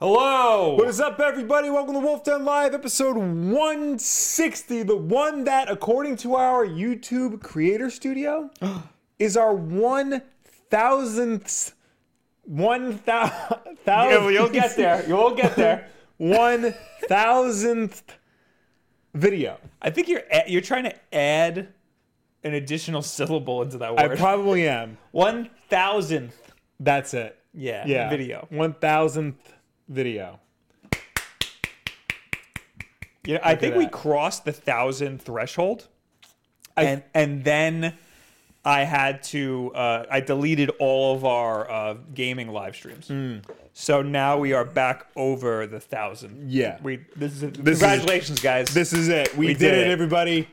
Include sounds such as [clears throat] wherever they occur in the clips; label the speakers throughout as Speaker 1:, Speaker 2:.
Speaker 1: Hello.
Speaker 2: What is up, everybody? Welcome to Wolf Den Live, episode 160, the one that, according to our YouTube
Speaker 1: [gasps]
Speaker 2: creator studio, is our 1,000th. [laughs] 1,000th.
Speaker 1: Yeah,
Speaker 2: [laughs]
Speaker 1: you'll get there. [laughs] You'll get there.
Speaker 2: 1,000th video.
Speaker 1: I think you're a- you're trying to add an additional syllable into that
Speaker 2: I
Speaker 1: word.
Speaker 2: probably am.
Speaker 1: One thousandth.
Speaker 2: That's it.
Speaker 1: Yeah.
Speaker 2: Yeah.
Speaker 1: Video.
Speaker 2: 1,000th video.
Speaker 1: Yeah. I think we
Speaker 2: that.
Speaker 1: crossed the thousand threshold, and and then I had to uh, I deleted all of our uh, gaming live streams.
Speaker 2: Hmm.
Speaker 1: So now we are back over the thousand.
Speaker 2: Yeah.
Speaker 1: We this is
Speaker 2: is-
Speaker 1: congratulations, guys.
Speaker 2: This is it. We, did, it, everybody.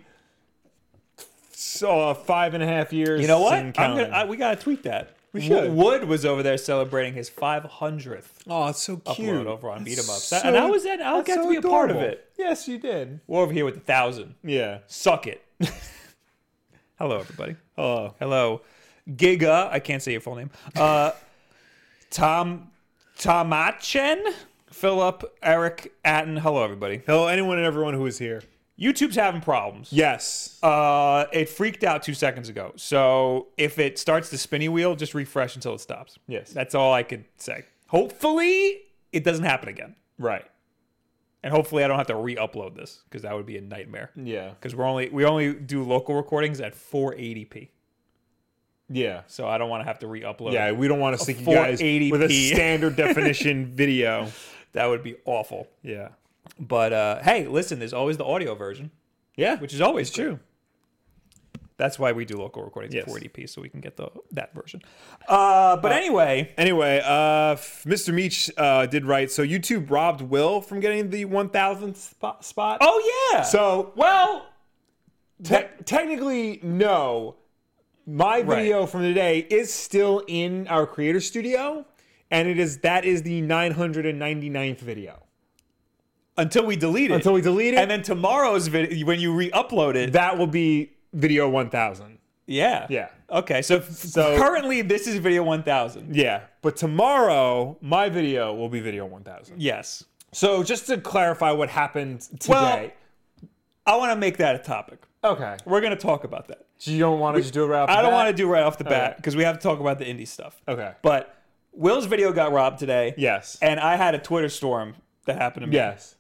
Speaker 2: So, uh, five and a half years.
Speaker 1: You know what? I'm
Speaker 2: and counting.
Speaker 1: gonna, I, we gotta tweet that. We
Speaker 2: should.
Speaker 1: Wood was over there celebrating his 500th
Speaker 2: Oh, it's so cute.
Speaker 1: upload over on Beat 'em Ups,
Speaker 2: so-
Speaker 1: and I was at. I'll
Speaker 2: that's
Speaker 1: get
Speaker 2: so
Speaker 1: to be a part of
Speaker 2: adorable.
Speaker 1: it.
Speaker 2: Yes, you did.
Speaker 1: We're over here with a thousand.
Speaker 2: Yeah.
Speaker 1: Suck it. [laughs] Hello, everybody.
Speaker 2: Oh,
Speaker 1: Hello, Giga. I can't say your full name. Uh, Tom Tomachen. Philip, Eric, Atten. Hello, everybody.
Speaker 2: hello, anyone and everyone who is here.
Speaker 1: YouTube's having problems.
Speaker 2: Yes.
Speaker 1: Uh, it freaked out two seconds ago. So if it starts the spinny wheel, just refresh until it stops.
Speaker 2: Yes.
Speaker 1: That's all I could say. Hopefully, it doesn't happen again.
Speaker 2: right.
Speaker 1: And hopefully, I don't have to re upload this because that would be a nightmare.
Speaker 2: Yeah.
Speaker 1: Because we're only we only do local recordings at 480p,
Speaker 2: Yeah.
Speaker 1: so I don't want to have to re-upload.
Speaker 2: Yeah. We don't want to stick you guys
Speaker 1: 480p.
Speaker 2: with a standard definition [laughs] video.
Speaker 1: that would be awful.
Speaker 2: Yeah.
Speaker 1: But uh, hey, listen, there's always the audio version,
Speaker 2: Yeah.
Speaker 1: which is always true.
Speaker 2: true.
Speaker 1: That's why we do local recordings
Speaker 2: Yes.
Speaker 1: at 480p, so we can get the that version. Uh, but anyway,
Speaker 2: Anyway, uh, f- Mr. Meach uh, did right. So YouTube robbed Will from getting the 1,000th spot. spot.
Speaker 1: oh yeah.
Speaker 2: So
Speaker 1: well,
Speaker 2: Te- technically, no. My video from today is still in our creator studio, and it is that is the 999th video.
Speaker 1: until we delete it,
Speaker 2: Until we delete it,
Speaker 1: [laughs] and then tomorrow's video when you re-upload it,
Speaker 2: that will be video 1000.
Speaker 1: yeah,
Speaker 2: Yeah.
Speaker 1: Okay, so,
Speaker 2: So-
Speaker 1: currently this is video 1000.
Speaker 2: Yeah, but tomorrow my video will be video 1000.
Speaker 1: Yes,
Speaker 2: So just to clarify what happened
Speaker 1: Well-
Speaker 2: today.
Speaker 1: I want to make that a topic.
Speaker 2: okay.
Speaker 1: We're gonna talk about that.
Speaker 2: So you don't want to just do it right off
Speaker 1: I don't want to do right off the bat
Speaker 2: Okay.
Speaker 1: because we have to talk about the indie stuff.
Speaker 2: Okay.
Speaker 1: But Will's video got robbed today.
Speaker 2: Yes.
Speaker 1: And I had a Twitter storm that happened to me.
Speaker 2: yes.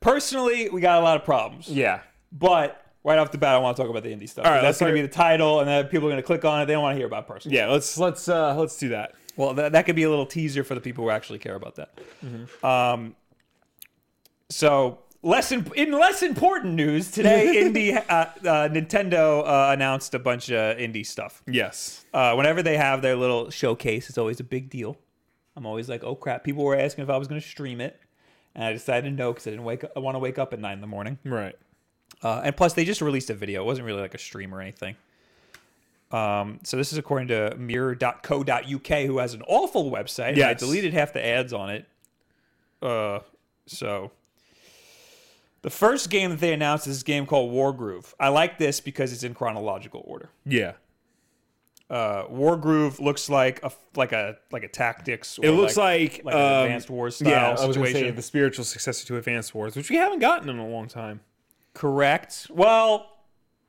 Speaker 1: Personally, we got a lot of problems.
Speaker 2: Yeah.
Speaker 1: But right off the bat, I want to talk about the indie stuff.
Speaker 2: All right,
Speaker 1: that's
Speaker 2: let's
Speaker 1: going to be
Speaker 2: start-
Speaker 1: the title, and then people are going to click on it. They don't want to hear about personal.
Speaker 2: Yeah, let's let's uh let's do that.
Speaker 1: Well, that, that could be a little teaser for the people who actually care about that.
Speaker 2: Mm-hmm.
Speaker 1: Um, so, less imp- in less important news today,
Speaker 2: [laughs]
Speaker 1: indie uh, uh, Nintendo uh, announced a bunch of indie stuff.
Speaker 2: Yes.
Speaker 1: Uh, whenever they have their little showcase, it's always a big deal. I'm always like, oh crap! People were asking if I was going to stream it, and I decided no because I didn't wake. Up, I want to wake up at nine in the morning.
Speaker 2: Right.
Speaker 1: Uh, and plus, they just released a video. It wasn't really like a stream or anything. Um, so this is according to mirror.co.uk, who has an awful website. Yeah, I
Speaker 2: Yes.
Speaker 1: deleted half the ads on it. Uh, so the first game that they announced is this game called Wargroove. I like this because it's in chronological order.
Speaker 2: Yeah.
Speaker 1: Uh, Wargroove looks like a like a like a tactics. Or
Speaker 2: It looks like,
Speaker 1: like an
Speaker 2: um,
Speaker 1: advanced war style
Speaker 2: yeah, I was gonna
Speaker 1: situation.
Speaker 2: say the spiritual successor to Advanced Wars, which we haven't gotten in a long time.
Speaker 1: Correct. Well,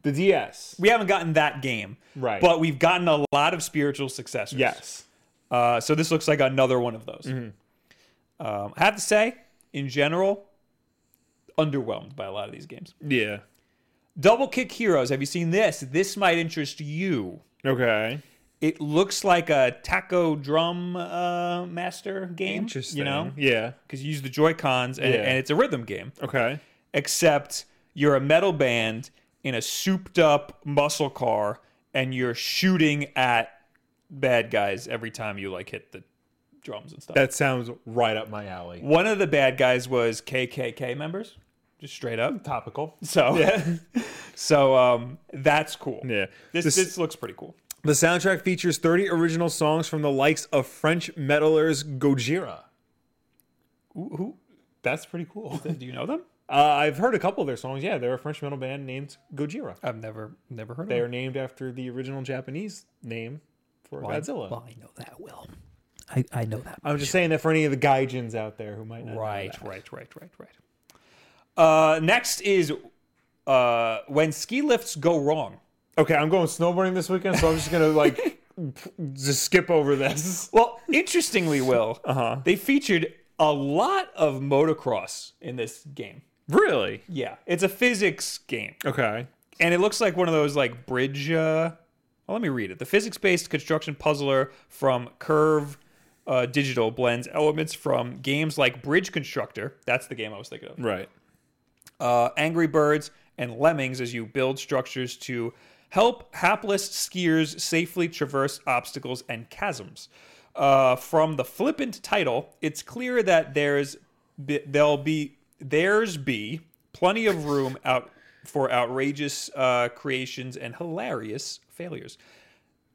Speaker 2: The DS,
Speaker 1: we haven't gotten that game,
Speaker 2: Right.
Speaker 1: But we've gotten a lot of spiritual successors.
Speaker 2: yes,
Speaker 1: Uh, so this looks like another one of those. Um, I have to say, in general, underwhelmed by a lot of these games.
Speaker 2: yeah,
Speaker 1: Double Kick Heroes. Have you seen this? This might interest you.
Speaker 2: okay,
Speaker 1: It looks like a taco drum uh, master game.
Speaker 2: interesting.
Speaker 1: You know,
Speaker 2: yeah,
Speaker 1: because you use the Joy Cons and,
Speaker 2: Yeah.
Speaker 1: and it's a rhythm game.
Speaker 2: okay,
Speaker 1: Except you're a metal band in a souped-up muscle car, and you're shooting at bad guys every time you like hit the drums and stuff.
Speaker 2: that sounds right up my alley.
Speaker 1: One of the bad guys was KKK members, just straight up.
Speaker 2: Topical.
Speaker 1: So, [laughs] so um, that's cool.
Speaker 2: Yeah,
Speaker 1: This, this
Speaker 2: This-
Speaker 1: looks pretty cool.
Speaker 2: the soundtrack features 30 original songs from the likes of French metalers Gojira.
Speaker 1: Who, who
Speaker 2: That's pretty cool.
Speaker 1: do you know them?
Speaker 2: uh, I've heard a couple of their songs. Yeah, they're a French metal band named Gojira.
Speaker 1: I've never never heard of
Speaker 2: They are named after the original Japanese name for
Speaker 1: them.
Speaker 2: Godzilla.
Speaker 1: Well, I know that well.
Speaker 3: I, I know that.
Speaker 2: I'm just saying that for any of the gaijins out there who might not. know
Speaker 1: Right,
Speaker 2: that.
Speaker 1: right, right, right, right. Uh, next is uh, when ski lifts go wrong.
Speaker 2: Okay, I'm going snowboarding this weekend, so I'm just gonna like [laughs] p- just skip over this.
Speaker 1: Well, interestingly, Will, [laughs] they featured a lot of motocross in this game.
Speaker 2: Really?
Speaker 1: Yeah, it's a physics game.
Speaker 2: Okay.
Speaker 1: and it looks like one of those like bridge. Uh, well, let me read it. The physics-based construction puzzler from Curve uh, Digital blends elements from games like Bridge Constructor. That's the game I was thinking of.
Speaker 2: Right.
Speaker 1: Uh, Angry Birds and Lemmings as you build structures to help hapless skiers safely traverse obstacles and chasms. Uh, from the flippant title, it's clear that there's be, there'll be there's be plenty of room out for outrageous uh, creations and hilarious failures.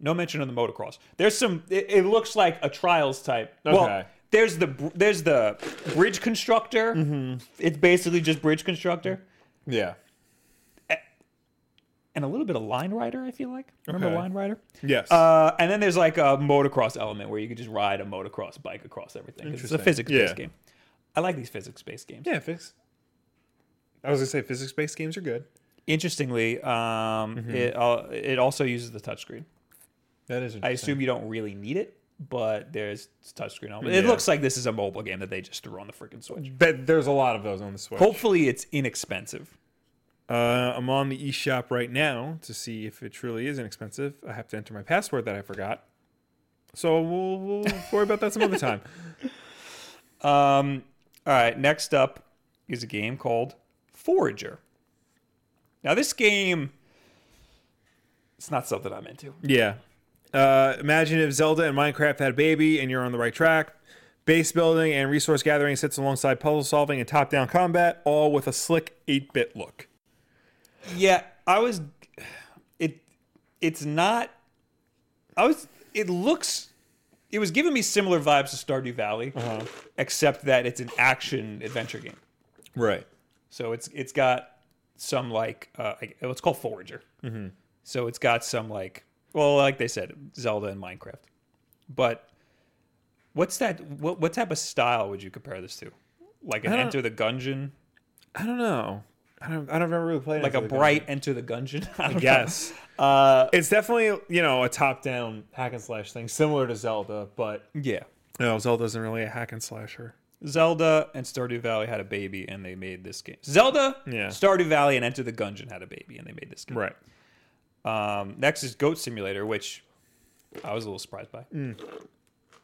Speaker 1: No mention of the motocross. There's some. It, it looks like a trials type. Well,
Speaker 2: Okay.
Speaker 1: there's the br- there's the bridge constructor. It's basically just bridge constructor
Speaker 2: Yeah.
Speaker 1: and a little bit of line rider. I feel like remember
Speaker 2: Okay.
Speaker 1: line rider.
Speaker 2: Yes.
Speaker 1: Uh, and then there's like a motocross element where you could just ride a motocross bike across everything. 'cause It's a
Speaker 2: Interesting.
Speaker 1: physics based
Speaker 2: Yeah.
Speaker 1: game. I like these physics based games.
Speaker 2: yeah. Fix. I was gonna say physics-based games are good.
Speaker 1: Interestingly, um,
Speaker 2: Mm-hmm.
Speaker 1: it uh, it also uses the touchscreen.
Speaker 2: That is.
Speaker 1: I assume you don't really need it, but there's touchscreen element. It
Speaker 2: Yeah. Mm.
Speaker 1: looks like this is a mobile game that they just threw on the freaking Switch.
Speaker 2: But there's a lot of those on the Switch.
Speaker 1: Hopefully, it's inexpensive.
Speaker 2: Uh, I'm on the eShop right now to see if it truly is inexpensive. I have to enter my password that I forgot. So we'll, we'll worry about that some other [laughs] time.
Speaker 1: Um, all right, next up is a game called Forager. Now, this game, it's not something I'm into.
Speaker 2: Yeah. Uh, imagine if Zelda and Minecraft had a baby and you're on the right track. Base building and resource gathering sits alongside puzzle solving and top down combat, all with a slick 8 bit look.
Speaker 1: Yeah, I was. It, it's not. I was. It looks. It was giving me similar vibes to Stardew Valley, except that it's an action adventure game.
Speaker 2: Right.
Speaker 1: So it's it's got some like uh, I- well, it's called Forager. Mm-hmm. So it's got some like well, like they said, Zelda and Minecraft. But what's that? What what type of style would you compare this to? Like an
Speaker 2: I don't-
Speaker 1: Enter the Gungeon,
Speaker 2: I don't know. I don't, I don't remember really playing
Speaker 1: like a bright Enter the Gungeon. [laughs] I don't
Speaker 2: Yes.
Speaker 1: know. Uh,
Speaker 2: It's definitely, you know, a top down hack and slash thing, similar to Zelda, but.
Speaker 1: yeah.
Speaker 2: No, Zelda's not really a hack and slasher.
Speaker 1: Zelda and Stardew Valley had a baby, and they made this game. Zelda,
Speaker 2: Yeah.
Speaker 1: Stardew Valley, and Enter the Gungeon had a baby, and they made this game.
Speaker 2: Right.
Speaker 1: Um, next is Goat Simulator, which I was a little surprised by.
Speaker 2: Mm.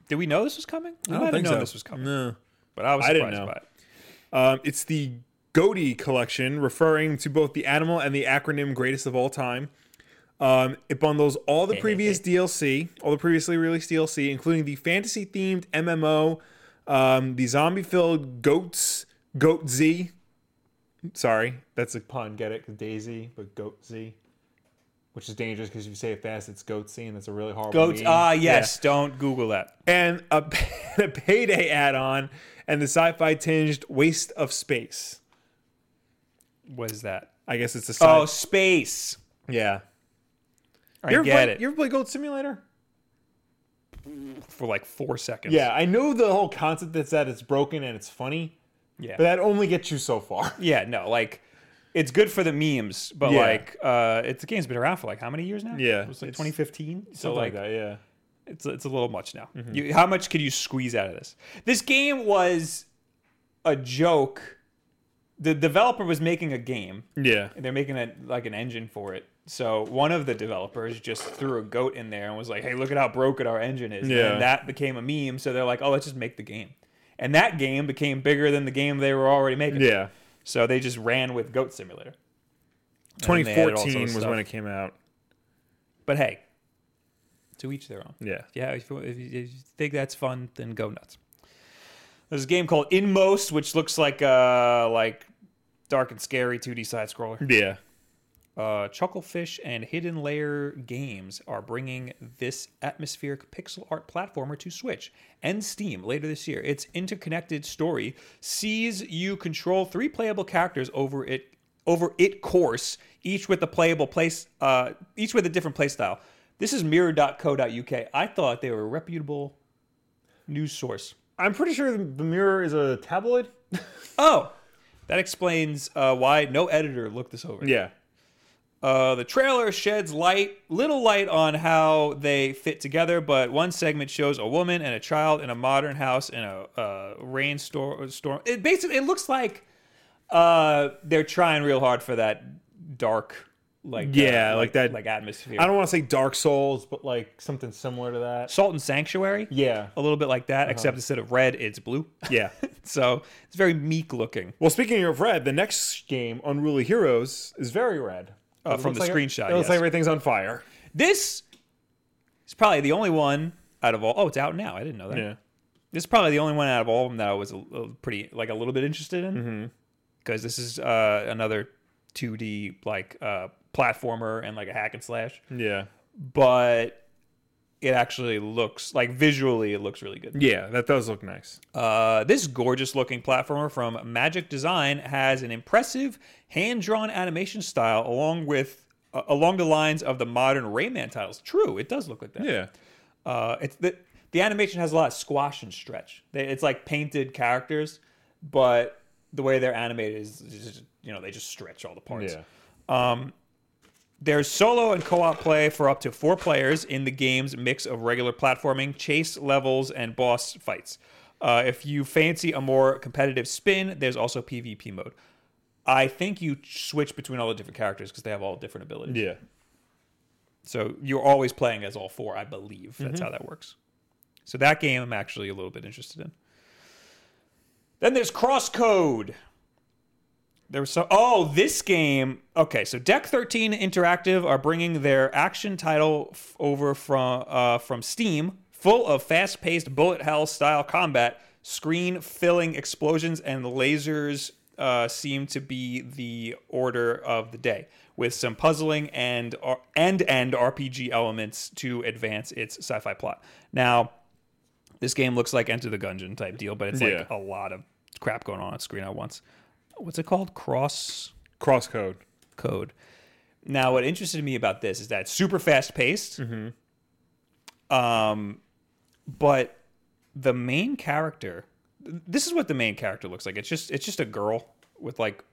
Speaker 1: Did we know this was coming? We might
Speaker 2: I don't
Speaker 1: have
Speaker 2: think
Speaker 1: known
Speaker 2: so.
Speaker 1: this was coming,
Speaker 2: No.
Speaker 1: but I was
Speaker 2: I
Speaker 1: surprised
Speaker 2: didn't
Speaker 1: by
Speaker 2: know.
Speaker 1: it.
Speaker 2: Um, it's the GOATY collection, referring to both the animal and the acronym greatest of all time. Um, it bundles
Speaker 1: [laughs]
Speaker 2: all the previous DLC, all the previously released DLC, including the fantasy themed MMO, um, the zombie filled Goats, Goat Z. Sorry, that's a pun. Get it? 'Cause Daisy, but Goat Z. Which is dangerous because if you say it fast, it's Goat Z, and that's a really horrible
Speaker 1: Goats.
Speaker 2: name.
Speaker 1: Ah,
Speaker 2: Yeah
Speaker 1: yes. Don't Google that.
Speaker 2: and a, [laughs] a payday add-on and the sci-fi tinged waste of space
Speaker 1: What is that?
Speaker 2: i guess it's a sci-
Speaker 1: Oh, space.
Speaker 2: yeah
Speaker 1: I
Speaker 2: you ever
Speaker 1: get
Speaker 2: play,
Speaker 1: it
Speaker 2: you ever play gold simulator
Speaker 1: for like four seconds.
Speaker 2: yeah i know the whole concept that's that it's broken and it's funny
Speaker 1: Yeah.
Speaker 2: but that only gets you so far
Speaker 1: yeah. No, like it's good for the memes, but
Speaker 2: Yeah.
Speaker 1: like uh, it's the game's been around for like how many years now?
Speaker 2: [laughs] Yeah,
Speaker 1: It was like
Speaker 2: it's-
Speaker 1: 2015. So like,
Speaker 2: that yeah
Speaker 1: it's it's a little much now.
Speaker 2: Mm-hmm.
Speaker 1: You, how much could you squeeze out of this? This game was a joke. The developer was making a game,
Speaker 2: yeah
Speaker 1: and they're making a, like an engine for it. So one of the developers just threw a goat in there and was like, "Hey, look at how broken our engine is."
Speaker 2: Yeah.
Speaker 1: And that became a meme. So they're like, "Oh, let's just make the game." And that game became bigger than the game they were already making.
Speaker 2: yeah
Speaker 1: So they just ran with Goat Simulator. then they added all
Speaker 2: 2014 was
Speaker 1: sorts of
Speaker 2: when it
Speaker 1: stuff.
Speaker 2: came out
Speaker 1: But hey, to each their own.
Speaker 2: yeah
Speaker 1: yeah, if you, if you if you think that's fun, then go nuts. There's a game called Inmost, which looks like uh like dark and scary 2D side scroller.
Speaker 2: yeah
Speaker 1: Uh, Chucklefish and Hidden Layer Games are bringing this atmospheric pixel art platformer to Switch and Steam later this year. Its interconnected story sees you control three playable characters over it over it course, each with a playable place, uh, each with a different playstyle. This is Mirror.co.uk. I thought they were a reputable news source.
Speaker 2: I'm pretty sure the the Mirror is a tabloid.
Speaker 1: Oh, that explains uh, why no editor looked this over.
Speaker 2: Yeah.
Speaker 1: Uh, the trailer sheds light, little light on how they fit together, but one segment shows a woman and a child in a modern house in a uh, rainstorm. Storm. It basically it looks like uh, they're trying real hard for that dark, like uh,
Speaker 2: Yeah, like that-
Speaker 1: like atmosphere.
Speaker 2: I don't want to say Dark Souls, but like something similar to that.
Speaker 1: Salt and Sanctuary,
Speaker 2: Yeah. Uh-huh.
Speaker 1: a little bit like that, except instead of red, it's blue. [laughs]
Speaker 2: [laughs] Yeah.
Speaker 1: so it's very meek looking.
Speaker 2: well, speaking of red, the next game, Unruly Heroes, is very red.
Speaker 1: Uh,
Speaker 2: It
Speaker 1: from
Speaker 2: looks
Speaker 1: the
Speaker 2: like-
Speaker 1: screenshot,
Speaker 2: it looks
Speaker 1: yes.
Speaker 2: like everything's on fire.
Speaker 1: This is probably the only one out of all. Oh, it's out now. I didn't know that. This is probably the only one out of all of them that I was a, a pretty like a little bit interested in because this is uh, another 2D like uh, platformer and like a hack and slash,
Speaker 2: Yeah.
Speaker 1: but it actually looks like visually it looks really good.
Speaker 2: Yeah, that does look nice.
Speaker 1: Uh, this gorgeous looking platformer from Magic Design has an impressive hand drawn animation style along with uh, along the lines of the modern Rayman titles. True, it does look like that.
Speaker 2: Yeah.
Speaker 1: Uh, it's the the animation has a lot of squash and stretch. They, it's like painted characters, but the way they're animated is, is just, you know they just stretch all the parts.
Speaker 2: Yeah.
Speaker 1: There's solo and co-op play for up to four players in the game's mix of regular platforming, chase levels, and boss fights. Uh, if you fancy a more competitive spin, there's also PvP mode. I think you switch between all the different characters because they have all different abilities.
Speaker 2: Yeah.
Speaker 1: So you're always playing as all four, I believe. That's how that works. So that game I'm actually a little bit interested in. Then there's Crosscode. There was so oh this game okay so Deck Thirteen Interactive are bringing their action title f- over from uh, from Steam, full of fast-paced bullet hell style combat, screen filling explosions and lasers uh, seem to be the order of the day, with some puzzling and R- and and RPG elements to advance its sci-fi plot. Now, this game looks like Enter the Gungeon type deal, but it's like
Speaker 2: Yeah.
Speaker 1: a lot of crap going on on screen at once what's it called? Cross
Speaker 2: Cross code.
Speaker 1: code. Now, what interested me about this is that it's super fast paced. Um,
Speaker 2: Mm-hmm.
Speaker 1: but the main character, this is what the main character looks like. It's just it's just a girl with like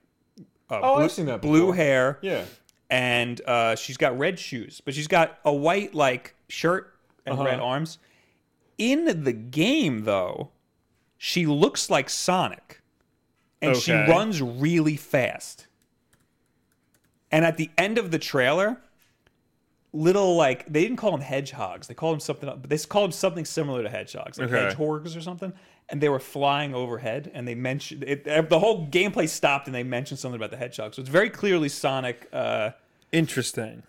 Speaker 1: uh,
Speaker 2: Oh,
Speaker 1: blue,
Speaker 2: I've seen that
Speaker 1: blue
Speaker 2: before.
Speaker 1: hair.
Speaker 2: Yeah.
Speaker 1: and uh, she's got red shoes, but she's got a white like shirt and
Speaker 2: Uh-huh.
Speaker 1: red arms. In the game, though, she looks like Sonic, and she
Speaker 2: Okay.
Speaker 1: runs really fast. And at the end of the trailer, little like they didn't call them hedgehogs; they called them something, but they called them something similar to hedgehogs, like
Speaker 2: Okay.
Speaker 1: hedgehogs or something. And they were flying overhead, and they mentioned it, the whole gameplay stopped, and they mentioned something about the hedgehog. So it's very clearly Sonic. Uh,
Speaker 2: Interesting.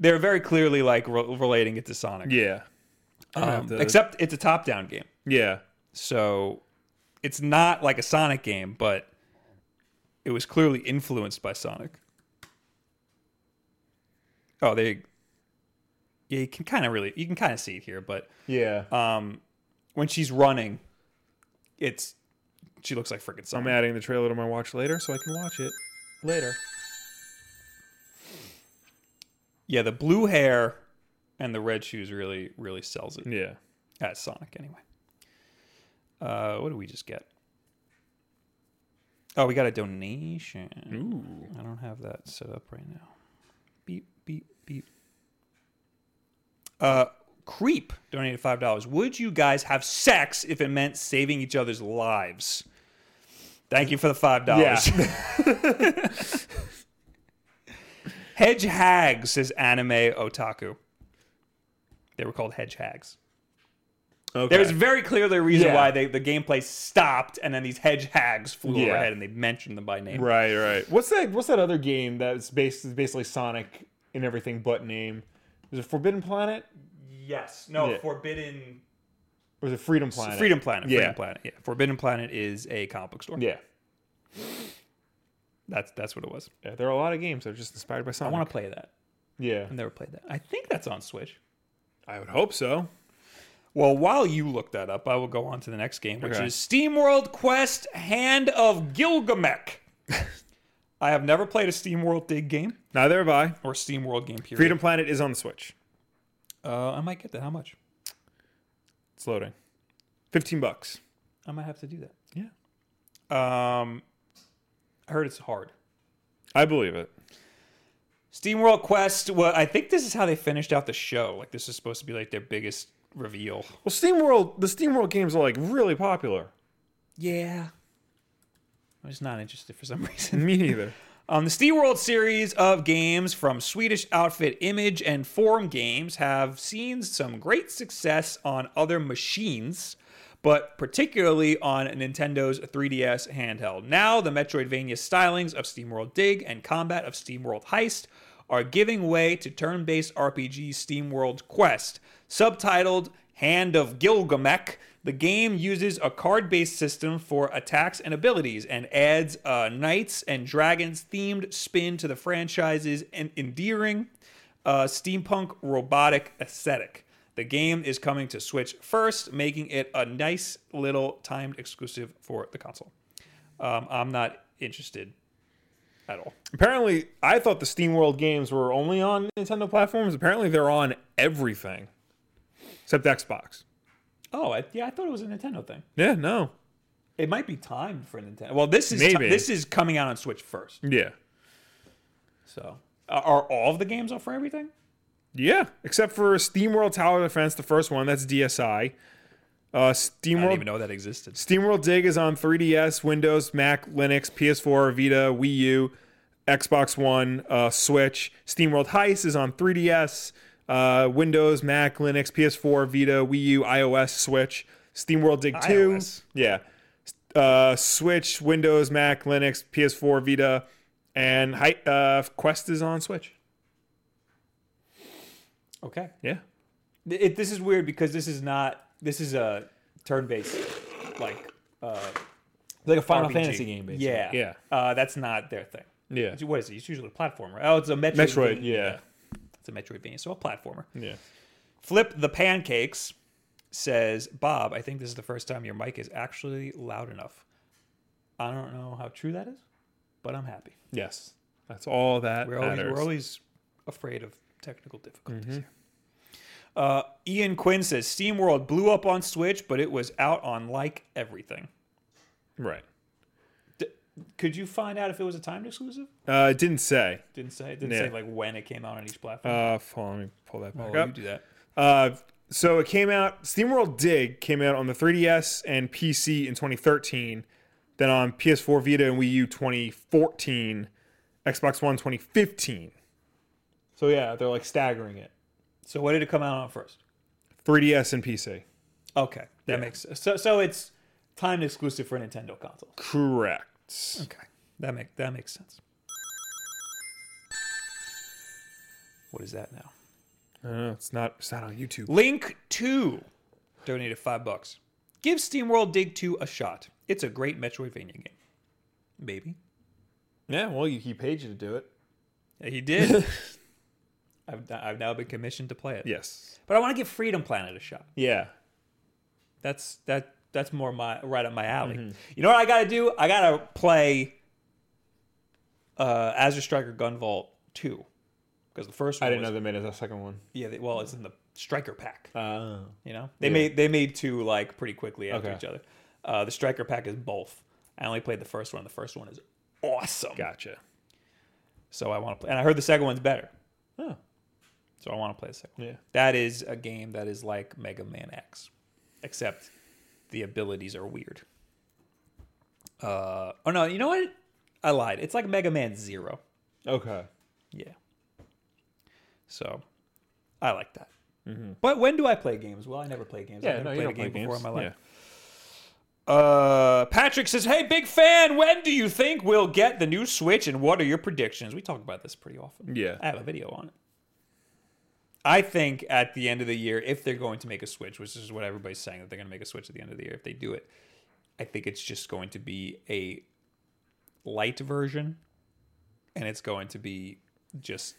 Speaker 1: they're very clearly like re- relating it to Sonic,
Speaker 2: Yeah. I don't
Speaker 1: um,
Speaker 2: have to-
Speaker 1: except it's a top-down game.
Speaker 2: yeah.
Speaker 1: So it's not like a Sonic game, but it was clearly influenced by Sonic. Oh, they Yeah, you can kind of really you can kind of see it here, but
Speaker 2: Yeah.
Speaker 1: when she's running, it's she looks like freaking
Speaker 2: I'm
Speaker 1: Sonic.
Speaker 2: adding the trailer to my watch later so I can watch it Oh, later.
Speaker 1: yeah, the blue hair and the red shoes really really sells it
Speaker 2: Yeah.
Speaker 1: as Sonic anyway. Uh, what did we just get? Oh, we got a donation.
Speaker 2: Ooh.
Speaker 1: I don't have that set up right now. Beep, beep, beep. Uh, Creep donated five dollars. Would you guys have sex if it meant saving each other's lives? Thank you for the five dollars. [laughs] Hedge hags says anime otaku. They were called hedge hags.
Speaker 2: Okay.
Speaker 1: There was very clearly a reason
Speaker 2: Yeah.
Speaker 1: why they, the gameplay stopped, and then these hedge hags flew
Speaker 2: Yeah.
Speaker 1: overhead and they mentioned them by name.
Speaker 2: right, right. What's that what's that other game that's based basically Sonic in everything but name? Was it Forbidden Planet?
Speaker 1: Yes. No.
Speaker 2: Yeah.
Speaker 1: Forbidden.
Speaker 2: Or was it Freedom Planet?
Speaker 1: Freedom Planet.
Speaker 2: Yeah.
Speaker 1: Freedom Planet. Yeah. Forbidden Planet is a comic book store.
Speaker 2: Yeah.
Speaker 1: That's that's what it was.
Speaker 2: yeah. There are a lot of games that are just inspired by
Speaker 1: I
Speaker 2: Sonic.
Speaker 1: want to play that.
Speaker 2: yeah.
Speaker 1: I've never played that. I think that's on Switch.
Speaker 2: I would hope so.
Speaker 1: Well, while you look that up, I will go on to the next game, which
Speaker 2: Okay.
Speaker 1: is SteamWorld Quest Hand of
Speaker 2: [laughs]
Speaker 1: Gilgamesh. I have never played a SteamWorld Dig game
Speaker 2: Neither have I.
Speaker 1: or SteamWorld game period.
Speaker 2: Freedom Planet is on the Switch.
Speaker 1: Uh, I might get that. How much?
Speaker 2: It's loading. 15 bucks.
Speaker 1: I might have to do that.
Speaker 2: Yeah.
Speaker 1: Um, I heard it's hard.
Speaker 2: I believe it.
Speaker 1: SteamWorld Quest. Well, I think this is how they finished out the show. Like this is supposed to be like their biggest reveal.
Speaker 2: Well, SteamWorld, the SteamWorld games are like really popular.
Speaker 1: Yeah. I'm just not interested
Speaker 2: [laughs]
Speaker 1: for some reason.
Speaker 2: Me neither.
Speaker 1: Um, the SteamWorld series of games from Swedish outfit Image and Form Games have seen some great success on other machines, but particularly on Nintendo's 3DS handheld. Now, the Metroidvania stylings of SteamWorld Dig and combat of SteamWorld Heist are giving way to turn based RPG SteamWorld Quest, subtitled Hand of Gilgamesh. The game uses a card based system for attacks and abilities and adds a knights and dragons themed spin to the franchise's en- endearing uh, steampunk robotic aesthetic. The game is coming to Switch first, making it a nice little timed exclusive for the console. Um, I'm not interested at all.
Speaker 2: Apparently, I thought the SteamWorld games were only on Nintendo platforms. Apparently, they're on everything except Xbox.
Speaker 1: Oh, I, yeah, I thought it was a Nintendo thing.
Speaker 2: Yeah, no.
Speaker 1: It might be timed for Nintendo. Well, this is
Speaker 2: Maybe.
Speaker 1: this is coming out on Switch first.
Speaker 2: Yeah.
Speaker 1: So, are are all of the games up for everything?
Speaker 2: Yeah, except for SteamWorld Tower Defense, the first one, that's DSi. Uh,
Speaker 1: I didn't
Speaker 2: SteamWorld
Speaker 1: even know that existed.
Speaker 2: SteamWorld Dig is on 3DS, Windows, Mac, Linux, PS4, Vita, Wii U, Xbox One, uh, Switch. SteamWorld Heist is on 3DS, uh, Windows, Mac, Linux, PS4, Vita, Wii U, iOS, Switch. SteamWorld Dig 2.
Speaker 1: iOS.
Speaker 2: Yeah. Uh, Switch, Windows, Mac, Linux, PS4, Vita, and Hi- uh, Quest is on Switch.
Speaker 1: Okay,
Speaker 2: Yeah.
Speaker 1: Th- it, this is weird because this is not this is a turn-based like uh,
Speaker 2: Like a
Speaker 3: Final
Speaker 1: RPG.
Speaker 3: Fantasy game, basically.
Speaker 1: Yeah,
Speaker 2: Yeah.
Speaker 1: Uh, that's not their thing.
Speaker 2: Yeah.
Speaker 1: What is it? It's usually a platformer. Oh, it's a Metroid.
Speaker 2: Metroid,
Speaker 1: game.
Speaker 2: yeah.
Speaker 1: it's a Metroidvania, so a platformer.
Speaker 2: Yeah.
Speaker 1: Flip the pancakes says, Bob, I think this is the first time your mic is actually loud enough. I don't know how true that is, but I'm happy.
Speaker 2: Yes. That's all that
Speaker 1: We're always,
Speaker 2: matters. Mm-hmm.
Speaker 1: we're always afraid of technical difficulties here. Uh, Ian Quinn says SteamWorld blew up on Switch, but it was out on like everything.
Speaker 2: right.
Speaker 1: D- could you find out if it was a timed exclusive?
Speaker 2: Uh, it didn't say.
Speaker 1: Didn't say. It didn't
Speaker 2: Yeah.
Speaker 1: say like when it came out on each platform.
Speaker 2: Uh, hold on, let me pull that back
Speaker 1: Oh,
Speaker 2: up.
Speaker 1: you do that.
Speaker 2: Uh, so it came out. SteamWorld Dig came out on the 3DS and PC in 2013, then on PS4, Vita, and Wii U 2014, Xbox One 2015. So yeah, they're like staggering it.
Speaker 1: So what did it come out on first?
Speaker 2: 3DS and PC.
Speaker 1: Okay, that makes so. So it's timed exclusive for Nintendo consoles.
Speaker 2: Correct.
Speaker 1: Okay, that make that makes sense. What is that now?
Speaker 2: I don't know, it's not. It's not on YouTube.
Speaker 1: Link two donated five bucks. Give SteamWorld Dig two a shot. It's a great Metroidvania game. Maybe
Speaker 2: Yeah. Well, you, he paid you to do it.
Speaker 1: Yeah, he
Speaker 2: [laughs]
Speaker 1: did. I've I've now been commissioned to play it.
Speaker 2: Yes.
Speaker 1: but I want to give Freedom Planet a shot.
Speaker 2: Yeah.
Speaker 1: That's that that's more my right up my alley.
Speaker 2: Mm-hmm.
Speaker 1: You know what I gotta do? I gotta play uh Azure Striker Gunvolt two because the first one
Speaker 2: I didn't
Speaker 1: was-
Speaker 2: know they made a second one.
Speaker 1: yeah they, well it's in the Striker pack.
Speaker 2: Oh.
Speaker 1: You know, they made they made two like pretty quickly after
Speaker 2: Okay.
Speaker 1: each other. Uh, the striker pack is both. I only played the first one. The first one is awesome.
Speaker 2: Gotcha.
Speaker 1: So I want to play, and I heard the second one's better.
Speaker 2: Oh.
Speaker 1: So I want to play the second. one.
Speaker 2: Yeah.
Speaker 1: That is a game that is like Mega Man X, except the abilities are weird. Uh, oh no, you know what? I lied. It's like Mega Man Zero.
Speaker 2: Okay.
Speaker 1: Yeah. So, I like that. But when do I play games? Well, I never play games. I've never played a game before in my life. Uh, Patrick says, "Hey, big fan. When do you think we'll get the new Switch, and what are your predictions?" We talk about this pretty often.
Speaker 2: Yeah.
Speaker 1: I have a video on it. I think at the end of the year, if they're going to make a Switch, which is what everybody's saying that they're going to make a Switch at the end of the year, if they do it, I think it's just going to be a light version, and it's going to be just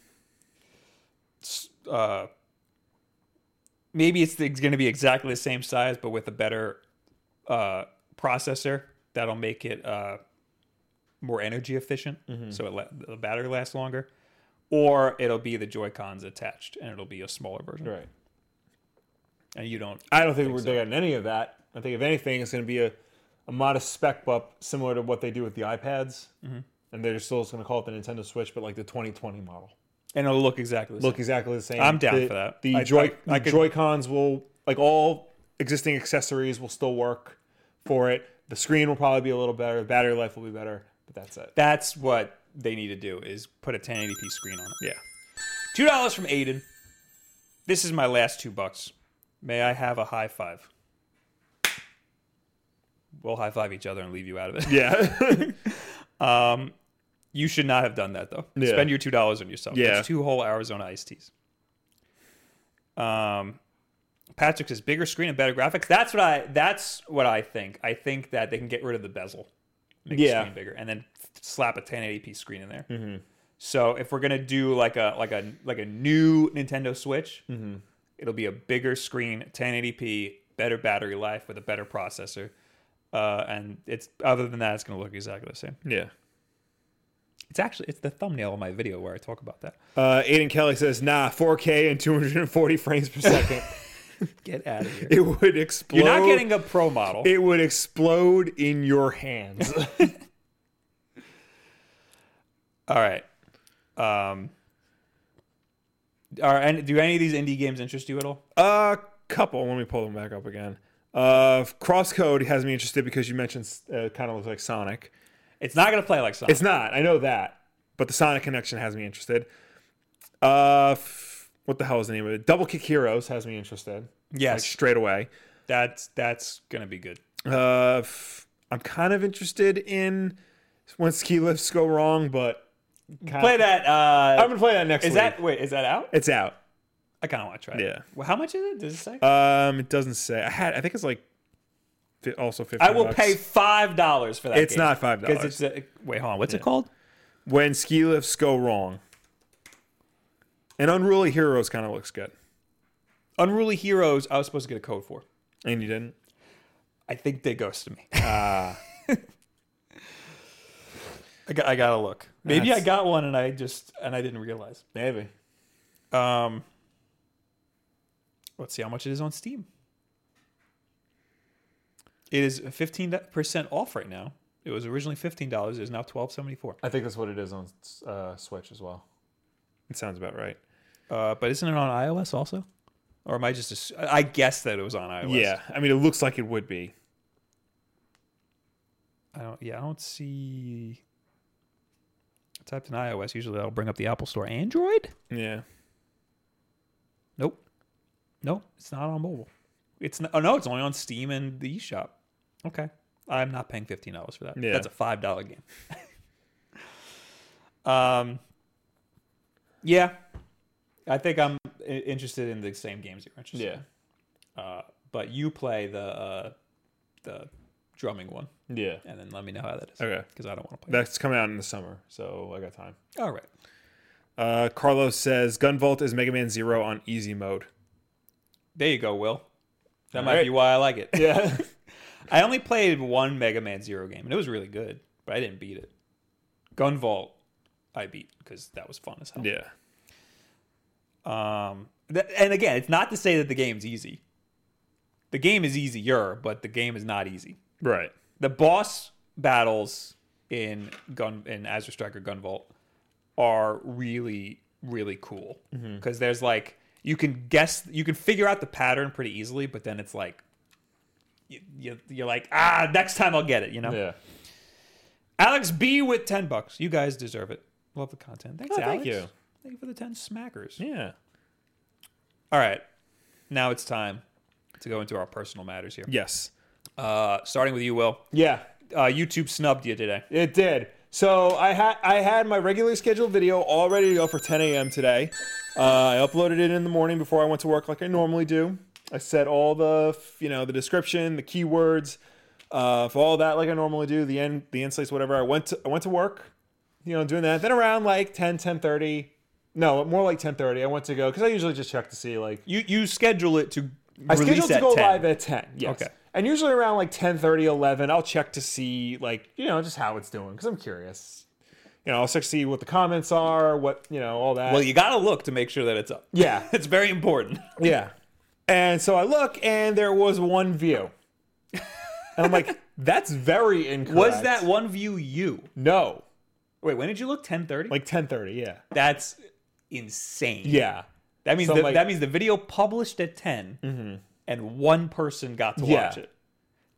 Speaker 1: s- uh, maybe it's, it's going to be exactly the same size, but with a better uh, processor that'll make it uh, more energy efficient, so it la- the battery lasts longer. Or it'll be the Joy Cons attached, and it'll be a smaller version,
Speaker 2: Right.
Speaker 1: and you don't.
Speaker 2: I don't think, we're doing any of that. I think if anything, it's going to be a, a modest spec up similar to what they do with the iPads,
Speaker 1: Mm-hmm.
Speaker 2: and they're still going to call it the Nintendo Switch, but like the 2020 model.
Speaker 1: and it'll look exactly the same.
Speaker 2: Look exactly the same.
Speaker 1: I'm down
Speaker 2: The-
Speaker 1: for that.
Speaker 2: The
Speaker 1: I-
Speaker 2: Joy
Speaker 1: I- I
Speaker 2: the
Speaker 1: could-
Speaker 2: Joy Cons will like all existing accessories will still work for it. The screen will probably be a little better. The battery life will be better, but that's it.
Speaker 1: That's what they need to do is put a 1080p screen on it.
Speaker 2: Yeah.
Speaker 1: Two dollars from Aiden. This is my last two bucks. May I have a high five? We'll high five each other and leave you out of it. [laughs]
Speaker 2: Yeah.
Speaker 1: Um, you should not have done that though.
Speaker 2: Yeah.
Speaker 1: Spend your two dollars on yourself.
Speaker 2: Yeah.
Speaker 1: That's two whole Arizona iced teas. Um, Patrick says bigger screen and better graphics. That's what I. That's what I think. I think that they can get rid of the bezel, make
Speaker 2: Yeah. Mm-hmm.
Speaker 1: the screen bigger, and then slap a 1080p screen in there. So if we're gonna do like a like a like a new Nintendo Switch,
Speaker 2: Mm-hmm.
Speaker 1: it'll be a bigger screen, 1080p, better battery life with a better processor, uh, and it's other than that, it's gonna look exactly the same.
Speaker 2: yeah.
Speaker 1: It's actually it's the thumbnail of my video where I talk about that.
Speaker 2: Uh, Aiden Kelly says, "Nah, 4K and 240 frames
Speaker 1: [laughs]
Speaker 2: per second.
Speaker 1: Get out of here.
Speaker 2: it would explode.
Speaker 1: You're not getting a pro model.
Speaker 2: It would explode in your
Speaker 1: [laughs]
Speaker 2: hands.
Speaker 1: All right. Um are any, do any of these indie games interest you at all?
Speaker 2: A uh, couple. Let me pull them back up again. Uh, Crosscode has me interested because you mentioned uh, kind of looks like Sonic.
Speaker 1: It's not going to play like Sonic.
Speaker 2: It's not. I know that, but the Sonic connection has me interested. Uh, f- what the hell is the name of it? Double Kick Heroes has me interested. Like
Speaker 1: yes,
Speaker 2: straight away.
Speaker 1: that's that's going to be good.
Speaker 2: Uh, f- I'm kind of interested in when ski lifts go wrong, but kind
Speaker 1: Play that
Speaker 2: I'm
Speaker 1: uh
Speaker 2: gonna play that next.
Speaker 1: is
Speaker 2: week.
Speaker 1: that wait, is that out?
Speaker 2: It's out.
Speaker 1: I kind of want to try it.
Speaker 2: Yeah.
Speaker 1: Well, how much is it? Does it say?
Speaker 2: Um, it doesn't say. I had. I think it's like fi- also fifteen.
Speaker 1: I will
Speaker 2: bucks.
Speaker 1: pay $5 for that
Speaker 2: It's not five
Speaker 1: Cuz it's
Speaker 2: dollars.
Speaker 1: a, Wait, hold on. What's it called?
Speaker 2: When ski lifts go wrong. And unruly heroes kind of looks good.
Speaker 1: Unruly Heroes. I was supposed to get a code for.
Speaker 2: And you didn't.
Speaker 1: I think they ghosted me. Uh, I got I gotta look. Maybe I
Speaker 2: That's-
Speaker 1: got one and I just and I didn't realize.
Speaker 2: Maybe.
Speaker 1: Um let's see how much it is on Steam. It is fifteen percent off right now. It was originally fifteen dollars, it is now twelve seventy four.
Speaker 2: I think that's what it is on uh, Switch as well. It sounds about right.
Speaker 1: Uh but isn't it on iOS also? Or am I just ass- I guess that it was on iOS.
Speaker 2: Yeah, I mean, it looks like it would be.
Speaker 1: I don't yeah, I don't see I typed in iOS, usually that'll bring up the Apple Store. Android?
Speaker 2: Yeah.
Speaker 1: Nope. Nope. It's not on mobile. It's not, oh no, it's only on Steam and the eShop. Okay. I'm not paying fifteen dollars for that.
Speaker 2: Yeah.
Speaker 1: That's a five dollar game. [laughs] um Yeah. I think I'm i- interested in the same games you're interested
Speaker 2: Yeah.
Speaker 1: in. Uh but you play the uh the drumming one
Speaker 2: Yeah.
Speaker 1: and then let me know how that is.
Speaker 2: Okay.
Speaker 1: Because I don't want to play
Speaker 2: That's coming out in the summer, so I got time.
Speaker 1: that. All right.
Speaker 2: Uh, Carlos says Gunvolt is Mega Man Zero on easy mode.
Speaker 1: There you go, Will. That
Speaker 2: All
Speaker 1: might
Speaker 2: right.
Speaker 1: be why I like it.
Speaker 2: Yeah.
Speaker 1: I only played one Mega Man Zero game, and it was really good, but I didn't beat it. Gun Vault, I beat because that was fun as hell.
Speaker 2: [laughs] yeah.
Speaker 1: Um, th- and again, it's not to say that the game's easy. The game is easier, but the game is not easy.
Speaker 2: Right.
Speaker 1: The boss battles in Gun in Azure Striker Gun Vault are really really cool because there's like you can guess you can figure out the pattern pretty easily, but then it's like you, you, you're like ah next time I'll get it, you know.
Speaker 2: Yeah.
Speaker 1: Alex B with ten bucks. You guys deserve it. Love the content. Thanks,
Speaker 2: Oh,
Speaker 1: Alex.
Speaker 2: thank you.
Speaker 1: Thank you for the ten smackers.
Speaker 2: Yeah.
Speaker 1: All right, now it's time to go into our personal matters here.
Speaker 2: Yes.
Speaker 1: Uh, starting with you, Will.
Speaker 2: Yeah.
Speaker 1: Uh, YouTube snubbed you today.
Speaker 2: It did. So I had I had my regularly scheduled video all ready to go for 10 a.m. today. Uh, I uploaded it in the morning before I went to work, like I normally do. I set all the f- you know the description, the keywords, uh, for all that, like I normally do. The end, the insights, whatever. I went to I went to work, you know, doing that. Then around like 10, 10:30, no, more like 10:30. I went to go because I usually just check to see like
Speaker 1: You you schedule it to
Speaker 2: I
Speaker 1: release
Speaker 2: scheduled to
Speaker 1: at
Speaker 2: go
Speaker 1: 10.
Speaker 2: live at 10. Yes.
Speaker 1: Okay.
Speaker 2: And usually around like 10, 11, I'll check to see, like, you know, just how it's doing because I'm curious. You know, I'll check to see what the comments are, what, you know, all that.
Speaker 1: Well, you gotta look to make sure that it's up.
Speaker 2: [laughs] yeah.
Speaker 1: It's very important.
Speaker 2: Yeah. And so I look, and there was one view. And I'm like, that's very
Speaker 1: [laughs]
Speaker 2: incorrect.
Speaker 1: Was that one view you?
Speaker 2: No.
Speaker 1: Wait, when did you look? Ten thirty.
Speaker 2: Like 10:30, yeah.
Speaker 1: that's insane.
Speaker 2: Yeah.
Speaker 1: that means
Speaker 2: so,
Speaker 1: the,
Speaker 2: like- Mm-hmm.
Speaker 1: that means the video published at 10 and one person got to
Speaker 2: Yeah.
Speaker 1: watch it.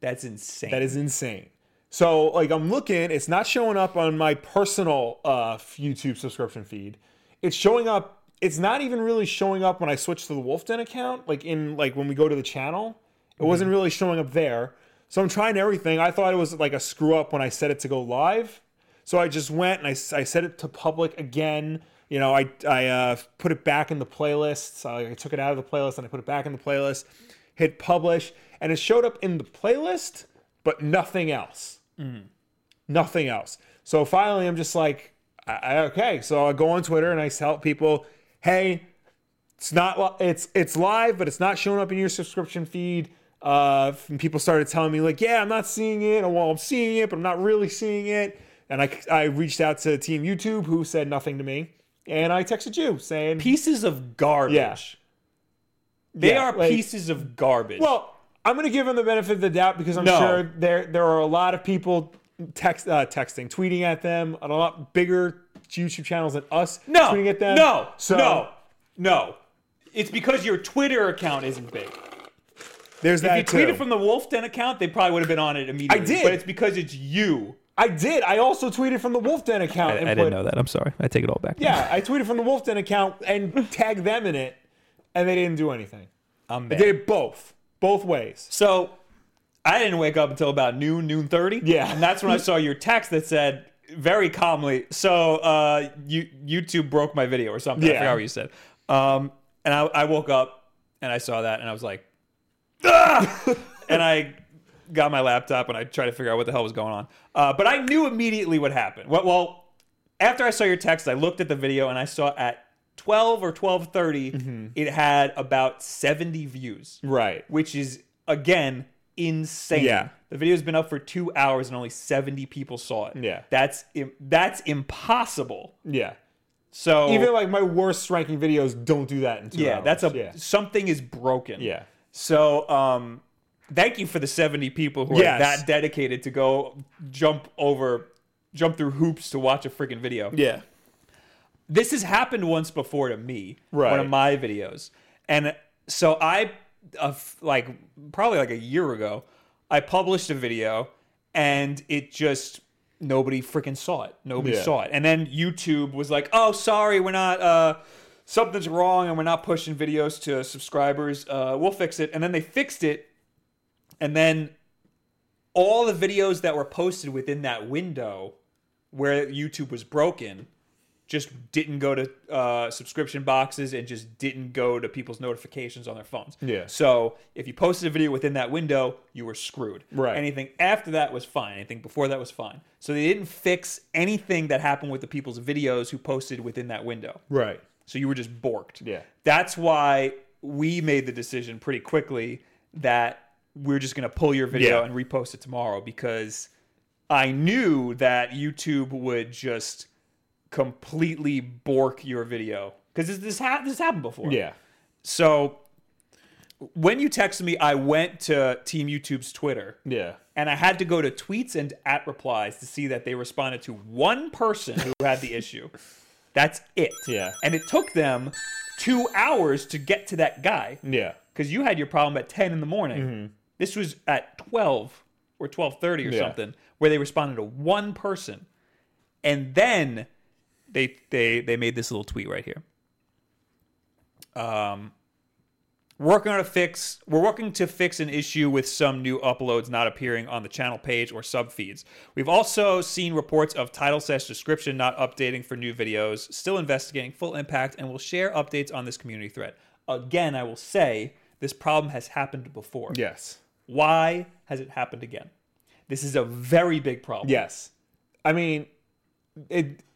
Speaker 1: That's insane.
Speaker 2: That is insane. So like I'm looking, it's not showing up on my personal uh, YouTube subscription feed. It's showing up. It's not even really showing up when I switch to the Wolf Den account. Like in like when we go to the channel, it wasn't really showing up there. So I'm trying everything. I thought it was like a screw up when I set it to go live. So I just went and I, s- I set it to public again. You know, I I uh, put it back in the playlist. So I took it out of the playlist and I put it back in the playlist. Hit publish, and it showed up in the playlist, but nothing else. Nothing else. So finally, I'm just like, I, I- okay. So I go on Twitter and I tell people, hey, it's not li- it's it's live, but it's not showing up in your subscription feed. Uh, and people started telling me like, yeah, I'm not seeing it, or well, I'm seeing it, but I'm not really seeing it. And I I reached out to Team YouTube, who said nothing to me, and I texted you saying,
Speaker 1: pieces of garbage.
Speaker 2: Yeah.
Speaker 1: They
Speaker 2: Yeah,
Speaker 1: are
Speaker 2: like-
Speaker 1: pieces of garbage.
Speaker 2: well, I'm gonna give them the benefit of the doubt because I'm
Speaker 1: No.
Speaker 2: sure there there are a lot of people text uh, texting, tweeting at them, and a lot bigger YouTube channels than us
Speaker 1: no,
Speaker 2: tweeting at them.
Speaker 1: no,
Speaker 2: so
Speaker 1: no, no. It's because your Twitter account isn't big.
Speaker 2: there's
Speaker 1: If
Speaker 2: that
Speaker 1: you tweeted
Speaker 2: too.
Speaker 1: from the Wolf Den account, they probably would have been on it immediately.
Speaker 2: I did.
Speaker 1: but it's because it's you.
Speaker 2: I did. I also tweeted from the Wolf Den account. and put-
Speaker 1: that. I'm sorry. I take it all back.
Speaker 2: Yeah, I tweeted from the Wolf Den account and tagged them in it, and they didn't do anything.
Speaker 1: I'm
Speaker 2: They
Speaker 1: mad.
Speaker 2: did both, both ways.
Speaker 1: So I didn't wake up until about noon, noon thirty.
Speaker 2: Yeah.
Speaker 1: and that's when I saw your text that said very calmly. So uh, you YouTube broke my video or something. I
Speaker 2: Yeah.
Speaker 1: forgot what you said. Um, and I, I woke up and I saw that and I was
Speaker 2: [laughs]
Speaker 1: like, "Ah!" and I got my laptop and I tried to figure out what the hell was going on. Uh, but I knew immediately what happened. Well, well, after I saw your text, I looked at the video and I saw at. 12 or 12:30
Speaker 2: Mm-hmm.
Speaker 1: it had about 70 views
Speaker 2: Right.
Speaker 1: which is again insane.
Speaker 2: Yeah.
Speaker 1: The video's been up for two hours and only seventy people saw it.
Speaker 2: Yeah.
Speaker 1: that's im- that's impossible.
Speaker 2: Yeah.
Speaker 1: So
Speaker 2: Even like my worst ranking videos don't do that in two
Speaker 1: yeah,
Speaker 2: hours.
Speaker 1: that's a
Speaker 2: yeah.
Speaker 1: something is broken.
Speaker 2: Yeah.
Speaker 1: So um, thank you for the seventy people who
Speaker 2: Yes.
Speaker 1: are that dedicated to go jump over, jump through hoops to watch a freaking video.
Speaker 2: Yeah.
Speaker 1: this has happened once before to me one
Speaker 2: Right.
Speaker 1: of my videos and so i uh, like probably like a year ago i published a video and it just nobody freaking saw it nobody
Speaker 2: Yeah.
Speaker 1: saw it and then youtube was like oh sorry we're not uh something's wrong and we're not pushing videos to subscribers uh we'll fix it and then they fixed it and then all the videos that were posted within that window where YouTube was broken just didn't go to uh, subscription boxes and just didn't go to people's notifications on their phones.
Speaker 2: Yeah.
Speaker 1: So if you posted a video within that window, you were screwed.
Speaker 2: Right.
Speaker 1: Anything after that was fine. Anything before that was fine. So they didn't fix anything that happened with the people's videos who posted within that window.
Speaker 2: Right.
Speaker 1: So you were just borked.
Speaker 2: Yeah.
Speaker 1: That's why we made the decision pretty quickly that we're just going to pull your video
Speaker 2: Yeah.
Speaker 1: and repost it tomorrow because I knew that YouTube would just completely bork your video because this this, ha- this happened before.
Speaker 2: Yeah.
Speaker 1: So when you texted me, I went to Team YouTube's Twitter
Speaker 2: Yeah.
Speaker 1: and I had to go to tweets and at replies to see that they responded to one person who had the issue. That's it.
Speaker 2: Yeah.
Speaker 1: And it took them two hours to get to that guy
Speaker 2: Yeah.
Speaker 1: because you had your problem at 10 in the morning. This was at 12 or 12.30 or
Speaker 2: Mm-hmm. Yeah.
Speaker 1: something where they responded to one person. And then they, they, they made this little tweet right here. Um, we're working on a fix. We're working to fix an issue with some new uploads not appearing on the channel page or sub feeds. We've also seen reports of title slash description not updating for new videos. Still investigating full impact, and we'll share updates on this community thread. Again, I will say this problem has happened before.
Speaker 2: Yes.
Speaker 1: Why has it happened again? This is a very big problem.
Speaker 2: Yes. I mean, it. [sighs]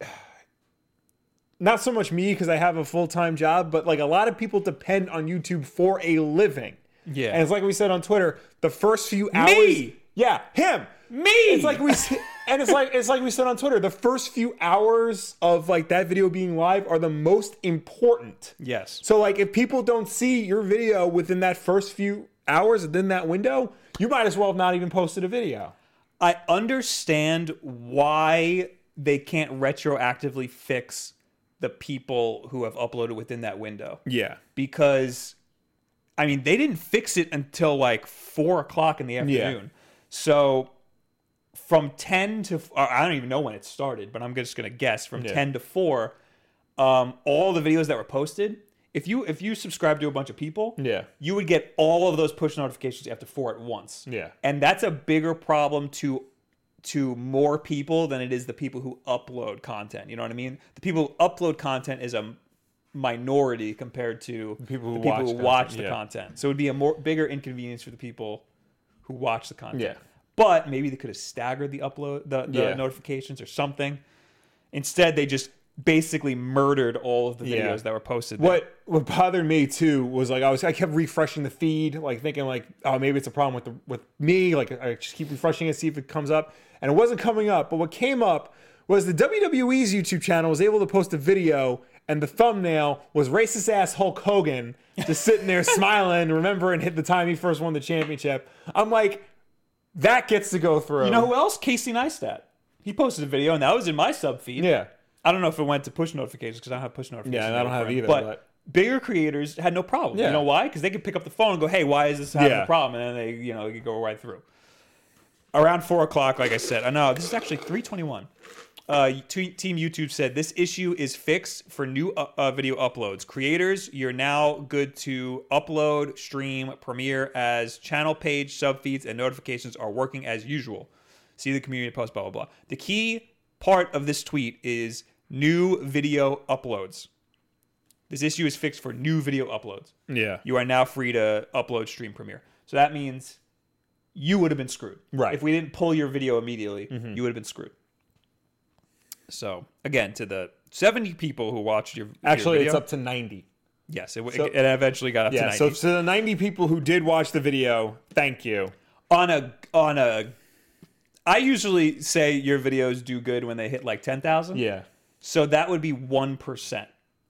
Speaker 2: Not so much me because I have a full time job, but like a lot of people depend on YouTube for a living.
Speaker 1: Yeah.
Speaker 2: And it's like we said on Twitter, the first few hours. Yeah, him.
Speaker 1: Me.
Speaker 2: It's like we s- [laughs] and it's like it's like we said on Twitter, the first few hours of like that video being live are the most important.
Speaker 1: yes.
Speaker 2: So like if people don't see your video within that first few hours within that window, you might as well have not even posted a video.
Speaker 1: I understand why they can't retroactively fix the people who have uploaded within that window
Speaker 2: Yeah.
Speaker 1: because, I mean, they didn't fix it until like four o'clock in the afternoon. So from 10 to, or I don't even know when it started, but I'm just going to guess from 10 to 4, um, all the videos that were posted. If you if you subscribe to a bunch of people,
Speaker 2: Yeah.
Speaker 1: you would get all of those push notifications after four at once.
Speaker 2: Yeah.
Speaker 1: And that's a bigger problem to to more people than it is the people who upload content. You know what I mean? The people who upload content is a minority compared to the
Speaker 2: people who
Speaker 1: people
Speaker 2: watch
Speaker 1: who
Speaker 2: content,
Speaker 1: watch the
Speaker 2: yeah.
Speaker 1: content. So it would be a more bigger inconvenience for the people who watch the content.
Speaker 2: Yeah.
Speaker 1: But maybe they could have staggered the upload the, the
Speaker 2: Yeah.
Speaker 1: notifications or something. Instead, they just basically murdered all of the videos
Speaker 2: Yeah.
Speaker 1: that were posted. there.
Speaker 2: What what bothered me too was like I was I kept refreshing the feed, like thinking like oh maybe it's a problem with the with me. Like I just keep refreshing it, see if it comes up, and it wasn't coming up. But what came up was the WWE's YouTube channel was able to post a video, and the thumbnail was racist ass Hulk Hogan just
Speaker 1: [laughs]
Speaker 2: sitting there smiling, remembering hit the time he first won the championship. I'm like, that gets to go through.
Speaker 1: You know who else? Casey Neistat. He posted a video, and that was in my sub feed.
Speaker 2: yeah,
Speaker 1: I don't know if it went to push notifications because I don't have push notifications.
Speaker 2: Yeah, and I don't have
Speaker 1: anymore, But,
Speaker 2: either, but-
Speaker 1: bigger creators had no problem. You
Speaker 2: Yeah.
Speaker 1: know why? Because they could pick up the phone and go, "Hey, why is this having
Speaker 2: Yeah.
Speaker 1: a problem?" And then they, you know, they could go right through. Around four o'clock, like I said, I know this is actually three twenty-one. Uh, t- Team YouTube said this issue is fixed for new uh, uh, video uploads. Creators, you're now good to upload, stream, premiere as channel page, subfeeds, and notifications are working as usual. See the community post, blah, blah, blah. The key part of this tweet is new video uploads. This issue is fixed for new video uploads.
Speaker 2: yeah,
Speaker 1: You are now free to upload, stream, premiere. So that means you would have been screwed.
Speaker 2: Right. Mm-hmm.
Speaker 1: If we didn't pull your video immediately, you would have been screwed. So again, to the 70 people who watched your your
Speaker 2: Actually, it's
Speaker 1: video-
Speaker 2: up to ninety.
Speaker 1: Yes, it, it eventually got up
Speaker 2: Yeah,
Speaker 1: to 90.
Speaker 2: so to the ninety people who did watch the video, thank you.
Speaker 1: on a on a, I usually say your videos do good when they hit like 10,000.
Speaker 2: Yeah.
Speaker 1: So that would be one percent.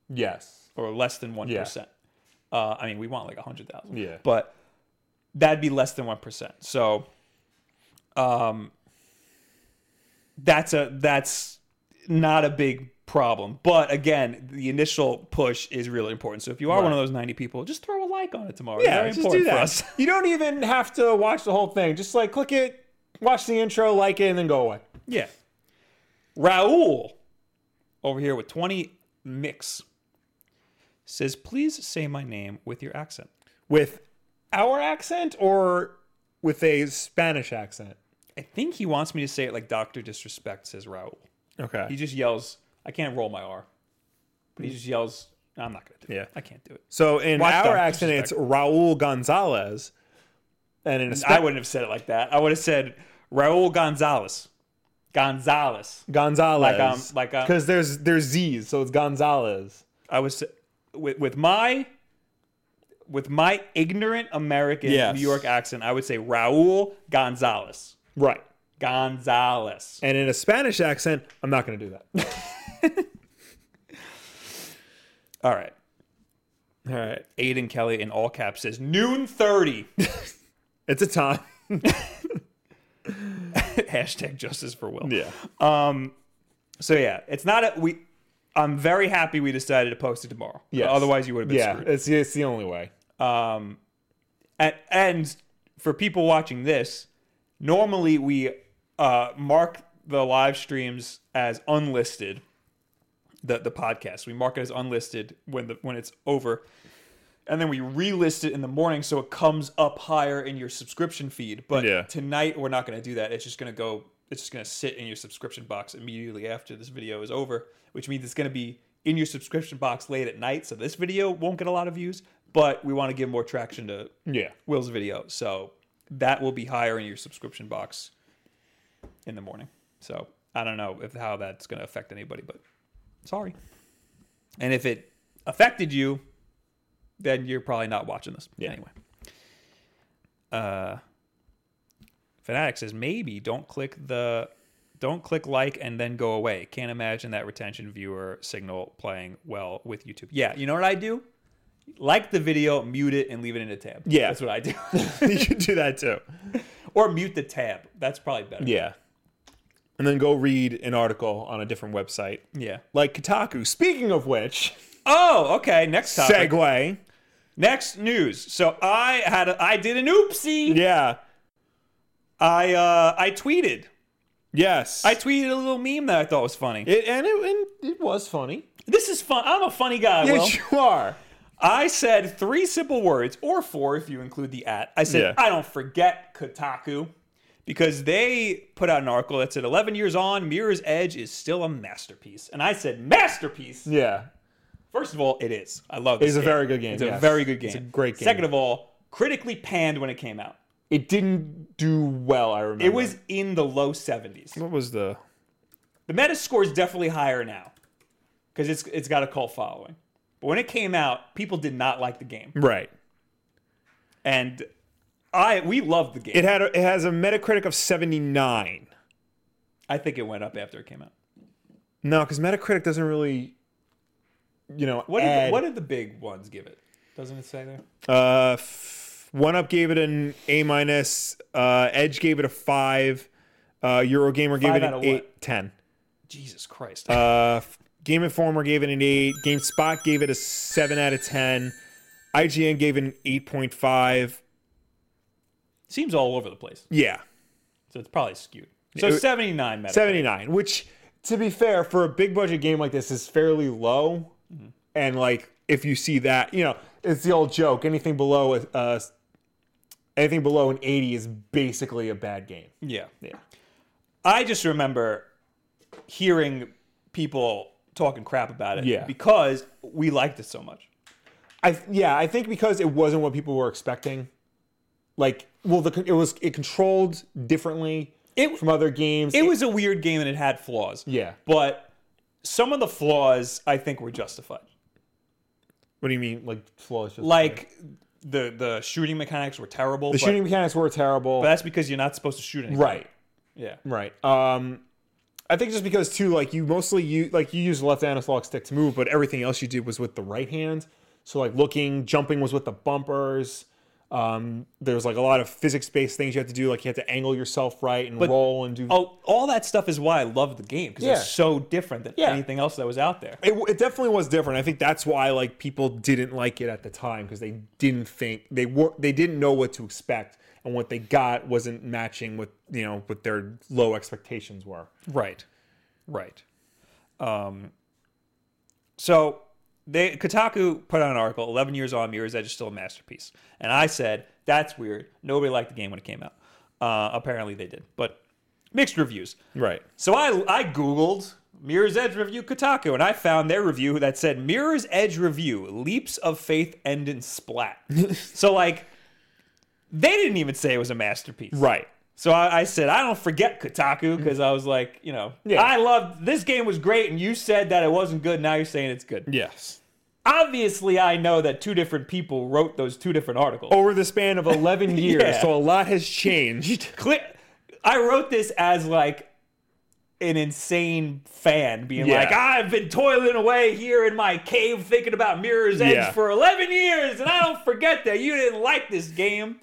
Speaker 2: Yes.
Speaker 1: or less than one Uh, I mean, we want like a hundred thousand.
Speaker 2: Yeah.
Speaker 1: but that'd be less than one percent. So, um, that's a that's not a big problem. But again, the initial push is really important. So if you are one of those ninety people, just throw a like on it tomorrow. It's
Speaker 2: Yeah,
Speaker 1: very
Speaker 2: just do
Speaker 1: important
Speaker 2: that.
Speaker 1: for us. [laughs]
Speaker 2: You don't even have to watch the whole thing. Just like click it, watch the intro, like it, and then go away.
Speaker 1: Yeah. Raul over here with 20 mix says, please say my name with your accent.
Speaker 2: With our accent or with a Spanish accent?
Speaker 1: I think he wants me to say it like Doctor Disrespect says Raul.
Speaker 2: Okay.
Speaker 1: He just yells. I can't roll my R, but he just yells. I'm not gonna do
Speaker 2: Yeah.
Speaker 1: it. I can't do it.
Speaker 2: so in
Speaker 1: Watch
Speaker 2: our
Speaker 1: Doctor
Speaker 2: accent, it's Raul Gonzalez. And in a
Speaker 1: I
Speaker 2: Spanish,
Speaker 1: wouldn't have said it like that. I would have said Raul Gonzalez. Gonzalez.
Speaker 2: Gonzalez.
Speaker 1: um, like, um,
Speaker 2: Because there's, there's Z's, so it's Gonzalez.
Speaker 1: I was with with my with my ignorant American
Speaker 2: Yes.
Speaker 1: New York accent. I would say Raul Gonzalez.
Speaker 2: Right.
Speaker 1: Gonzalez.
Speaker 2: And in a Spanish accent, I'm not going to do
Speaker 1: [laughs]
Speaker 2: that.
Speaker 1: All right.
Speaker 2: All right.
Speaker 1: Aiden Kelly in all caps says noon thirty. [laughs]
Speaker 2: It's a time.
Speaker 1: Hashtag justice for Will.
Speaker 2: Yeah.
Speaker 1: So yeah, it's not a we. I'm very happy we decided to post it tomorrow.
Speaker 2: Yes.
Speaker 1: Otherwise, you would have been
Speaker 2: Yeah.
Speaker 1: screwed.
Speaker 2: It's, it's the only way.
Speaker 1: Um, and, and for people watching this, normally we uh, mark the live streams as unlisted. The the podcast we mark it as unlisted when the when it's over, and then we relist it in the morning so it comes up higher in your subscription feed. But
Speaker 2: Yeah.
Speaker 1: tonight we're not going to do that. It's just going to go. It's just going to sit in your subscription box immediately after this video is over, which means it's going to be in your subscription box late at night. So this video won't get a lot of views, but we want to give more traction to
Speaker 2: Yeah.
Speaker 1: Will's video. So that will be higher in your subscription box in the morning. So I don't know if how that's going to affect anybody, but sorry. And if it affected you, then you're probably not watching this anyway. Uh, Fanatic says maybe don't click the don't click like and then go away. Can't imagine that retention viewer signal playing well with YouTube. Yeah, you know what I do? like the video, mute it, and leave it in a tab.
Speaker 2: Yeah.
Speaker 1: that's what I do.
Speaker 2: [laughs]
Speaker 1: [laughs]
Speaker 2: you could do that too.
Speaker 1: or mute the tab. That's probably better.
Speaker 2: Yeah. And then go read an article on a different website.
Speaker 1: Yeah.
Speaker 2: Like Kotaku. Speaking of which,
Speaker 1: Oh, okay. Next topic.
Speaker 2: segue.
Speaker 1: Next news. So I had a, I did an oopsie.
Speaker 2: Yeah.
Speaker 1: I uh I tweeted.
Speaker 2: Yes.
Speaker 1: I tweeted a little meme that I thought was funny.
Speaker 2: it, and it and it was funny.
Speaker 1: This is fun. I'm a funny guy. Will.
Speaker 2: you are.
Speaker 1: I said three simple words, or four if you include the at. I said,
Speaker 2: Yeah.
Speaker 1: I don't forget Kotaku because they put out an article that said 11 years on, Mirror's Edge is still a masterpiece. And I said, masterpiece?
Speaker 2: Yeah.
Speaker 1: First of all, it is. I love this
Speaker 2: It's a
Speaker 1: game.
Speaker 2: very good game.
Speaker 1: It's a
Speaker 2: yes.
Speaker 1: very good game.
Speaker 2: It's a great game.
Speaker 1: Second of all, critically panned when it came out.
Speaker 2: it didn't do well, I remember.
Speaker 1: It was in the low 70s.
Speaker 2: what was the
Speaker 1: The meta score is definitely higher now because it's it's got a cult following. But when it came out, people did not like the game,
Speaker 2: Right.
Speaker 1: and I we loved the game.
Speaker 2: It had a, it has a Metacritic of 79.
Speaker 1: I think it went up after it came out.
Speaker 2: No, cuz Metacritic doesn't really you know,
Speaker 1: What did,
Speaker 2: add-
Speaker 1: the, what did the big ones give it? Doesn't it say there?
Speaker 2: Uh, f- one up gave it an A minus. Uh, Edge gave it a five. Uh, Eurogamer gave
Speaker 1: Five out of
Speaker 2: it an
Speaker 1: what?
Speaker 2: eight ten.
Speaker 1: Jesus Christ!
Speaker 2: Uh, f- Game Informer gave it an eight. GameSpot gave it a seven out of ten. IGN gave it an eight point five.
Speaker 1: Seems all over the place,
Speaker 2: Yeah,
Speaker 1: so it's probably skewed. So
Speaker 2: It-
Speaker 1: seventy nine meta.
Speaker 2: seventy nine. Which, to be fair, for a big budget game like this, is fairly low.
Speaker 1: Mm-hmm.
Speaker 2: And like, if you see that, you know, it's the old joke. Anything below a, uh, anything below an eighty is basically a bad game.
Speaker 1: Yeah.
Speaker 2: Yeah.
Speaker 1: I just remember hearing people talking crap about it
Speaker 2: Yeah.
Speaker 1: because we liked it so much.
Speaker 2: I yeah, I think because it wasn't what people were expecting. Like, well, the it was it controlled differently
Speaker 1: It-
Speaker 2: from other games.
Speaker 1: It was a weird game and it had flaws.
Speaker 2: yeah.
Speaker 1: But some of the flaws I think were justified.
Speaker 2: What do you mean, like flaws? Just
Speaker 1: Like the the shooting mechanics were terrible.
Speaker 2: the
Speaker 1: but,
Speaker 2: shooting mechanics were terrible.
Speaker 1: but that's because you're not supposed to shoot anything.
Speaker 2: right,
Speaker 1: Yeah.
Speaker 2: right. Um, I think just because too, like you mostly you like you use the left analog stick to move, but everything else you did was with the right hand. So like looking, jumping was with the bumpers. Um, there's like a lot of physics based things you have to do. Like you have to angle yourself right and roll and do.
Speaker 1: Oh, all that stuff is why I love the game because
Speaker 2: Yeah.
Speaker 1: it's so different than
Speaker 2: Yeah.
Speaker 1: anything else that was out there.
Speaker 2: it, it definitely was different. I think that's why like people didn't like it at the time because they didn't think they were they didn't know what to expect and what they got wasn't matching with you know what their low expectations were.
Speaker 1: Right. Right. Um, so they Kotaku put out an article, 11 years on Mirror's Edge is still a masterpiece. And I said, that's weird. Nobody liked the game when it came out. Uh, apparently they did, but mixed reviews.
Speaker 2: Right.
Speaker 1: So I, I Googled Mirror's Edge review Kotaku, and I found their review that said Mirror's Edge review, leaps of faith end in
Speaker 2: [laughs]
Speaker 1: splat. so, like, they didn't even say it was a masterpiece.
Speaker 2: Right.
Speaker 1: So I, I said, I don't forget Kotaku because I was like, you know,
Speaker 2: Yeah.
Speaker 1: I loved this game was great, and you said that it wasn't good. Now you're saying it's good.
Speaker 2: Yes.
Speaker 1: Obviously, I know that two different people wrote those two different articles.
Speaker 2: Over the span
Speaker 1: [laughs]
Speaker 2: of eleven years,
Speaker 1: Yeah.
Speaker 2: so a lot has
Speaker 1: [laughs]
Speaker 2: changed.
Speaker 1: Cle- I wrote this as like an insane fan being
Speaker 2: Yeah.
Speaker 1: like, I've been toiling away here in my cave thinking about Mirror's Edge
Speaker 2: Yeah.
Speaker 1: for 11 years, and I don't forget that you didn't like this game.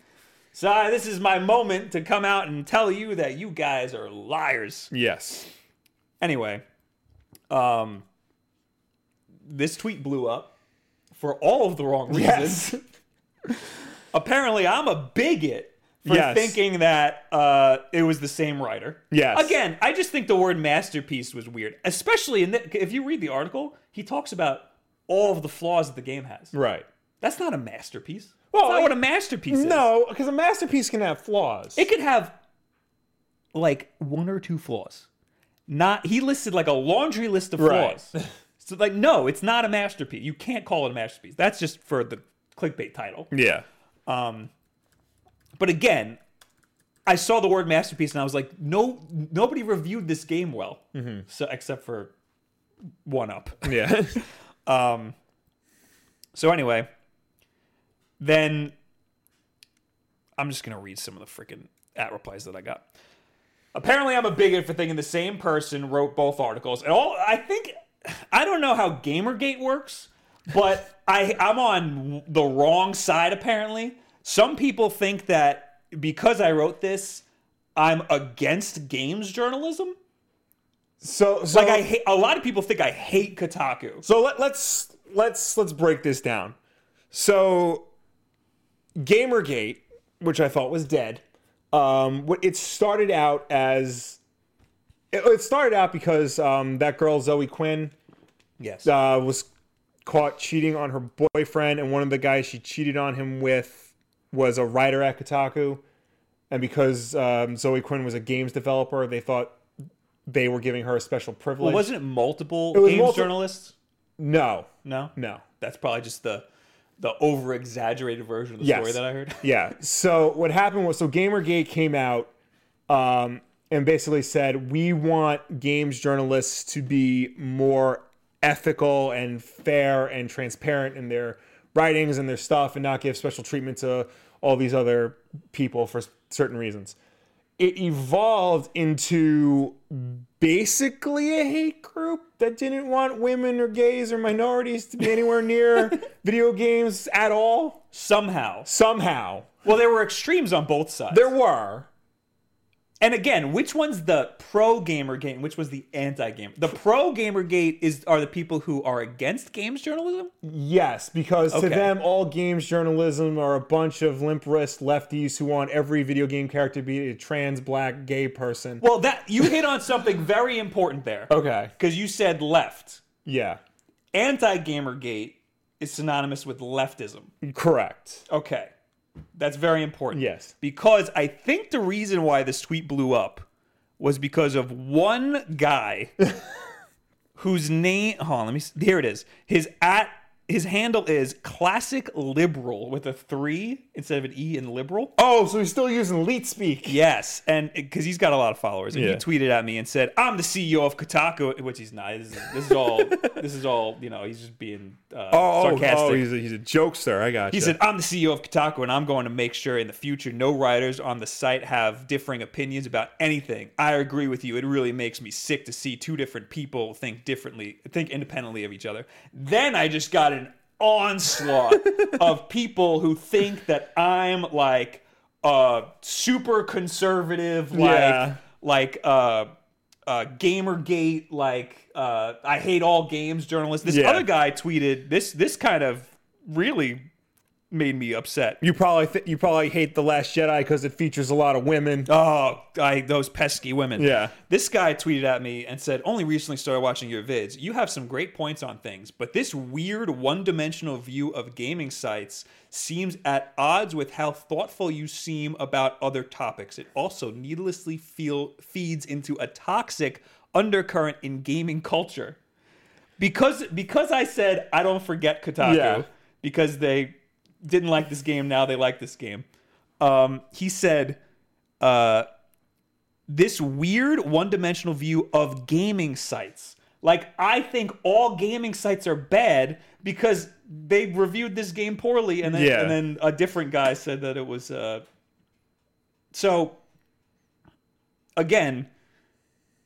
Speaker 1: So I, this is my moment to come out and tell you that you guys are liars.
Speaker 2: Yes.
Speaker 1: Anyway, um, this tweet blew up for all of the wrong reasons
Speaker 2: Yes. [laughs]
Speaker 1: apparently I'm a bigot for
Speaker 2: Yes.
Speaker 1: thinking that uh, it was the same writer.
Speaker 2: Yes.
Speaker 1: Again, I just think the word masterpiece was weird, especially in the, if you read the article, he talks about all of the flaws that the game has.
Speaker 2: right.
Speaker 1: That's not a masterpiece.
Speaker 2: Well,
Speaker 1: Well, not
Speaker 2: I-
Speaker 1: what a masterpiece is.
Speaker 2: No, because a masterpiece can have flaws.
Speaker 1: It could have like one or two flaws. Not he listed like a laundry list of
Speaker 2: Right.
Speaker 1: flaws. [laughs] so like no, it's not a masterpiece. You can't call it a masterpiece. That's just for the clickbait title.
Speaker 2: yeah.
Speaker 1: But again, I saw the word masterpiece and I was like, no, nobody reviewed this game well, so except for one up. [laughs]
Speaker 2: Yeah.
Speaker 1: So anyway, then I'm just gonna read some of the freaking at replies that I got. Apparently, I'm a bigot for thinking the same person wrote both articles, and all I think I don't know how GamerGate works, but I I'm on the wrong side apparently. Some people think that because I wrote this, I'm against games journalism.
Speaker 2: So, so
Speaker 1: Like I hate a lot of people think I hate Kotaku.
Speaker 2: So let, let's let's let's break this down. So, GamerGate, which I thought was dead, um, what it started out as. It, it started out because um, that girl Zoe Quinn
Speaker 1: Yes.
Speaker 2: uh, was caught cheating on her boyfriend, and one of the guys she cheated on him with was a writer at Kotaku. And because um, Zoe Quinn was a games developer, they thought they were giving her a special privilege.
Speaker 1: Wasn't it multiple
Speaker 2: was
Speaker 1: games
Speaker 2: multi-
Speaker 1: journalists?
Speaker 2: no,
Speaker 1: No.
Speaker 2: no.
Speaker 1: That's probably just the the over exaggerated version of the
Speaker 2: Yes.
Speaker 1: story that I heard.
Speaker 2: Yeah. So what happened was so Gamergate came out um, and basically said we want games journalists to be more ethical and fair and transparent in their writings and their stuff and not give special treatment to all these other people for s- certain reasons. It evolved into basically a hate group that didn't want women or gays or minorities to be anywhere near video games at all.
Speaker 1: Somehow.
Speaker 2: Somehow.
Speaker 1: Well, there were extremes on both sides.
Speaker 2: There were.
Speaker 1: And again, which one's the pro Gamergate and which was the anti gamer? The pro Gamergate is are the people who are against games journalism.
Speaker 2: Yes, because
Speaker 1: Okay.
Speaker 2: to them, all games journalism are a bunch of limp wrist lefties who want every video game character to be a trans, black, gay person.
Speaker 1: Well, that you hit on something very important there
Speaker 2: Okay.
Speaker 1: because you said left.
Speaker 2: Yeah.
Speaker 1: Anti Gamergate is synonymous with leftism.
Speaker 2: Correct.
Speaker 1: Okay, that's very important.
Speaker 2: Yes.
Speaker 1: because I think the reason why this tweet blew up was because of one
Speaker 2: [laughs]
Speaker 1: guy whose name. Hold on, let me. s- Here it is. His at his handle is classic liberal with a three instead of an e in liberal.
Speaker 2: Oh, so he's still using leet speak.
Speaker 1: Yes, and because he's got a lot of followers, and he
Speaker 2: Yeah.
Speaker 1: tweeted at me and said, "I'm the CEO of Kotaku," which he's not. This is, this is all. this is all. You know, he's just being
Speaker 2: Oh,
Speaker 1: uh, sarcastic.
Speaker 2: a, he's a jokester. I got
Speaker 1: He said, I'm the CEO of Kotaku, and I'm going to make sure in the future no writers on the site have differing opinions about anything. I agree with you. It really makes me sick to see two different people think differently, think independently of each other. Then I just got an onslaught of people who think that I'm like uh, super conservative, like,
Speaker 2: Yeah.
Speaker 1: like, uh, uh, Gamergate, like uh, I hate all games journalists. This
Speaker 2: Yeah.
Speaker 1: other guy tweeted this. This kind of really made me upset.
Speaker 2: you probably th- you probably hate the Last Jedi because it features a lot of women.
Speaker 1: Oh, I, those pesky women.
Speaker 2: Yeah.
Speaker 1: This guy tweeted at me and said, "Only recently started watching your vids. You have some great points on things, but this weird one-dimensional view of gaming sites seems at odds with how thoughtful you seem about other topics. It also needlessly feel feeds into a toxic undercurrent in gaming culture." Because because I said I don't forget Kotaku
Speaker 2: Yeah.
Speaker 1: because they didn't like this game, now they like this game. Um, he said uh, this weird one dimensional view of gaming sites. Like, I think all gaming sites are bad because they reviewed this game poorly, and then,
Speaker 2: Yeah.
Speaker 1: and then a different guy said that it was. Uh... So, again,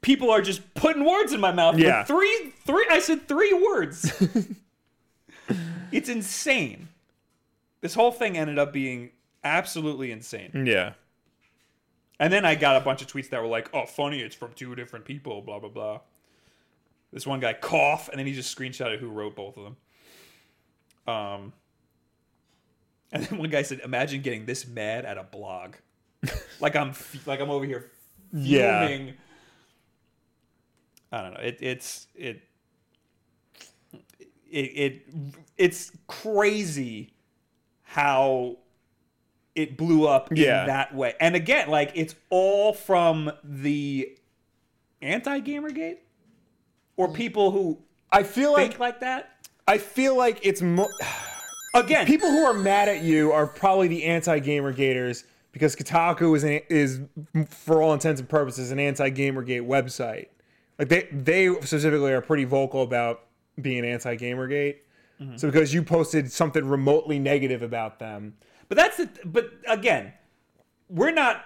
Speaker 1: people are just putting words in my mouth. with
Speaker 2: Yeah.
Speaker 1: three, three, I said three words.
Speaker 2: [laughs]
Speaker 1: it's insane. This whole thing ended up being absolutely insane.
Speaker 2: Yeah.
Speaker 1: And then I got a bunch of tweets that were like, "Oh, funny, it's from two different people." Blah blah blah. This one guy cough, and then he just screenshotted who wrote both of them. Um, and then one guy said, "Imagine getting this mad at a blog, like I'm f- like I'm over here
Speaker 2: Yeah.
Speaker 1: fuming." I don't know. It, it's it, it it it's crazy how it blew up
Speaker 2: Yeah.
Speaker 1: in that way. And again, like it's all from the anti gamergate or people who
Speaker 2: I feel
Speaker 1: think
Speaker 2: like
Speaker 1: Mm. like that.
Speaker 2: I feel like it's mo-
Speaker 1: Again,
Speaker 2: [laughs] people who are mad at you are probably the anti-gamer gators because Kotaku is an, is for all intents and purposes an anti-gamergate website. Like they they specifically are pretty vocal about being anti-gamergate.
Speaker 1: Mm-hmm.
Speaker 2: So because you posted something remotely negative about them,
Speaker 1: but that's the, but again, we're not.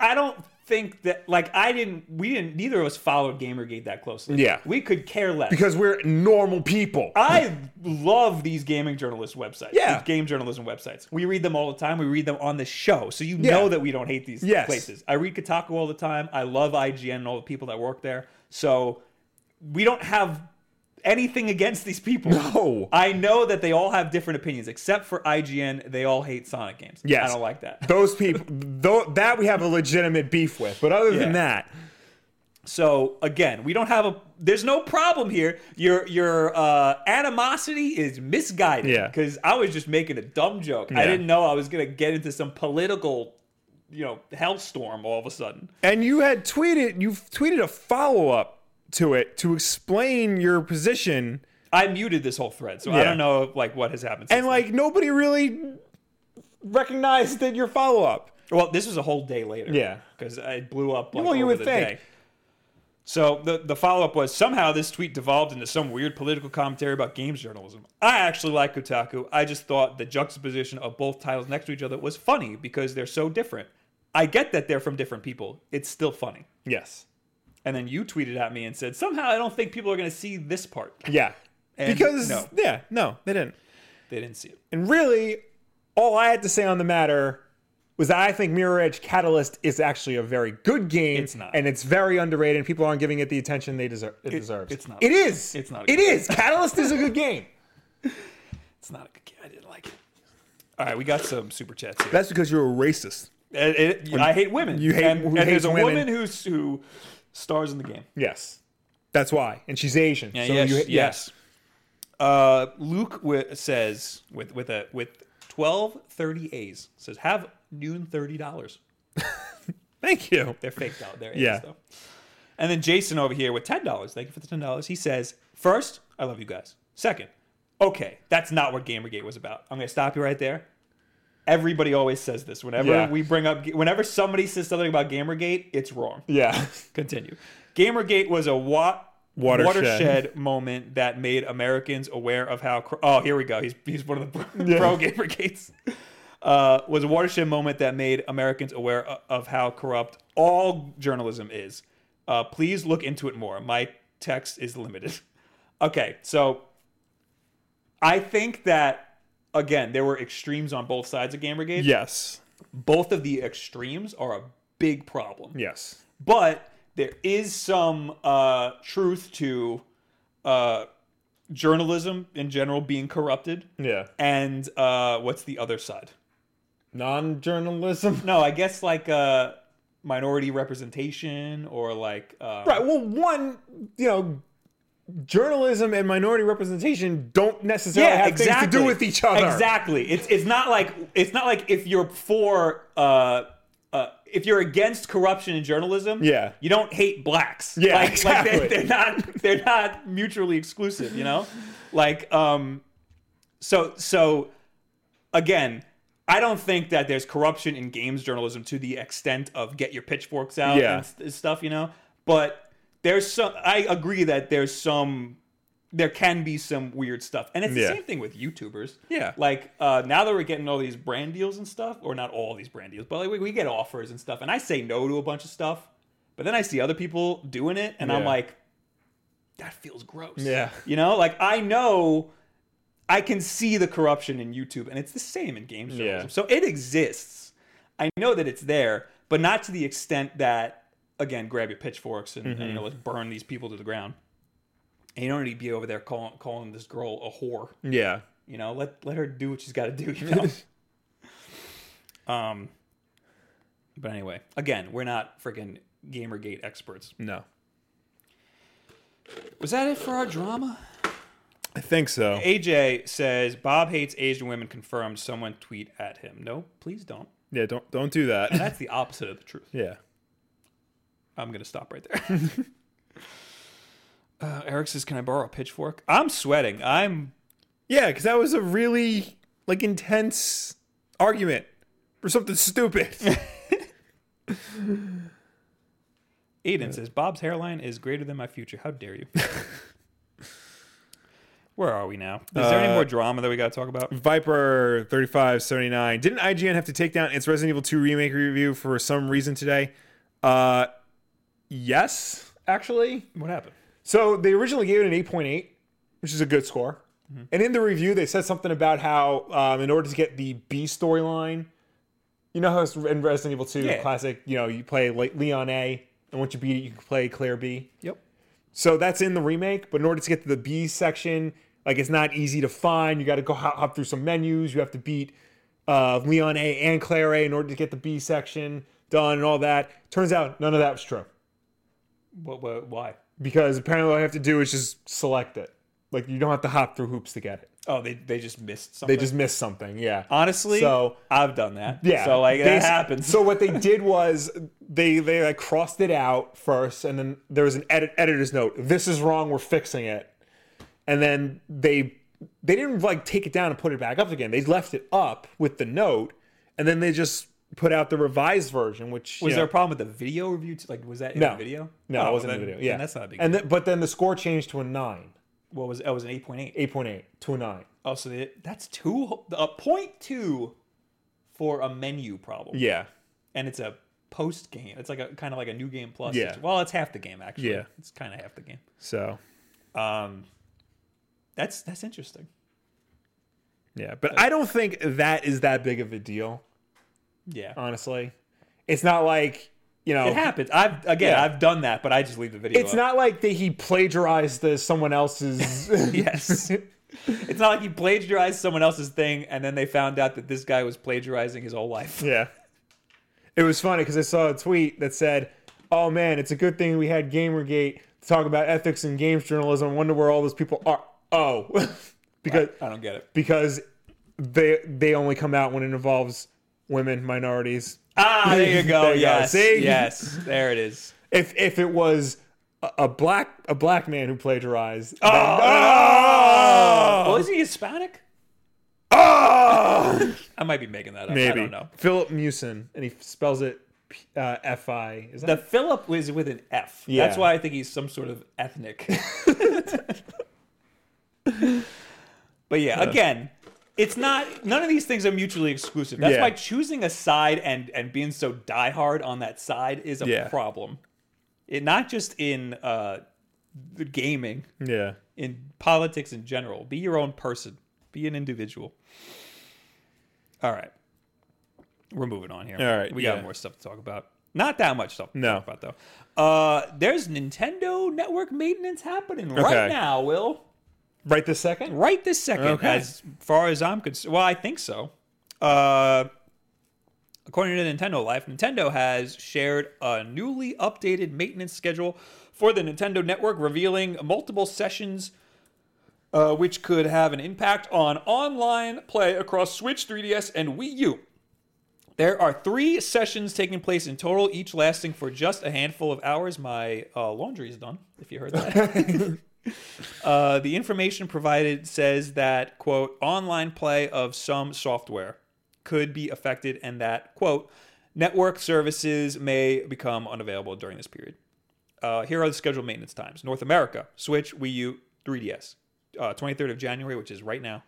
Speaker 1: I don't think that like I didn't we didn't neither of us followed Gamergate that closely.
Speaker 2: Yeah.
Speaker 1: We could care less.
Speaker 2: because we're normal people.
Speaker 1: I love these gaming journalist websites.
Speaker 2: Yeah.
Speaker 1: These game journalism websites. We read them all the time. We read them on the show. So you
Speaker 2: Yeah.
Speaker 1: know that we don't hate these
Speaker 2: Yes.
Speaker 1: places. I read Kotaku all the time. I love IGN and all the people that work there. So we don't have anything against these people.
Speaker 2: [laughs] No.
Speaker 1: I know that they all have different opinions, except for IGN. They all hate Sonic games.
Speaker 2: Yes.
Speaker 1: I don't like that.
Speaker 2: Those people, though, that we have a legitimate beef with. But other than
Speaker 1: Yeah.
Speaker 2: that,
Speaker 1: So again, we don't have a. There's no problem here. Your your uh, animosity is misguided.
Speaker 2: Yeah.
Speaker 1: Because I was just making a dumb joke.
Speaker 2: Yeah.
Speaker 1: I didn't know I was gonna get into some political, you know, hellstorm all of a sudden.
Speaker 2: and you had tweeted, you tweeted a follow up to it to explain your position,
Speaker 1: I muted this whole thread, so
Speaker 2: Yeah.
Speaker 1: I don't know like what has happened. Since
Speaker 2: and like nobody really recognized that your follow up.
Speaker 1: then. well, this was a whole day later.
Speaker 2: Yeah.
Speaker 1: Because it blew up. Like,
Speaker 2: Well, you
Speaker 1: over
Speaker 2: would
Speaker 1: the
Speaker 2: think.
Speaker 1: Day. So the, the follow up was somehow this tweet devolved into some weird political commentary about games journalism. I actually like Kotaku. I just thought the juxtaposition of both titles next to each other was funny because they're so different. I get that they're from different people. It's still funny.
Speaker 2: Yes.
Speaker 1: And then you tweeted at me and said, somehow I don't think people are going to see this part.
Speaker 2: Yeah.
Speaker 1: And
Speaker 2: because
Speaker 1: no.
Speaker 2: yeah, no, they didn't.
Speaker 1: They didn't see it.
Speaker 2: And really, all I had to say on the matter was that I think Mirror Edge Catalyst is actually a very good game.
Speaker 1: It's not.
Speaker 2: And it's very underrated, and people aren't giving it the attention they deserve. It, deserves.
Speaker 1: it's not.
Speaker 2: It is.
Speaker 1: It's not a good
Speaker 2: It
Speaker 1: game.
Speaker 2: is. Catalyst is a
Speaker 1: [laughs]
Speaker 2: good game.
Speaker 1: It's not a good game. I didn't like it. All right, we got some super chats here.
Speaker 2: That's because you're a racist.
Speaker 1: And it- I hate women.
Speaker 2: You hate-
Speaker 1: and,
Speaker 2: who
Speaker 1: and
Speaker 2: hates
Speaker 1: there's a
Speaker 2: women?
Speaker 1: woman who's, who stars in the game.
Speaker 2: Yes. That's why. And she's Asian.
Speaker 1: Yeah,
Speaker 2: so
Speaker 1: yes,
Speaker 2: you,
Speaker 1: yes. Uh, Luke wi- says with with a with twelve thirty A's says have noon thirty dollars.
Speaker 2: Thank you.
Speaker 1: They're faked out. They're A's
Speaker 2: Yeah.
Speaker 1: though. And then Jason over here with ten dollars. Thank you for the ten dollars. He says first, I love you guys. Second, okay, that's not what Gamergate was about. I'm gonna stop you right there. Everybody always says this whenever
Speaker 2: Yeah.
Speaker 1: we bring up whenever somebody says something about Gamergate, it's wrong.
Speaker 2: Yeah.
Speaker 1: Continue. Gamergate was a wa-
Speaker 2: Watershed.
Speaker 1: watershed. moment that made Americans aware of how. Cr- oh, here we go. He's he's one of the [laughs] pro,
Speaker 2: Yeah.
Speaker 1: pro Gamergates. Uh, was a watershed moment that made Americans aware o- of how corrupt all journalism is. Uh, please look into it more. My text is limited. [laughs] Okay, so I think that again there were extremes on both sides of Gamergate.
Speaker 2: [laughs] Yes.
Speaker 1: Both of the extremes are a big problem
Speaker 2: Yes.
Speaker 1: but there is some uh, truth to uh, journalism in general being corrupted.
Speaker 2: Yeah.
Speaker 1: And uh, what's the other side?
Speaker 2: Non journalism.
Speaker 1: No, I guess like uh, minority representation or like uh,
Speaker 2: [laughs] Right. Well, one, you know, journalism and minority representation don't necessarily have things to do with each other.
Speaker 1: Exactly. It's it's not like it's not like if you're for uh, uh, if you're against corruption in journalism,
Speaker 2: Yeah.
Speaker 1: you don't hate blacks.
Speaker 2: Yeah,
Speaker 1: like,
Speaker 2: exactly.
Speaker 1: like they, are not they're not mutually exclusive. You know, like um, so so again. I don't think that there's corruption in games journalism to the extent of get your pitchforks out
Speaker 2: Yeah.
Speaker 1: and st- stuff, you know. But there's some. I agree that there's some there can be some weird stuff. And it's
Speaker 2: Yeah.
Speaker 1: the same thing with YouTubers.
Speaker 2: Yeah.
Speaker 1: Like uh, now that we're getting all these brand deals and stuff, or not all these brand deals, but like we, we get offers and stuff, and I say no to a bunch of stuff, but then I see other people doing it, and I'm
Speaker 2: Yeah.
Speaker 1: like, that feels gross.
Speaker 2: Yeah.
Speaker 1: You know, like I know I can see the corruption in YouTube, and it's the same in games journalism. So it exists. I know that it's there, but not to the extent that again, grab your pitchforks and, and you know, let's burn these people to the ground. And you don't need to be over there calling calling this girl a whore.
Speaker 2: Yeah.
Speaker 1: You know, let let her do what she's got to do. You know. um. But anyway, again, we're not freaking GamerGate experts.
Speaker 2: No.
Speaker 1: Was that it for our drama?
Speaker 2: I think so.
Speaker 1: AJ says Bob hates Asian women. Confirmed. Someone tweet at him. No, please don't.
Speaker 2: Yeah, don't don't
Speaker 1: [laughs]
Speaker 2: do that.
Speaker 1: That's the opposite of the truth.
Speaker 2: yeah.
Speaker 1: I'm gonna stop right there. [laughs] uh, Eric says, "Can I borrow a pitchfork?" I'm sweating. I'm
Speaker 2: Yeah, cuz that was a really like intense argument for something stupid.
Speaker 1: Aiden says Bob's hairline is greater than my future. How dare you? [laughs] Where are we now? Is there any
Speaker 2: Uh,
Speaker 1: more drama that we got to talk about?
Speaker 2: Viper 3579. Didn't IGN have to take down its Resident Evil 2 remake review for some reason today? Uh, yes, actually.
Speaker 1: What happened?
Speaker 2: So they originally gave it an 8.8, which is a good score. And in the review, they said something about how, um, in order to get the B storyline, you know how it's in Resident Evil 2
Speaker 1: Yeah.
Speaker 2: classic, you know, you play Le- Leon A, and once you beat it, you can play Claire B.
Speaker 1: Yep.
Speaker 2: So that's in the remake, but in order to get to the B section, like it's not easy to find. You got to go hop, hop through some menus. You have to beat uh, Leon A and Claire A in order to get the B section done and all that. Turns out none of that was true
Speaker 1: What, what, why?
Speaker 2: because apparently all you have to do is just select it. Like you don't have to hop through hoops to get it.
Speaker 1: Oh, they, they just missed
Speaker 2: They
Speaker 1: something.
Speaker 2: just missed something. Yeah.
Speaker 1: honestly.
Speaker 2: So-
Speaker 1: I've done that.
Speaker 2: Yeah.
Speaker 1: So like
Speaker 2: They-
Speaker 1: that happens.
Speaker 2: So what they did was they they like crossed it out first, and then there was an edit editor's note. This is wrong. We're fixing it. And then they they didn't like take it down and put it back up again. They left it up with the note, and then they just put out the revised version, which
Speaker 1: was
Speaker 2: you
Speaker 1: there
Speaker 2: know,
Speaker 1: a problem with the video review? Too? Like was that in
Speaker 2: No.
Speaker 1: the video?
Speaker 2: no,
Speaker 1: Oh,
Speaker 2: it wasn't in the
Speaker 1: then-
Speaker 2: video. Yeah,
Speaker 1: then that's not a big.
Speaker 2: And th- but then the score changed to a nine,
Speaker 1: what was? That was an eight point eight.
Speaker 2: eight point eight to a nine.
Speaker 1: Oh, so they, that's two a point two for a menu problem,
Speaker 2: Yeah,
Speaker 1: and it's a post game. It's like a kind of like a new game plus.
Speaker 2: Yeah.
Speaker 1: Well, it's half the game actually.
Speaker 2: Yeah.
Speaker 1: It's kind of half the game.
Speaker 2: so
Speaker 1: Um, that's that's interesting.
Speaker 2: yeah, but I don't think that is that big of a deal.
Speaker 1: Yeah.
Speaker 2: honestly. It's not like, you know,
Speaker 1: it happens. I've again,
Speaker 2: Yeah.
Speaker 1: I've done that, but I just leave the video.
Speaker 2: it's
Speaker 1: up.
Speaker 2: not like that he plagiarized the, someone else's.
Speaker 1: [laughs]
Speaker 2: [laughs]
Speaker 1: Yes. it's not like he plagiarized someone else's thing and then they found out that this guy was plagiarizing his whole life. [laughs]
Speaker 2: yeah. It was funny because I saw a tweet that said, oh man, it's a good thing we had Gamergate to talk about ethics and games journalism. I wonder where all those people are. Oh, [laughs] because,
Speaker 1: I don't get it.
Speaker 2: because they, they only come out when it involves women, minorities.
Speaker 1: Ah, there you go.
Speaker 2: [laughs] There you go.
Speaker 1: yes.
Speaker 2: See?
Speaker 1: Yes. There it is.
Speaker 2: [laughs] If, if it was a, a black, a black man who plagiarized.
Speaker 1: Oh,
Speaker 2: Oh!
Speaker 1: Well, is he Hispanic?
Speaker 2: Oh!
Speaker 1: I might be making that up.
Speaker 2: Maybe.
Speaker 1: I don't know.
Speaker 2: Philip Mewson, and he spells it P- uh, F I. Is
Speaker 1: The
Speaker 2: that
Speaker 1: Philip was with an F.
Speaker 2: Yeah.
Speaker 1: That's why I think he's some sort of
Speaker 2: [laughs]
Speaker 1: ethnic. but yeah, again, it's not none of these things are mutually exclusive. That's
Speaker 2: Yeah.
Speaker 1: why choosing a side and and being so diehard on that side is a
Speaker 2: Yeah.
Speaker 1: problem. It not just in uh the gaming,
Speaker 2: yeah?
Speaker 1: in politics in general. Be your own person. Be an individual. All right. We're moving on here.
Speaker 2: All right,
Speaker 1: We
Speaker 2: yeah.
Speaker 1: got more stuff to talk about. Not that much stuff to
Speaker 2: No.
Speaker 1: talk about, though. Uh, there's Nintendo Network maintenance happening right
Speaker 2: Okay.
Speaker 1: now, Will.
Speaker 2: Right this second.
Speaker 1: Right this second,
Speaker 2: Okay.
Speaker 1: as far as I'm concerned. Well, I think so. Uh, according to Nintendo Life, Nintendo has shared a newly updated maintenance schedule for the Nintendo Network, revealing multiple sessions. Uh, which could have an impact on online play across Switch, 3DS, and Wii U. There are three sessions taking place in total, each lasting for just a handful of hours. My uh, laundry is done, if you heard that. uh, the information provided says that, quote, online play of some software could be affected and that, quote, network services may become unavailable during this period. Uh, here are the scheduled maintenance times North America, Switch, Wii U, 3DS. Uh, 23rd of January, which is right now,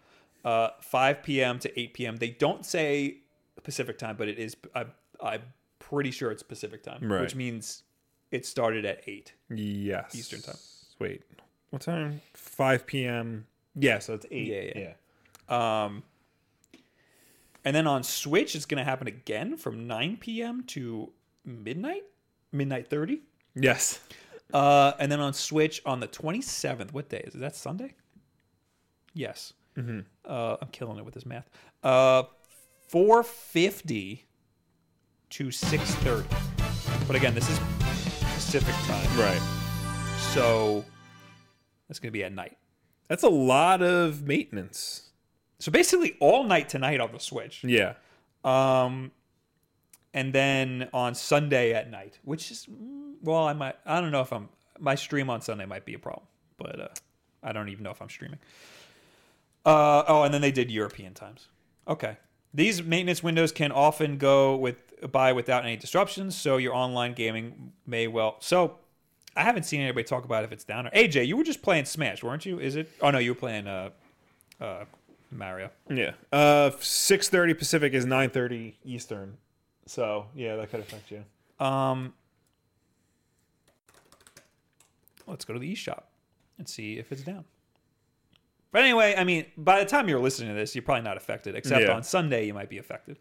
Speaker 1: uh, 5 p.m. to 8 p.m. They don't say Pacific time, but it is, I, I'm pretty sure it's Pacific time,
Speaker 2: Right.
Speaker 1: which means it started at 8.
Speaker 2: Yes.
Speaker 1: Eastern time.
Speaker 2: Wait. What time? 5 p.m. Yeah, so it's 8.
Speaker 1: Yeah, yeah. Um, and then on Switch, it's going to happen again from 9 p.m. to midnight, midnight 30.
Speaker 2: Yes.
Speaker 1: Uh, and then on Switch on the 27th, what day is it? Is that Sunday? Yes. Uh, I'm killing it with this math. Uh, 450 to 630. But again, this is Pacific time.
Speaker 2: Right.
Speaker 1: So that's going to be at night.
Speaker 2: That's a lot of maintenance.
Speaker 1: So basically all night tonight on the Switch.
Speaker 2: Yeah.
Speaker 1: Um, and then on Sunday at night, which is mm, well, I might I don't know if I'm my stream on Sunday might be a problem, but uh, I don't even know if I'm streaming. Uh, oh, and then they did European times. Okay, these maintenance windows can often go with by without any disruptions, so your online gaming may well. So I haven't seen anybody talk about if it's down or AJ. You were just playing Smash, weren't you? Is it? Oh no, you were playing uh, uh, Mario.
Speaker 2: Yeah. Uh, 6:30 Pacific is 9:30 Eastern. So yeah, that could affect you.
Speaker 1: Um, let's go to the eShop and see if it's down. But anyway, I mean, by the time you're listening to this, you're probably not affected, except
Speaker 2: Yeah.
Speaker 1: on Sunday you might be affected.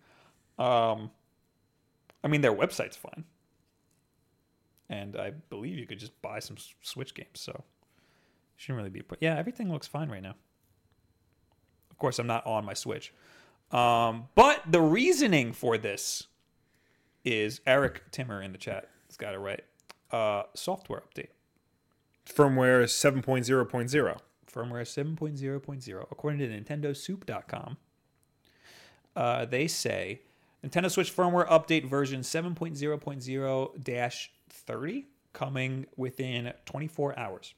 Speaker 1: Um, I mean, their website's fine, and I believe you could just buy some S- Switch games, so shouldn't really be. But yeah, everything looks fine right now. Of course, I'm not on my Switch, um, but the reasoning for this is Eric Timmer in the chat. He's got it right. Uh, software update.
Speaker 2: Firmware 7.0.0.
Speaker 1: firmware 7.0.0, according to NintendoSoup.com, uh, they say Nintendo Switch firmware update version 7.0.0 30 coming within 24 hours.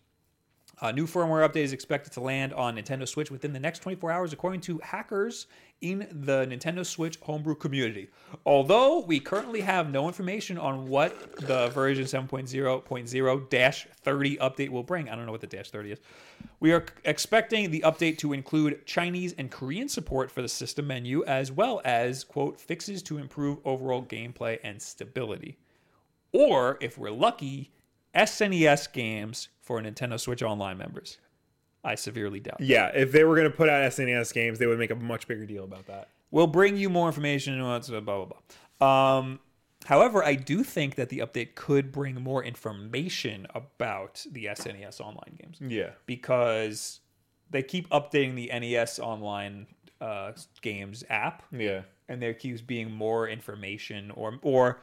Speaker 1: A Uh, new firmware update is expected to land on Nintendo Switch within the next 24 hours, according to hackers in the Nintendo Switch homebrew community. Although we currently have no information on what the version 7.0.0 30 update will bring, I don't know what the dash 30 is. We are expecting the update to include Chinese and Korean support for the system menu, as well as, quote, fixes to improve overall gameplay and stability or if we're lucky, SNES games for Nintendo Switch Online members. I severely doubt.
Speaker 2: Yeah, if they were going to put out SNES games, they would make a much bigger deal about that.
Speaker 1: We'll bring you more information. Blah blah blah. blah. Um, however, I do think that the update could bring more information about the SNES Online games
Speaker 2: Yeah.
Speaker 1: because they keep updating the NES Online uh, games app,
Speaker 2: Yeah.
Speaker 1: and there keeps being more information or or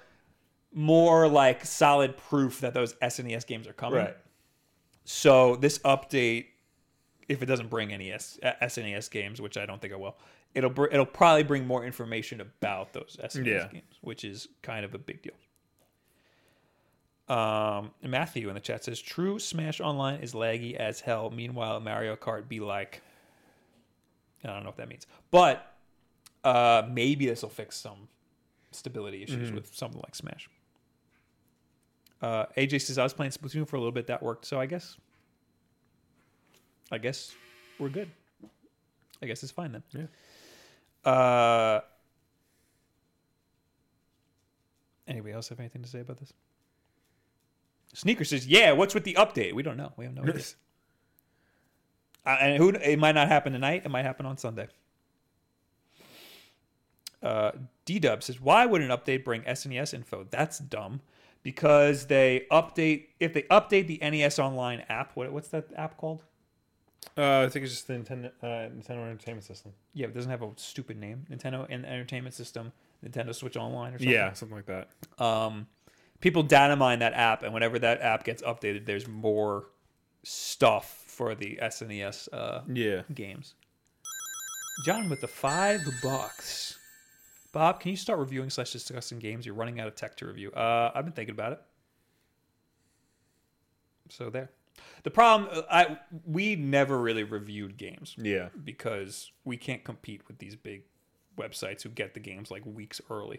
Speaker 1: more like solid proof that those SNES games are coming.
Speaker 2: Right.
Speaker 1: So this update, if it doesn't bring any S- uh, SNES games, which I don't think it will, it'll br- it'll probably bring more information about those SNES
Speaker 2: Yeah.
Speaker 1: games, which is kind of a big deal. Um, Matthew in the chat says, "True, Smash Online is laggy as hell. Meanwhile, Mario Kart be like, I don't know what that means, but uh, maybe this will fix some stability issues with something like Smash." Uh, AJ says I was playing Splatoon for a little bit. That worked, so I guess, I guess we're good. I guess it's fine then. Yeah. Uh, anybody else have anything to say about this? Sneaker says, "Yeah, what's with the update? We don't know. We have no
Speaker 2: [laughs]
Speaker 1: idea. Uh, and who? It might not happen tonight. It might happen on Sunday." uh, D Dub says, "Why would an update bring SNES info? That's dumb." Because they update if they update the NES Online app. What, what's that app called?
Speaker 2: Uh, I think it's just the Nintendo, uh, Nintendo Entertainment System.
Speaker 1: Yeah, it doesn't have a stupid name. Nintendo and Entertainment System, Nintendo Switch Online, or something.
Speaker 2: Yeah, something like that.
Speaker 1: Um, people data mine that app, and whenever that app gets updated, there's more stuff for the SNES uh,
Speaker 2: Yeah.
Speaker 1: games. John with the five bucks. Bob, can you start reviewing slash discussing games? You're running out of tech to review. Uh, I've been thinking about it. So there. The problem, uh, I we never really reviewed games
Speaker 2: Yeah.
Speaker 1: because we can't compete with these big websites who get the games like weeks early.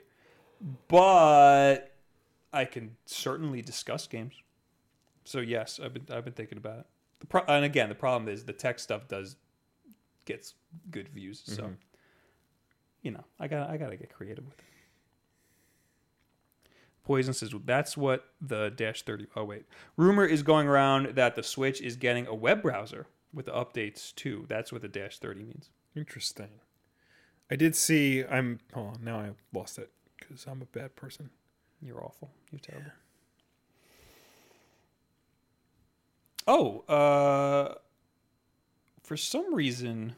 Speaker 1: But I can certainly discuss games. So yes, I've been I've been thinking about it. The pro- and again, the problem is the tech stuff does gets good views. So you know, I got to I got to get creative with it. Poison says that's what the dash 30 oh wait. Rumor is going around that the Switch is getting a web browser with the updates too. That's what the dash 30 means.
Speaker 2: Interesting. I did see. I'm. Oh, now I lost it because I'm a bad person.
Speaker 1: You're awful. You're terrible. Oh, uh, for some reason,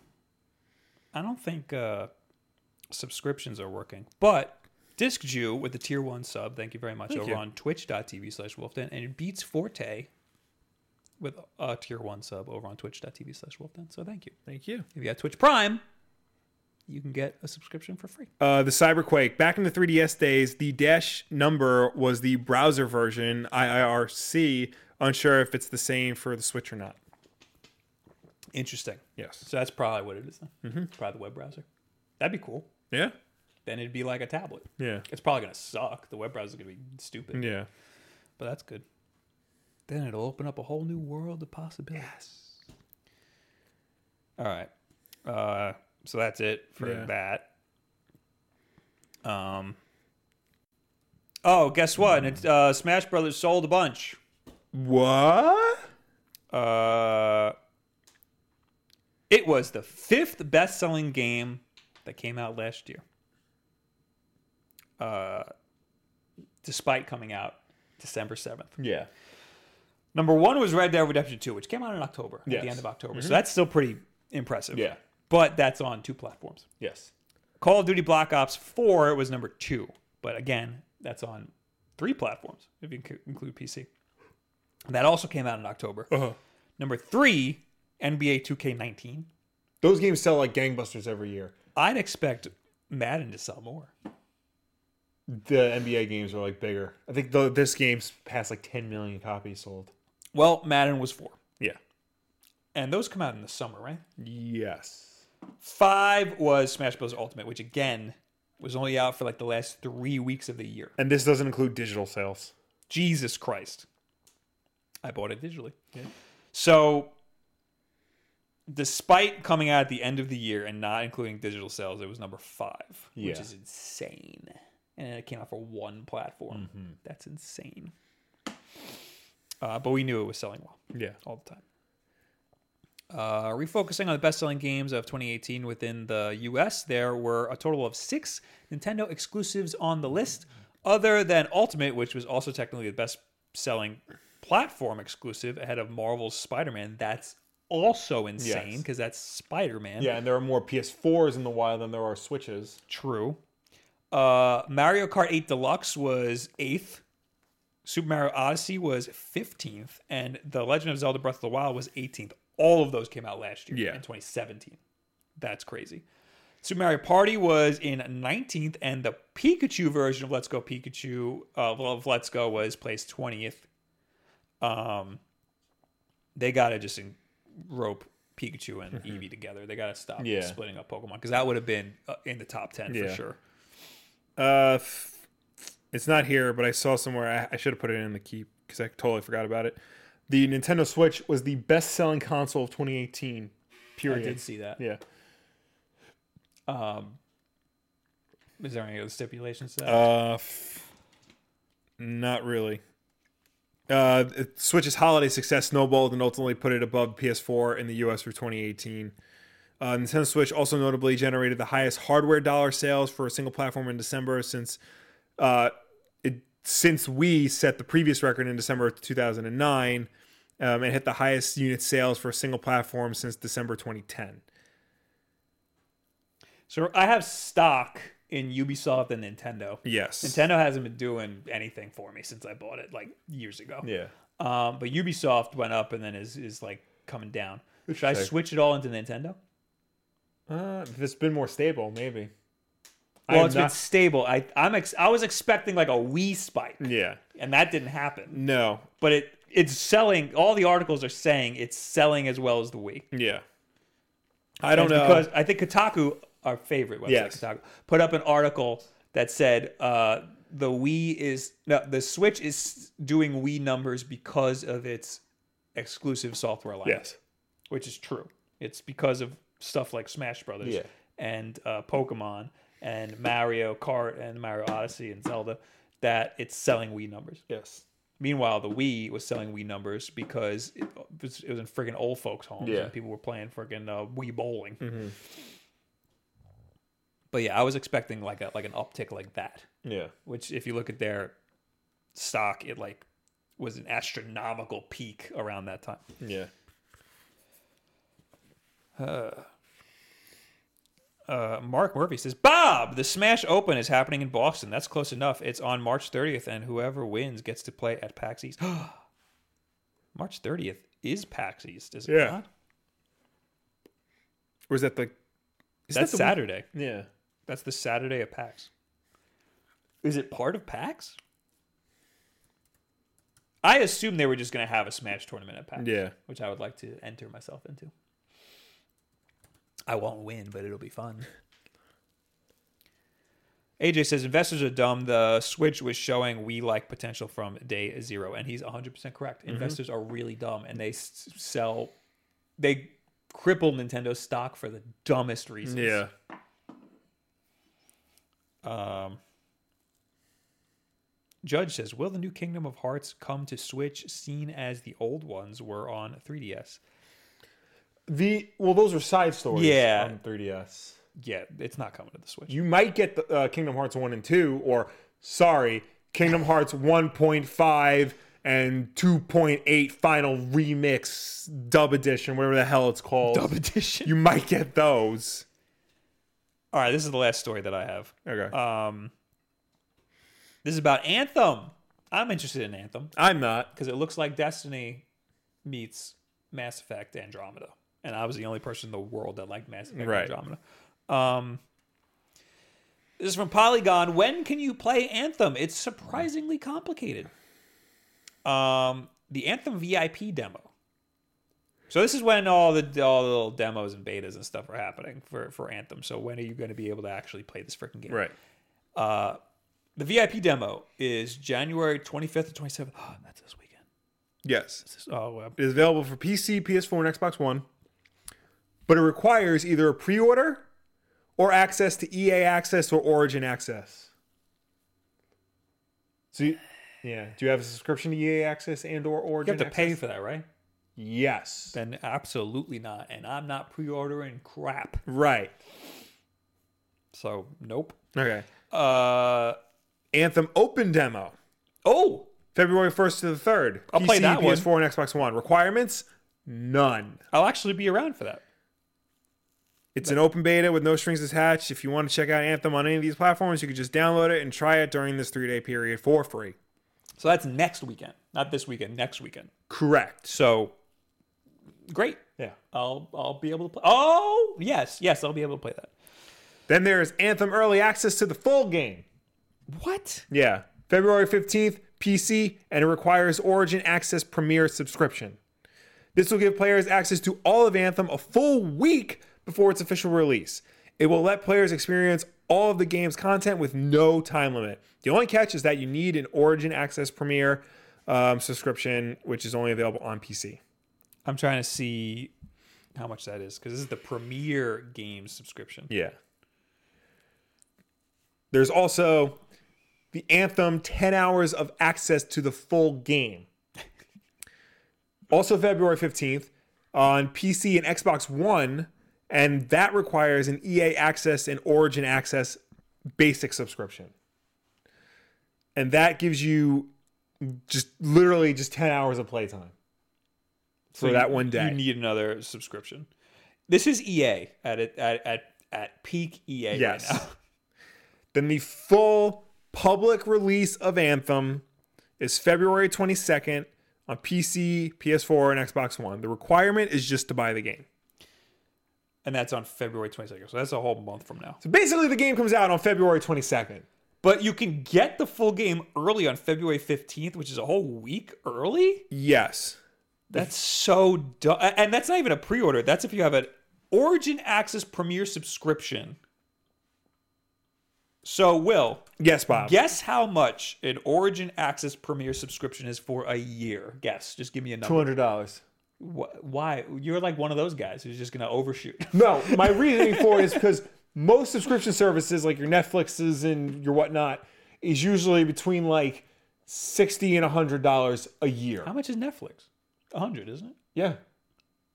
Speaker 1: I don't think uh, subscriptions are working. But Disc Jew with the tier one sub, thank you very much,
Speaker 2: Thank
Speaker 1: over
Speaker 2: you.
Speaker 1: on twitch.tv slash wolfden, and it beats Forte with a tier one sub over on twitch.tv slash wolfden. So thank you.
Speaker 2: Thank you.
Speaker 1: If you got Twitch Prime, you can get a subscription for free.
Speaker 2: Uh, the Cyberquake. Back in the 3DS days, the dash number was the browser version, IIRC. Unsure if it's the same for the Switch or not.
Speaker 1: Interesting.
Speaker 2: Yes.
Speaker 1: So that's probably what it is then. Probably the web browser. That'd be cool.
Speaker 2: Yeah.
Speaker 1: Then it'd be like a tablet.
Speaker 2: Yeah.
Speaker 1: It's probably gonna suck. The web browser's gonna be stupid,
Speaker 2: Yeah.
Speaker 1: but that's good. Then it'll open up a whole new world of possibilities. All right. Uh, so that's it for
Speaker 2: Yeah.
Speaker 1: that. Um. Oh, guess what? It's, uh, Smash Brothers sold a bunch.
Speaker 2: What?
Speaker 1: Uh, it was the fifth best selling game that came out last year. Uh, despite coming out December 7th.
Speaker 2: Yeah.
Speaker 1: Number one was Red Dead Redemption 2, which came out in October, at
Speaker 2: Yes. Mm-hmm.
Speaker 1: the end of October. So that's still pretty impressive.
Speaker 2: Yeah.
Speaker 1: But that's on two platforms.
Speaker 2: Yes.
Speaker 1: Call of Duty Black Ops 4 was number two. But again, that's on three platforms, if you inc- include PC. That also came out in October.
Speaker 2: Uh-huh.
Speaker 1: Number three, NBA 2K19.
Speaker 2: Those games sell like gangbusters every year.
Speaker 1: I'd expect Madden to sell more.
Speaker 2: The NBA games are like bigger. I think the, this game's past like 10 million copies sold.
Speaker 1: Well, Madden was four.
Speaker 2: Yeah.
Speaker 1: And those come out in the summer, right?
Speaker 2: Yes.
Speaker 1: Five was Smash Bros. Ultimate, which again was only out for like the last three weeks of the year.
Speaker 2: And this doesn't include digital sales.
Speaker 1: Jesus Christ. I bought it digitally. So, despite coming out at the end of the year and not including digital sales, it was number five, which
Speaker 2: Yeah.
Speaker 1: is insane. And it came out for one platform. That's insane. Uh, but we knew it was selling well
Speaker 2: Yeah.
Speaker 1: all the time. Uh, refocusing on the best selling games of 2018 within the US, there were a total of six Nintendo exclusives on the list, other than Ultimate, which was also technically the best selling platform exclusive ahead of Marvel's Spider Man. That's also insane
Speaker 2: Yes.
Speaker 1: because that's Spider Man.
Speaker 2: Yeah, and there are more PS4s in the wild than there are Switches.
Speaker 1: True. Uh, Mario Kart 8 Deluxe was eighth. Super Mario Odyssey was 15th. And The Legend of Zelda Breath of the Wild was 18th. All of those came out last year
Speaker 2: Yeah.
Speaker 1: in 2017. That's crazy. Super Mario Party was in 19th. And the Pikachu version of Let's Go Pikachu, uh, of Let's Go, was placed 20th. Um, They got to just in- rope Pikachu and Eevee together. They got to stop
Speaker 2: Mm-hmm. Yeah.
Speaker 1: splitting up Pokemon because that would have been uh, in the top 10 for
Speaker 2: Yeah.
Speaker 1: sure.
Speaker 2: Uh, f- it's not here, but I saw somewhere. I, I should have put it in the keep because I totally forgot about it. The Nintendo Switch was the best-selling console of 2018.
Speaker 1: I
Speaker 2: Period.
Speaker 1: did see that.
Speaker 2: Yeah.
Speaker 1: Um, is there any other stipulations to that?
Speaker 2: Uh, f- not really. Uh, it- Switch's holiday success snowballed and ultimately put it above PS4 in the US for 2018. Uh, Nintendo Switch also notably generated the highest hardware dollar sales for a single platform in December since uh, it since we set the previous record in December of 2009 um, and hit the highest unit sales for a single platform since December 2010.
Speaker 1: so I have stock in Ubisoft and Nintendo.
Speaker 2: Yes.
Speaker 1: Nintendo hasn't been doing anything for me since I bought it like years ago.
Speaker 2: Yeah.
Speaker 1: Um, but Ubisoft went up and then is is like coming down. Should I
Speaker 2: Interesting.
Speaker 1: switch it all into Nintendo?
Speaker 2: Uh, if it's been more stable, maybe. I
Speaker 1: Well,
Speaker 2: am
Speaker 1: it's been stable. I I'm ex- I was expecting like a Wii spike,
Speaker 2: yeah.
Speaker 1: and that didn't happen.
Speaker 2: No.
Speaker 1: But it it's selling. All the articles are saying it's selling as well as the Wii.
Speaker 2: Yeah. I don't
Speaker 1: It's
Speaker 2: know.
Speaker 1: because I think Kotaku, our favorite website,
Speaker 2: Yes.
Speaker 1: Kotaku, put up an article that said uh, the Wii is no, the Switch is doing Wii numbers because of its exclusive software line,
Speaker 2: yes.
Speaker 1: which is true. It's because of stuff like Smash Brothers
Speaker 2: Yeah.
Speaker 1: and uh, Pokemon and Mario Kart and Mario Odyssey and Zelda that it's selling Wii numbers.
Speaker 2: Yes.
Speaker 1: Meanwhile, the Wii was selling Wii numbers because it was, it was in friggin' old folks' homes
Speaker 2: Yeah. Mm-hmm.
Speaker 1: and people were playing friggin' uh, Wii bowling. But yeah, I was expecting like a like an uptick like that.
Speaker 2: Yeah.
Speaker 1: Which, if you look at their stock, it like was an astronomical peak around that time.
Speaker 2: Yeah.
Speaker 1: Uh, Mark Murphy says, Bob, the Smash Open is happening in Boston. That's close enough. It's on March 30th, and whoever wins gets to play at PAX East. [gasps] March 30th is PAX East, is it
Speaker 2: Yeah.
Speaker 1: not?
Speaker 2: Or is that the? Is
Speaker 1: That's Saturday.
Speaker 2: Yeah.
Speaker 1: That's the Saturday of PAX. Is it part of PAX? I assume they were just going to have a Smash tournament at PAX.
Speaker 2: Yeah.
Speaker 1: Which I would like to enter myself into. I won't win, but it'll be fun. [laughs] AJ says investors are dumb. The Switch was showing we like potential from day zero, and he's 100% correct. Investors are really dumb, and they s- sell, they cripple Nintendo stock for the dumbest reasons.
Speaker 2: Yeah.
Speaker 1: Um, Judge says, "Will the new Kingdom of Hearts come to Switch, seen as the old ones were on 3DS?"
Speaker 2: The well, those are side stories.
Speaker 1: Yeah.
Speaker 2: on 3ds.
Speaker 1: Yeah, it's not coming to the Switch.
Speaker 2: You might get the uh, Kingdom Hearts one and two, or sorry, Kingdom Hearts 1.5 and 2.8 final remix dub edition, whatever the hell it's called.
Speaker 1: Dub edition.
Speaker 2: You might get those.
Speaker 1: All right, this is the last story that I have.
Speaker 2: Okay,
Speaker 1: Um, this is about Anthem. I'm interested in Anthem
Speaker 2: I'm not.
Speaker 1: because it looks like Destiny meets Mass Effect Andromeda, and I was the only person in the world that liked Mass Effect
Speaker 2: Right.
Speaker 1: Andromeda. Um, this is from Polygon. When can you play Anthem? It's surprisingly complicated. Um, the Anthem VIP demo. So this is when all the all the little demos and betas and stuff are happening for for Anthem. So when are you going to be able to actually play this freaking game?
Speaker 2: Right.
Speaker 1: The VIP demo is January 25th to 27th. [gasps] that's this weekend.
Speaker 2: Yes.
Speaker 1: This- oh, well,
Speaker 2: It is available for PC, PS4, and Xbox One, but it requires either a pre order or access to EA access or Origin access. So, you, yeah, do you have a subscription to EA access and or
Speaker 1: you
Speaker 2: Origin?
Speaker 1: have to pay
Speaker 2: access?
Speaker 1: for that, right?
Speaker 2: Yes,
Speaker 1: Then absolutely not. And I'm not pre-ordering crap.
Speaker 2: right.
Speaker 1: So nope.
Speaker 2: Okay.
Speaker 1: Uh
Speaker 2: Anthem open demo,
Speaker 1: oh.
Speaker 2: February first to the third.
Speaker 1: I'll
Speaker 2: PC,
Speaker 1: play that one.
Speaker 2: PS4, and Xbox One. Requirements: none.
Speaker 1: I'll actually be around for that.
Speaker 2: It's an open beta with no strings attached. If you want to check out Anthem on any of these platforms, you can just download it and try it during this three day period for free.
Speaker 1: So that's next weekend, not this weekend. Next weekend.
Speaker 2: Correct.
Speaker 1: So great.
Speaker 2: Yeah.
Speaker 1: I'll I'll be able to play. Oh yes, yes, I'll be able to play that.
Speaker 2: Then there is Anthem Early Access to the full game.
Speaker 1: What?
Speaker 2: Yeah. February 15th, PC, and it requires Origin Access Premier subscription. This will give players access to all of Anthem a full week before its official release. It will let players experience all of the game's content with no time limit. The only catch is that you need an Origin Access Premier um, subscription, which is only available on PC.
Speaker 1: I'm trying to see how much that is because this is the premier game subscription.
Speaker 2: Yeah. There's also the Anthem 10 hours of access to the full game. also, February 15th on PC and Xbox One, and that requires an EA Access and Origin Access basic subscription. And that gives you just literally just 10 hours of playtime for
Speaker 1: So
Speaker 2: that
Speaker 1: you-
Speaker 2: one day.
Speaker 1: You need another subscription. This is EA at it at at, at peak EA
Speaker 2: Yes.
Speaker 1: right now. [laughs]
Speaker 2: Then the full public release of Anthem is February 22nd on PC, PS4, and Xbox One. The requirement is just to buy the game.
Speaker 1: And that's on February 22nd. So that's a whole month from now.
Speaker 2: So basically, the game comes out on February 22nd.
Speaker 1: But you can get the full game early on February 15th, which is a whole week early.
Speaker 2: Yes.
Speaker 1: That's so dumb. And that's not even a pre order. That's if you have an Origin Access Premier subscription. So, Will,
Speaker 2: Yes, Bob.
Speaker 1: guess how much an Origin Access Premier subscription is for a year? Guess. Just give me a number.
Speaker 2: $200.
Speaker 1: Wh- Why? You're like one of those guys who's just going to overshoot. [laughs]
Speaker 2: No, my reasoning for it is because most subscription services, like your Netflixes and your whatnot, is usually between like 60 and $100 a year.
Speaker 1: how much is Netflix? 100, isn't it?
Speaker 2: Yeah.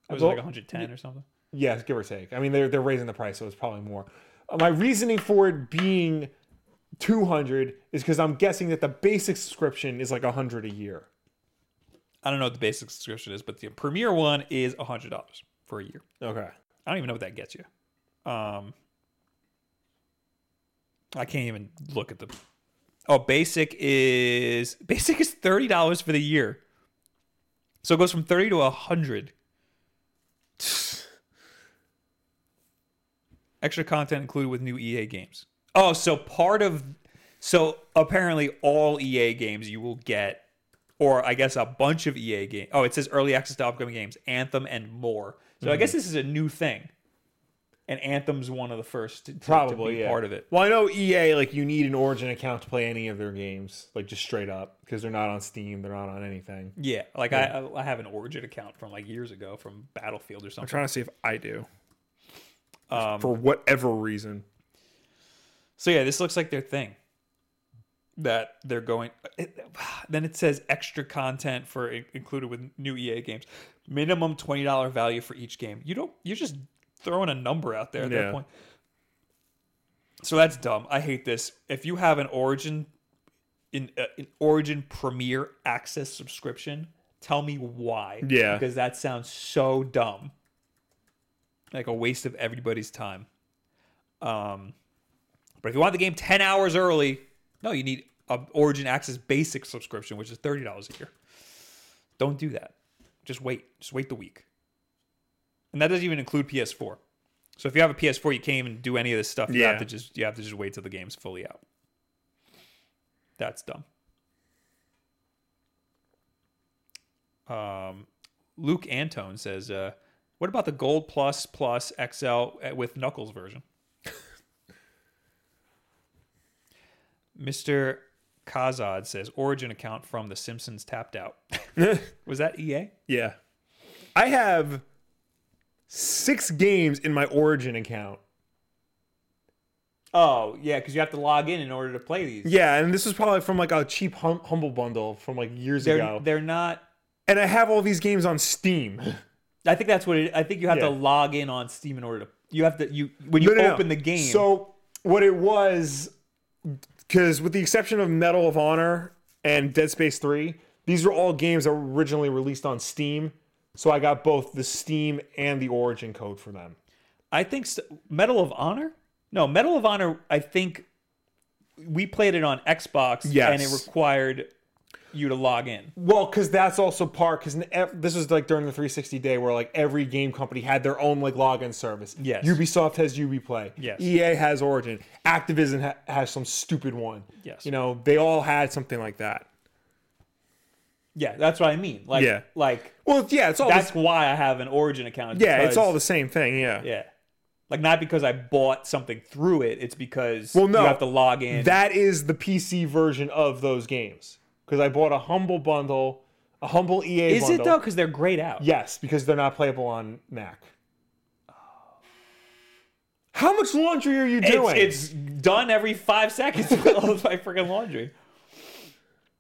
Speaker 1: It was like 110 or something.
Speaker 2: Yes, give or take. I mean, they're they're raising the price, so it's probably more. Uh, my reasoning for it being two hundred is because I'm guessing that the basic subscription is like hundred a year.
Speaker 1: I don't know what the basic subscription is, but the premier one is hundred dollars for a year.
Speaker 2: Okay.
Speaker 1: I don't even know what that gets you. Um, I can't even look at the. Oh, basic is basic is thirty dollars for the year. So it goes from thirty to a hundred. [sighs] Extra content included with new EA games. Oh, so part of so apparently all EA games you will get, or I guess a bunch of EA games. Oh, it says early access to upcoming games, Anthem and more. So
Speaker 2: Mm-hmm.
Speaker 1: I guess this is a new thing, and Anthem's one of the first to, to- to
Speaker 2: Probably
Speaker 1: be
Speaker 2: yeah.
Speaker 1: part of it.
Speaker 2: Well, I know EA like you need an Origin account to play any of their games, like just straight up because they're not on Steam, they're not on anything. I'm
Speaker 1: Yeah, like I I have an Origin account from like years ago from Battlefield or something.
Speaker 2: trying to see if I do. Um, for whatever reason.
Speaker 1: So yeah, this looks like their thing. that they're going. It, then it says extra content for included with new EA games. Minimum twenty dollar value for each game. You don't. You're just throwing a number out there at
Speaker 2: Yeah.
Speaker 1: that point. So that's dumb. I hate this. If you have an Origin, in uh, an Origin Premier Access subscription, tell me why.
Speaker 2: Yeah.
Speaker 1: because that sounds so dumb. Like a waste of everybody's time. Um, but if you want the game ten hours early, no, you need a Origin Access Basic subscription, which is thirty dollars a year. Don't do that. Just wait. Just wait the week. And that doesn't even include PS4. So if you have a PS4, you can't even do any of this stuff. You
Speaker 2: Yeah.
Speaker 1: have to just you have to just wait till the game's fully out. That's dumb. Um, Luke Antone says, uh, "What about the Gold Plus Plus XL with Knuckles version?" Mr. Kazad says, "Origin account from The Simpsons tapped out." [laughs] Was that E EA?
Speaker 2: Yeah. I have six games in my Origin account.
Speaker 1: Oh yeah, because you have to log in in order to play these.
Speaker 2: Yeah, and this was probably from like a cheap hum- humble bundle from like years
Speaker 1: they're
Speaker 2: ago.
Speaker 1: they're not.
Speaker 2: and I have all these games on Steam.
Speaker 1: I think that's what it. I think you have
Speaker 2: Yeah.
Speaker 1: to log in on Steam in order to. You have to you when [laughs] you
Speaker 2: No, no, no.
Speaker 1: open the game.
Speaker 2: So what it was, because with the exception of Medal of Honor and Dead Space Three, these were all games that were originally released on Steam. So I got both the Steam and the Origin code for them.
Speaker 1: I think so, Medal of Honor. No, Medal of Honor. I think we played it on Xbox. and it
Speaker 2: Yes.
Speaker 1: required you to log in.
Speaker 2: Well, because that's also part. Because this was like during the 360 day, where like every game company had their own like login service.
Speaker 1: Yes.
Speaker 2: Ubisoft has UbiPlay.
Speaker 1: Yes.
Speaker 2: EA has Origin. Activision ha- has some stupid one.
Speaker 1: Yes.
Speaker 2: You know, they all had something like that.
Speaker 1: Yeah, that's what I mean. Like
Speaker 2: Yeah.
Speaker 1: like
Speaker 2: Well, yeah, it's all. The,
Speaker 1: that's why I have an Origin account.
Speaker 2: yeah, it's
Speaker 1: because-
Speaker 2: all the same thing. Yeah.
Speaker 1: yeah. Like not because I bought something through it. It's because
Speaker 2: Well, no.
Speaker 1: you have to log in.
Speaker 2: That is the PC version of those games. Because I bought a humble bundle, a humble EA.
Speaker 1: Is it
Speaker 2: bundle.
Speaker 1: though? Because they're grayed out.
Speaker 2: Yes, because they're not playable on Mac. How much laundry are you doing?
Speaker 1: It's, it's done every five seconds with all of my freaking laundry.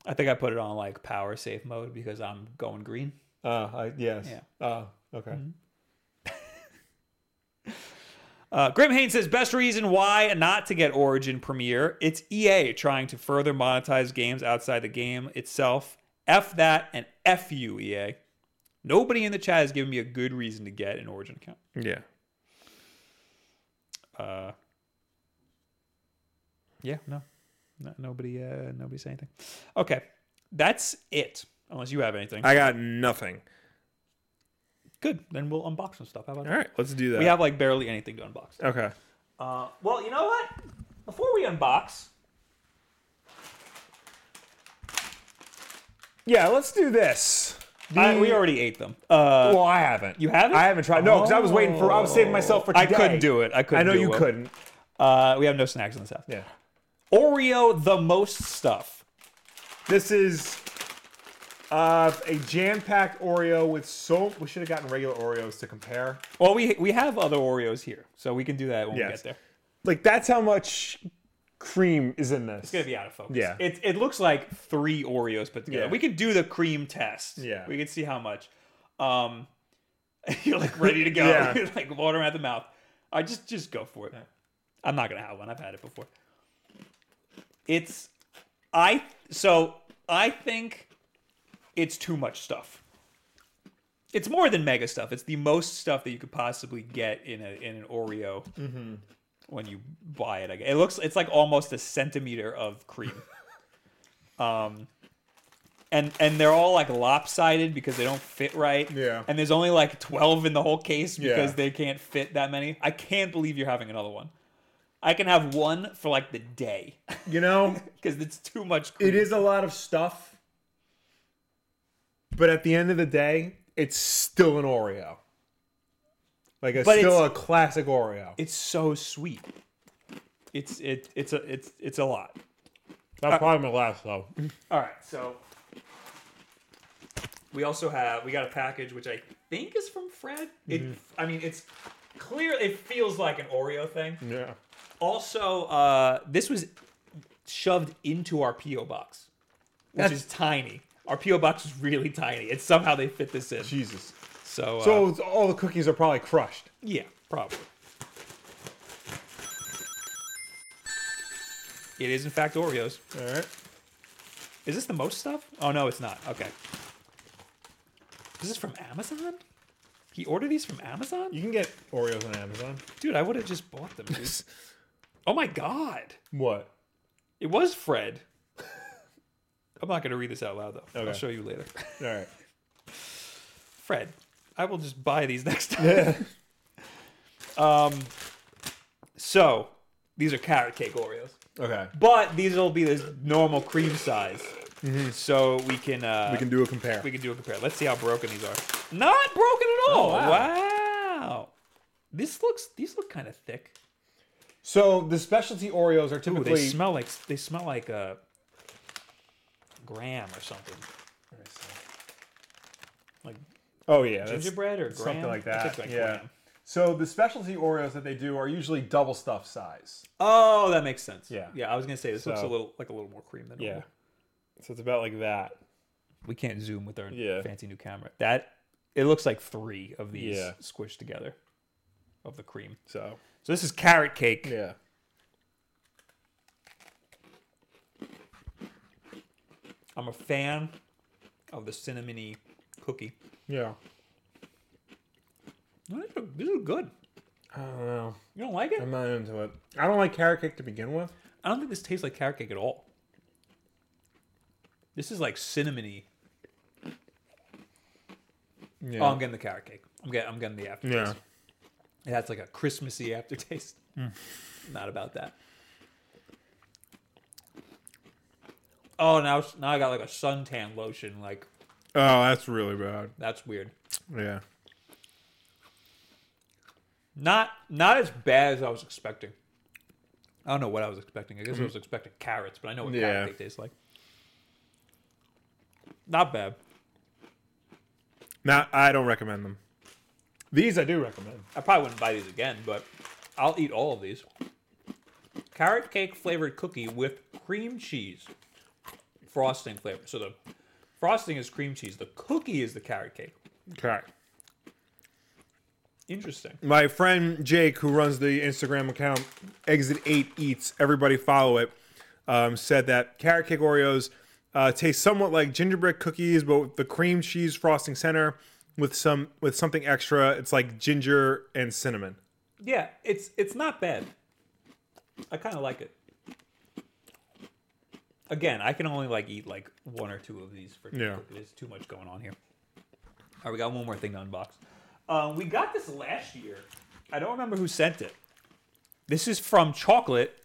Speaker 1: I think I put it on like power safe mode because I'm going green.
Speaker 2: Uh, I, yes.
Speaker 1: Yeah. Mm-hmm.
Speaker 2: Uh, okay.
Speaker 1: Uh, Grim Haynes says best reason why not to get Origin Premiere. It's EA trying to further monetize games outside the game itself. F that and F you, EA. Nobody in the chat has given me a good reason to get an Origin account.
Speaker 2: Yeah.
Speaker 1: uh yeah no, no nobody uh nobody say anything okay that's it unless you have anything
Speaker 2: I got nothing.
Speaker 1: good then we'll unbox some stuff how about
Speaker 2: All right, let's do that.
Speaker 1: that we have like barely anything to unbox
Speaker 2: okay.
Speaker 1: uh well you know what before we unbox
Speaker 2: Yeah, let's do this.
Speaker 1: I,
Speaker 2: The-
Speaker 1: we already ate them uh
Speaker 2: Well, I haven't.
Speaker 1: You haven't?
Speaker 2: I haven't tried. No, because I was waiting for. I was saving myself for. Today.
Speaker 1: I couldn't do it. I couldn't.
Speaker 2: I know
Speaker 1: do
Speaker 2: you
Speaker 1: it.
Speaker 2: couldn't.
Speaker 1: Uh, we have no snacks in this house.
Speaker 2: Yeah.
Speaker 1: Oreo the most stuff.
Speaker 2: This is uh, a jam-packed Oreo with so. We should have gotten regular Oreos to compare.
Speaker 1: Well, we we have other Oreos here, so we can do that when we
Speaker 2: Yes.
Speaker 1: get there.
Speaker 2: Like that's how much cream is in this.
Speaker 1: It's gonna be out of focus.
Speaker 2: Yeah.
Speaker 1: It, it looks like three Oreos put together.
Speaker 2: Yeah.
Speaker 1: We could do the cream test.
Speaker 2: Yeah.
Speaker 1: We could see how much. Um, [laughs] you're like ready to go. [laughs]
Speaker 2: Yeah.
Speaker 1: You're like water at the mouth. I just just go for it. I'm not gonna have one. I've had it before. It's I so I think it's too much stuff. It's more than mega stuff. It's the most stuff that you could possibly get in a in an Oreo
Speaker 2: Mm-hmm.
Speaker 1: when you buy it. I guess. It looks it's like almost a centimeter of
Speaker 2: [laughs]
Speaker 1: cream. um and and they're all like lopsided because they don't fit right.
Speaker 2: Yeah.
Speaker 1: And there's only like 12 in the whole case because
Speaker 2: Yeah.
Speaker 1: they can't fit that many. I can't believe you're having another one. I can have one for like the day [laughs]
Speaker 2: You know,
Speaker 1: because it's too much cream.
Speaker 2: it is a lot of stuff, but at the end of the day, it's still an Oreo. Like it's
Speaker 1: But
Speaker 2: still
Speaker 1: it's-
Speaker 2: a classic Oreo.
Speaker 1: It's so sweet. It's it it's a it's it's a lot.
Speaker 2: That's probably my last though.
Speaker 1: All right, so we also have we got a package which I think is from Fred. It I mean it's
Speaker 2: Mm.
Speaker 1: clear it feels like an Oreo thing.
Speaker 2: Yeah.
Speaker 1: Also, uh, this was shoved into our PO box, which is tiny. Our PO box is really tiny, and somehow they fit this in.
Speaker 2: Jesus.
Speaker 1: So, uh,
Speaker 2: So it's- all the cookies are probably crushed.
Speaker 1: yeah, probably. It is in fact Oreos.
Speaker 2: All right.
Speaker 1: Is this the most stuff? Oh no, it's not. Okay. Is this from Amazon? He ordered these from Amazon?
Speaker 2: You can get Oreos on Amazon.
Speaker 1: Dude, I would have just bought them.
Speaker 2: [laughs]
Speaker 1: dude. oh my god.
Speaker 2: What?
Speaker 1: It was Fred. I'm not gonna read this out loud though. I'll
Speaker 2: Okay.
Speaker 1: show you later. [laughs]
Speaker 2: All right.
Speaker 1: Fred, I will just buy these [laughs] next time. um so these are carrot cake Oreos.
Speaker 2: [laughs] Okay.
Speaker 1: But these will be this normal cream size. So we can uh
Speaker 2: Mm-hmm. We can do a compare.
Speaker 1: We can do a compare. Let's see how broken these are. Not broken at all.
Speaker 2: Oh, wow.
Speaker 1: wow. This looks. These look kind of thick.
Speaker 2: So the specialty Oreos are
Speaker 1: Ooh,
Speaker 2: typically.
Speaker 1: they smell like they smell like a graham or something, like
Speaker 2: oh yeah, that's
Speaker 1: gingerbread or graham,
Speaker 2: something like
Speaker 1: I think
Speaker 2: that.
Speaker 1: it's like
Speaker 2: yeah.
Speaker 1: graham.
Speaker 2: So the specialty Oreos that they do are usually double stuff size.
Speaker 1: Oh, that makes sense.
Speaker 2: Yeah.
Speaker 1: Yeah. I was gonna say this looks a
Speaker 2: So-
Speaker 1: little like a little more cream than normal.
Speaker 2: So it's about like that.
Speaker 1: We can't zoom with our
Speaker 2: Yeah.
Speaker 1: fancy new camera. That it looks like three of these
Speaker 2: Yeah.
Speaker 1: squished together of the cream.
Speaker 2: So
Speaker 1: So this is carrot cake.
Speaker 2: yeah.
Speaker 1: I'm a fan of the cinnamony cookie.
Speaker 2: Yeah.
Speaker 1: No, These are, these are good.
Speaker 2: I don't know.
Speaker 1: You don't like it?
Speaker 2: I'm not into it. I don't like carrot cake to begin with.
Speaker 1: I don't think this tastes like carrot cake at all. This is like cinnamony.
Speaker 2: Yeah.
Speaker 1: Oh, I'm getting the carrot cake. I'm getting, I'm getting the aftertaste.
Speaker 2: yeah.
Speaker 1: It has like a Christmassy
Speaker 2: [laughs]
Speaker 1: aftertaste.
Speaker 2: Mm.
Speaker 1: Not about that. Oh, now it's- now I got like a suntan lotion. Like
Speaker 2: Oh, that's really bad.
Speaker 1: that's weird.
Speaker 2: Yeah.
Speaker 1: Not not as bad as I was expecting. I don't know what I was expecting. I guess I was expecting carrots, but I know what
Speaker 2: Mm-hmm. Yeah.
Speaker 1: carrot cake tastes like. Not bad.
Speaker 2: Now I don't recommend them. These I do recommend.
Speaker 1: I probably wouldn't buy these again, but I'll eat all of these. Carrot cake flavored cookie with cream cheese frosting flavor. So the frosting is cream cheese. The cookie is the carrot cake.
Speaker 2: Okay.
Speaker 1: Interesting.
Speaker 2: My friend Jake, who runs the Instagram account Exit Eight Eats, everybody follow it, um, said that carrot cake Oreos uh, taste somewhat like gingerbread cookies, but with the cream cheese frosting center with some with something extra. It's like ginger and cinnamon.
Speaker 1: Yeah, it's it's not bad. I kind of like it. Again, I can only like eat like one or two of these for
Speaker 2: Yeah.
Speaker 1: There's too much going on here. All right, we got one more thing to unbox. Um, we got this last year. I don't remember who sent it. This is from Chocolate.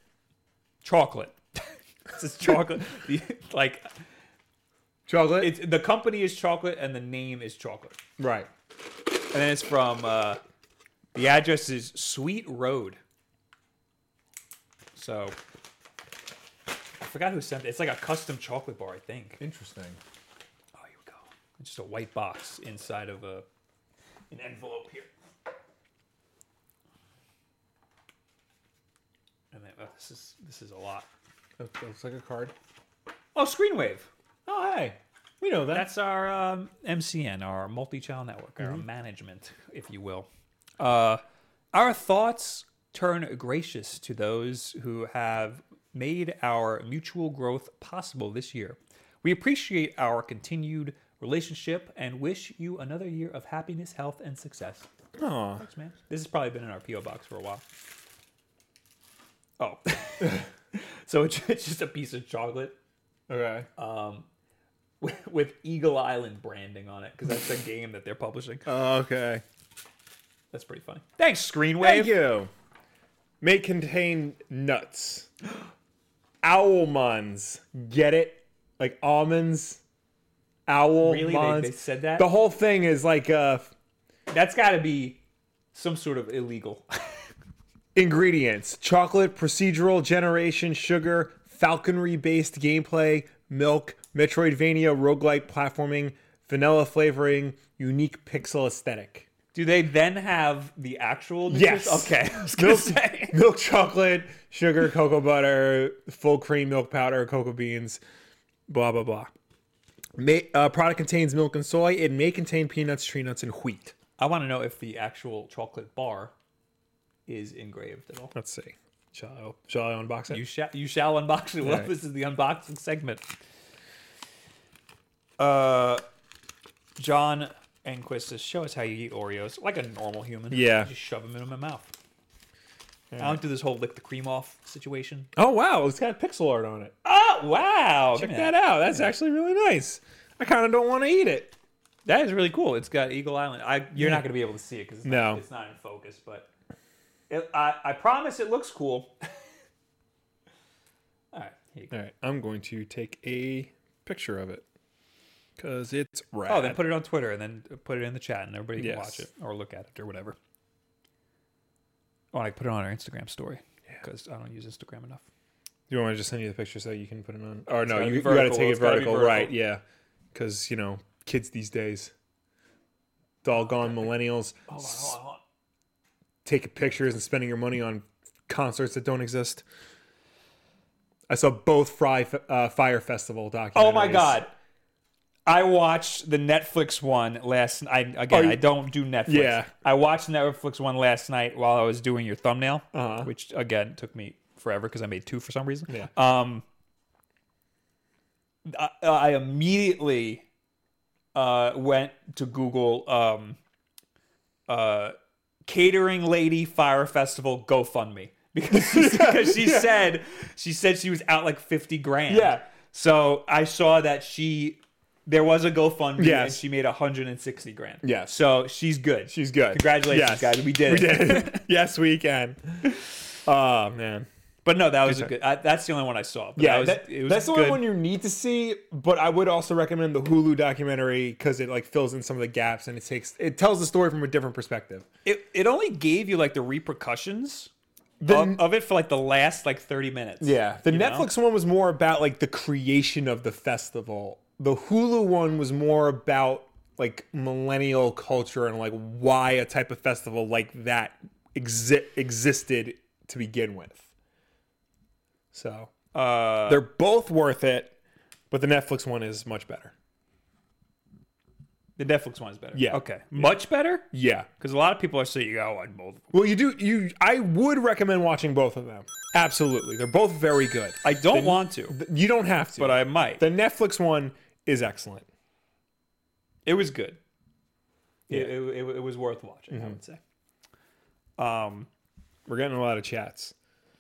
Speaker 1: Chocolate. [laughs] this is chocolate. [laughs] The- like
Speaker 2: Chocolate.
Speaker 1: it's the company is chocolate and the name is chocolate.
Speaker 2: right.
Speaker 1: And then it's from uh, the address is Sweet Road. So I forgot who sent it. It's like a custom chocolate bar, I think.
Speaker 2: Interesting.
Speaker 1: Oh, here we go. It's just a white box inside of a an envelope here. And then, oh, this is this is a lot.
Speaker 2: That looks like a card.
Speaker 1: Oh, Screenwave.
Speaker 2: Oh hey, we know that.
Speaker 1: That's our um, MCN, our multi-channel network, our
Speaker 2: Mm-hmm.
Speaker 1: management, if you will. Uh, our thoughts turn gracious to those who have made our mutual growth possible this year. We appreciate our continued relationship and wish you another year of happiness, health, and success.
Speaker 2: Aw.
Speaker 1: Thanks, man. This has probably been in our PO box for a while. Oh, [laughs] so it's [laughs] it's just a piece of chocolate
Speaker 2: Okay.
Speaker 1: with- with Eagle Island branding on it because that's the game that they're publishing.
Speaker 2: okay.
Speaker 1: That's pretty funny. Thanks, Screenwave.
Speaker 2: Thank you. May contain nuts. [gasps] Owlmons. Get it? Like almonds. Owl
Speaker 1: Really? They,
Speaker 2: muns.
Speaker 1: they said that?
Speaker 2: the whole thing is like uh,
Speaker 1: That's got to be some sort of illegal.
Speaker 2: ingredients: chocolate, procedural generation, sugar, falconry-based gameplay, milk, Metroidvania, roguelite platforming, vanilla flavoring, unique pixel aesthetic.
Speaker 1: Do they then have the actual?
Speaker 2: Yes.
Speaker 1: nutrition- Okay. [laughs] I was gonna
Speaker 2: milk,
Speaker 1: say.
Speaker 2: milk chocolate, sugar, cocoa butter, full cream milk powder, cocoa beans, blah blah blah. May, uh, product contains milk and soy. It may contain peanuts, tree nuts, and wheat.
Speaker 1: I want to know if the actual chocolate bar is engraved at all.
Speaker 2: Let's see. Shall I, shall I unbox it?
Speaker 1: You shall you shall unbox it. Well,
Speaker 2: Alright.
Speaker 1: this is the unboxing segment. Uh, John Enquist says, "Show us how you eat Oreos like a normal human.
Speaker 2: Yeah.
Speaker 1: just shove them in my mouth. I don't do this whole lick the cream off situation.
Speaker 2: oh wow, it's got pixel art on it.
Speaker 1: Oh wow!
Speaker 2: Check that out. That's actually really nice. I kind of don't want to eat it.
Speaker 1: That is really cool. It's got Eagle Island. I you're not going to be able to see it because it's,
Speaker 2: No.
Speaker 1: not- it's not in focus. But it, I I promise it looks cool. [laughs] All right. Here you go.
Speaker 2: All right, I'm going to take a picture of it because it's rad.
Speaker 1: Oh, then put it on Twitter and then put it in the chat and everybody can
Speaker 2: Yes.
Speaker 1: watch it or look at it or whatever. Or I could put it on our Instagram story because I don't use Instagram enough.
Speaker 2: you want me to just send you the picture so you can put it on? Or no,
Speaker 1: gotta
Speaker 2: you,
Speaker 1: be
Speaker 2: you got to
Speaker 1: vertical.
Speaker 2: take it
Speaker 1: It's gotta be
Speaker 2: vertical,
Speaker 1: vertical.
Speaker 2: right? Yeah, because you know kids these days, doggone millennials,
Speaker 1: Hold on, hold on, hold on.
Speaker 2: taking pictures and spending your money on concerts that don't exist. I saw both Fry uh, Fire Festival documentaries.
Speaker 1: Oh my god. I watched the Netflix one last I again
Speaker 2: Oh, you-
Speaker 1: I don't do Netflix.
Speaker 2: Yeah.
Speaker 1: I watched Netflix one last night while I was doing your thumbnail,
Speaker 2: Uh-huh.
Speaker 1: which again took me forever cuz I made two for some reason.
Speaker 2: Yeah.
Speaker 1: Um I, I immediately uh went to Google um uh catering lady fire festival GoFundMe [laughs] because she, because
Speaker 2: [laughs]
Speaker 1: she said she said she was out like fifty grand.
Speaker 2: Yeah.
Speaker 1: So I saw that she there was a GoFundMe and
Speaker 2: Yes.
Speaker 1: she made hundred and sixty grand.
Speaker 2: Yes.
Speaker 1: So she's good.
Speaker 2: She's good.
Speaker 1: Congratulations,
Speaker 2: Yes.
Speaker 1: guys. We did
Speaker 2: We
Speaker 1: it.
Speaker 2: did it. [laughs] yes, we can.
Speaker 1: [laughs]
Speaker 2: Oh man.
Speaker 1: But no, that was a good. I, that's the only one I saw. But that was,
Speaker 2: that-
Speaker 1: it was
Speaker 2: that's the
Speaker 1: good.
Speaker 2: only one you need to see. But I would also recommend the Hulu documentary because it like fills in some of the gaps and it takes it tells the story from a different perspective.
Speaker 1: It it only gave you like the repercussions
Speaker 2: The-
Speaker 1: of, of it for like the last like thirty minutes.
Speaker 2: Yeah, the
Speaker 1: You know?
Speaker 2: Netflix one was more about like the creation of the festival. The Hulu one was more about like millennial culture and like why a type of festival like that exi- existed to begin with. So
Speaker 1: Uh,
Speaker 2: they're both worth it, but the Netflix one is much better.
Speaker 1: the Netflix one is better.
Speaker 2: Yeah.
Speaker 1: Okay. Much better
Speaker 2: Yeah,
Speaker 1: because a lot of people are saying, "Oh, I want both." of them."
Speaker 2: Well, you do you. I would recommend watching both of them. Absolutely, they're both very good.
Speaker 1: I don't want to,
Speaker 2: Th- you don't have to,
Speaker 1: but I might.
Speaker 2: the Netflix one is excellent.
Speaker 1: it was good.
Speaker 2: Yeah.
Speaker 1: It, it, it, it was worth watching. I would say. Um,
Speaker 2: We're getting a lot of chats.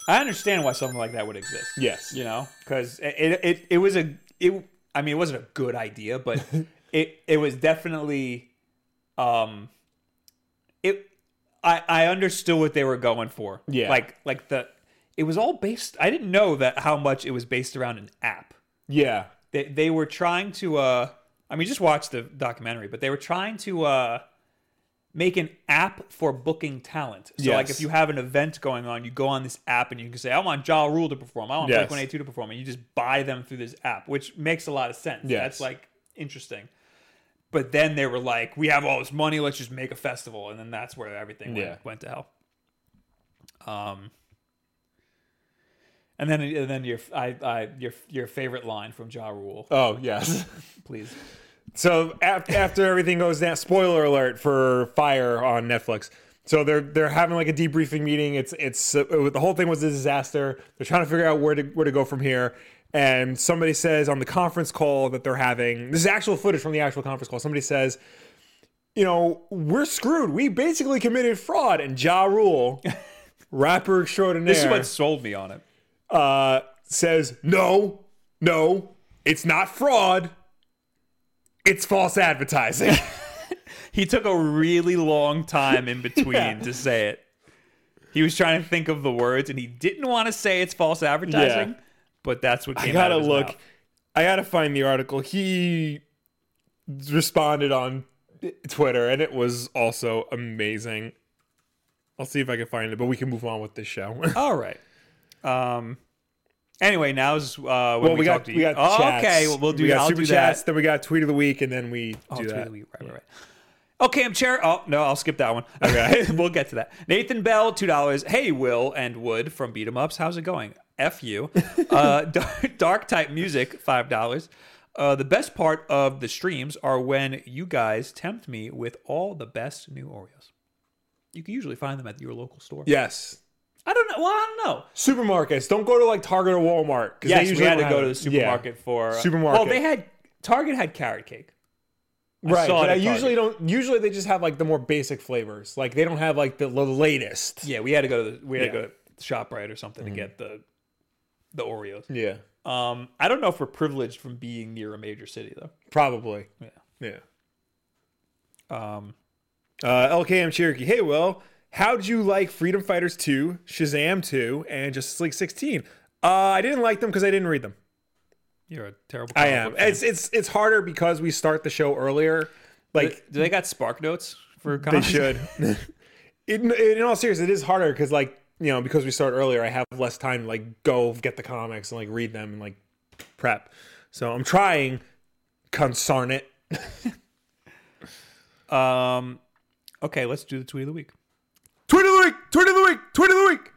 Speaker 1: I understand why something like that would exist.
Speaker 2: Yes.
Speaker 1: you know, because it, it it it was a it. I mean, it wasn't a good idea,
Speaker 2: [laughs]
Speaker 1: but it it was definitely, um, it. I I understood what they were going for.
Speaker 2: Yeah.
Speaker 1: like like the it was all based. I didn't know that how much it was based around an app.
Speaker 2: Yeah,
Speaker 1: They they were trying to. uh I mean, just watch the documentary, but they were trying to. uh Make an app for booking talent. So, like,
Speaker 2: Yes.
Speaker 1: if you have an event going on, you go on this app and you can say, "I want Ja Rule to perform. I want
Speaker 2: Yes.
Speaker 1: Blink One Eight Two to perform," and you just buy them through this app, which makes a lot of sense.
Speaker 2: Yes.
Speaker 1: That's like interesting. But then they were like, "We have all this money. Let's just make a festival," and then that's where everything
Speaker 2: Yeah.
Speaker 1: went, went to hell. Um. And then, and then your, I, I, your, your favorite line from Ja Rule,
Speaker 2: Oh yes. [laughs]
Speaker 1: please.
Speaker 2: so after, after everything goes down, spoiler alert for Fire on Netflix. So they're they're having like a debriefing meeting. It's it's uh, the whole thing was a disaster. They're trying to figure out where to where to go from here. And somebody says on the conference call that they're having this is actual footage from the actual conference call. Somebody says, you know, we're screwed. We basically committed fraud. And
Speaker 1: [laughs]
Speaker 2: Ja Rule, rapper extraordinaire,
Speaker 1: This is what sold me on it.
Speaker 2: uh, says, no, no, it's not fraud. It's
Speaker 1: [laughs]
Speaker 2: false advertising.
Speaker 1: He took a really long time
Speaker 2: [laughs]
Speaker 1: in between
Speaker 2: Yeah.
Speaker 1: to say it. He was trying to think of the words, and he didn't want to say it's false advertising,
Speaker 2: Yeah.
Speaker 1: but that's what came
Speaker 2: I gotta
Speaker 1: out of his
Speaker 2: look.
Speaker 1: mouth.
Speaker 2: I gotta find the article. He responded on Twitter, and it was also amazing. I'll see if I can find it, but we can move on with this show. [laughs]
Speaker 1: All right. Um. Anyway, now's uh, when
Speaker 2: well,
Speaker 1: we,
Speaker 2: we,
Speaker 1: talk
Speaker 2: got
Speaker 1: to
Speaker 2: we
Speaker 1: you.
Speaker 2: got
Speaker 1: oh,
Speaker 2: chats.
Speaker 1: okay, well, we'll do.
Speaker 2: we got
Speaker 1: I'll
Speaker 2: super
Speaker 1: do
Speaker 2: chats.
Speaker 1: that.
Speaker 2: Then we got tweet of the week, and then we
Speaker 1: Oh,
Speaker 2: do
Speaker 1: tweet of
Speaker 2: that.
Speaker 1: the week, Right, right, right. Oh, Cam Chair. Oh, no, I'll skip that one. Okay. [laughs] we'll get to that. Nathan Bell, $2. Hey, Will and Wood from Beat 'em Ups. How's it going? F
Speaker 2: [laughs]
Speaker 1: you. Uh, [laughs] dark, dark type music, $5. Uh, the best part of the streams are when you guys tempt me with all the best new Oreos. You can usually find them at your local store.
Speaker 2: Yes.
Speaker 1: I don't know. Well, I don't know.
Speaker 2: Supermarkets. Don't go to like Target or Walmart. 'cause
Speaker 1: Yes, we
Speaker 2: usually
Speaker 1: had to
Speaker 2: don't
Speaker 1: go
Speaker 2: have
Speaker 1: to
Speaker 2: it.
Speaker 1: the supermarket for uh,
Speaker 2: Supermarket.
Speaker 1: Well, they had Target had carrot cake.
Speaker 2: Yeah. Right.
Speaker 1: saw it
Speaker 2: but I
Speaker 1: at Target.
Speaker 2: usually don't. Usually they just have like the more basic flavors. Like they don't have like the, the latest.
Speaker 1: Yeah, we had to go to the, we had
Speaker 2: Yeah. Mm-hmm.
Speaker 1: to go to Shoprite or something to get the the Oreos.
Speaker 2: Yeah.
Speaker 1: Um, I don't know if we're privileged from being near a major city though.
Speaker 2: Probably.
Speaker 1: Yeah.
Speaker 2: Yeah.
Speaker 1: Um,
Speaker 2: Uh, LKM Cherokee. Hey, Will, how'd you like Freedom Fighters 2, Shazam 2, and Justice League 16? Uh, I didn't like them because I didn't read them.
Speaker 1: you're a terrible.
Speaker 2: I
Speaker 1: comic
Speaker 2: am.
Speaker 1: book fan.
Speaker 2: It's it's it's harder because we start the show earlier. Like
Speaker 1: do they got spark notes for
Speaker 2: they
Speaker 1: comics?
Speaker 2: [laughs] should. in, in all seriousness, it is harder because like you know because we start earlier, I have less time to like go get the comics and like read them and like prep. So I'm trying. Concern it.
Speaker 1: Um, okay, let's do the tweet of the week.
Speaker 2: Tweet of the week. Tweet of the week. Tweet of the week.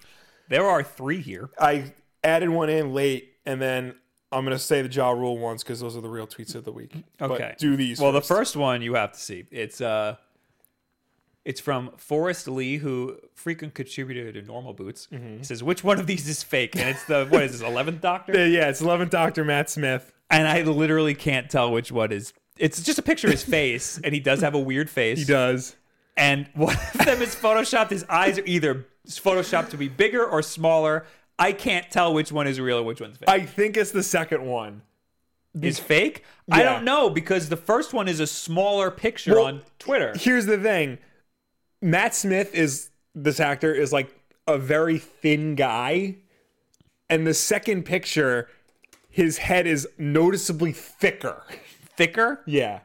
Speaker 1: There are three here.
Speaker 2: I added one in late, and then I'm gonna say the jaw rule once because those are the real tweets of the week. But
Speaker 1: Okay.
Speaker 2: do these.
Speaker 1: Well,
Speaker 2: first.
Speaker 1: the first one you have to see. It's uh it's from Forrest Lee, who frequent contributor to Normal Boots.
Speaker 2: Mm-hmm.
Speaker 1: He says, "Which one of these is fake?" And it's the what is this eleventh
Speaker 2: [laughs]
Speaker 1: Doctor?
Speaker 2: Uh, yeah, it's 11th Doctor Matt Smith.
Speaker 1: And I literally can't tell which one is. It's just a picture
Speaker 2: [laughs]
Speaker 1: of his face, and he does have a weird face.
Speaker 2: He does.
Speaker 1: And one of them is photoshopped. His eyes are either photoshopped to be bigger or smaller. I can't tell which one is real or which one's fake.
Speaker 2: I think it's the second one.
Speaker 1: is fake? I
Speaker 2: Yeah.
Speaker 1: don't know because the first one is a smaller picture
Speaker 2: Well,
Speaker 1: on Twitter.
Speaker 2: Here's the thing: Matt Smith is this actor is like a very thin guy, and the second picture, his head is noticeably thicker. [laughs]
Speaker 1: Thicker?
Speaker 2: Yeah.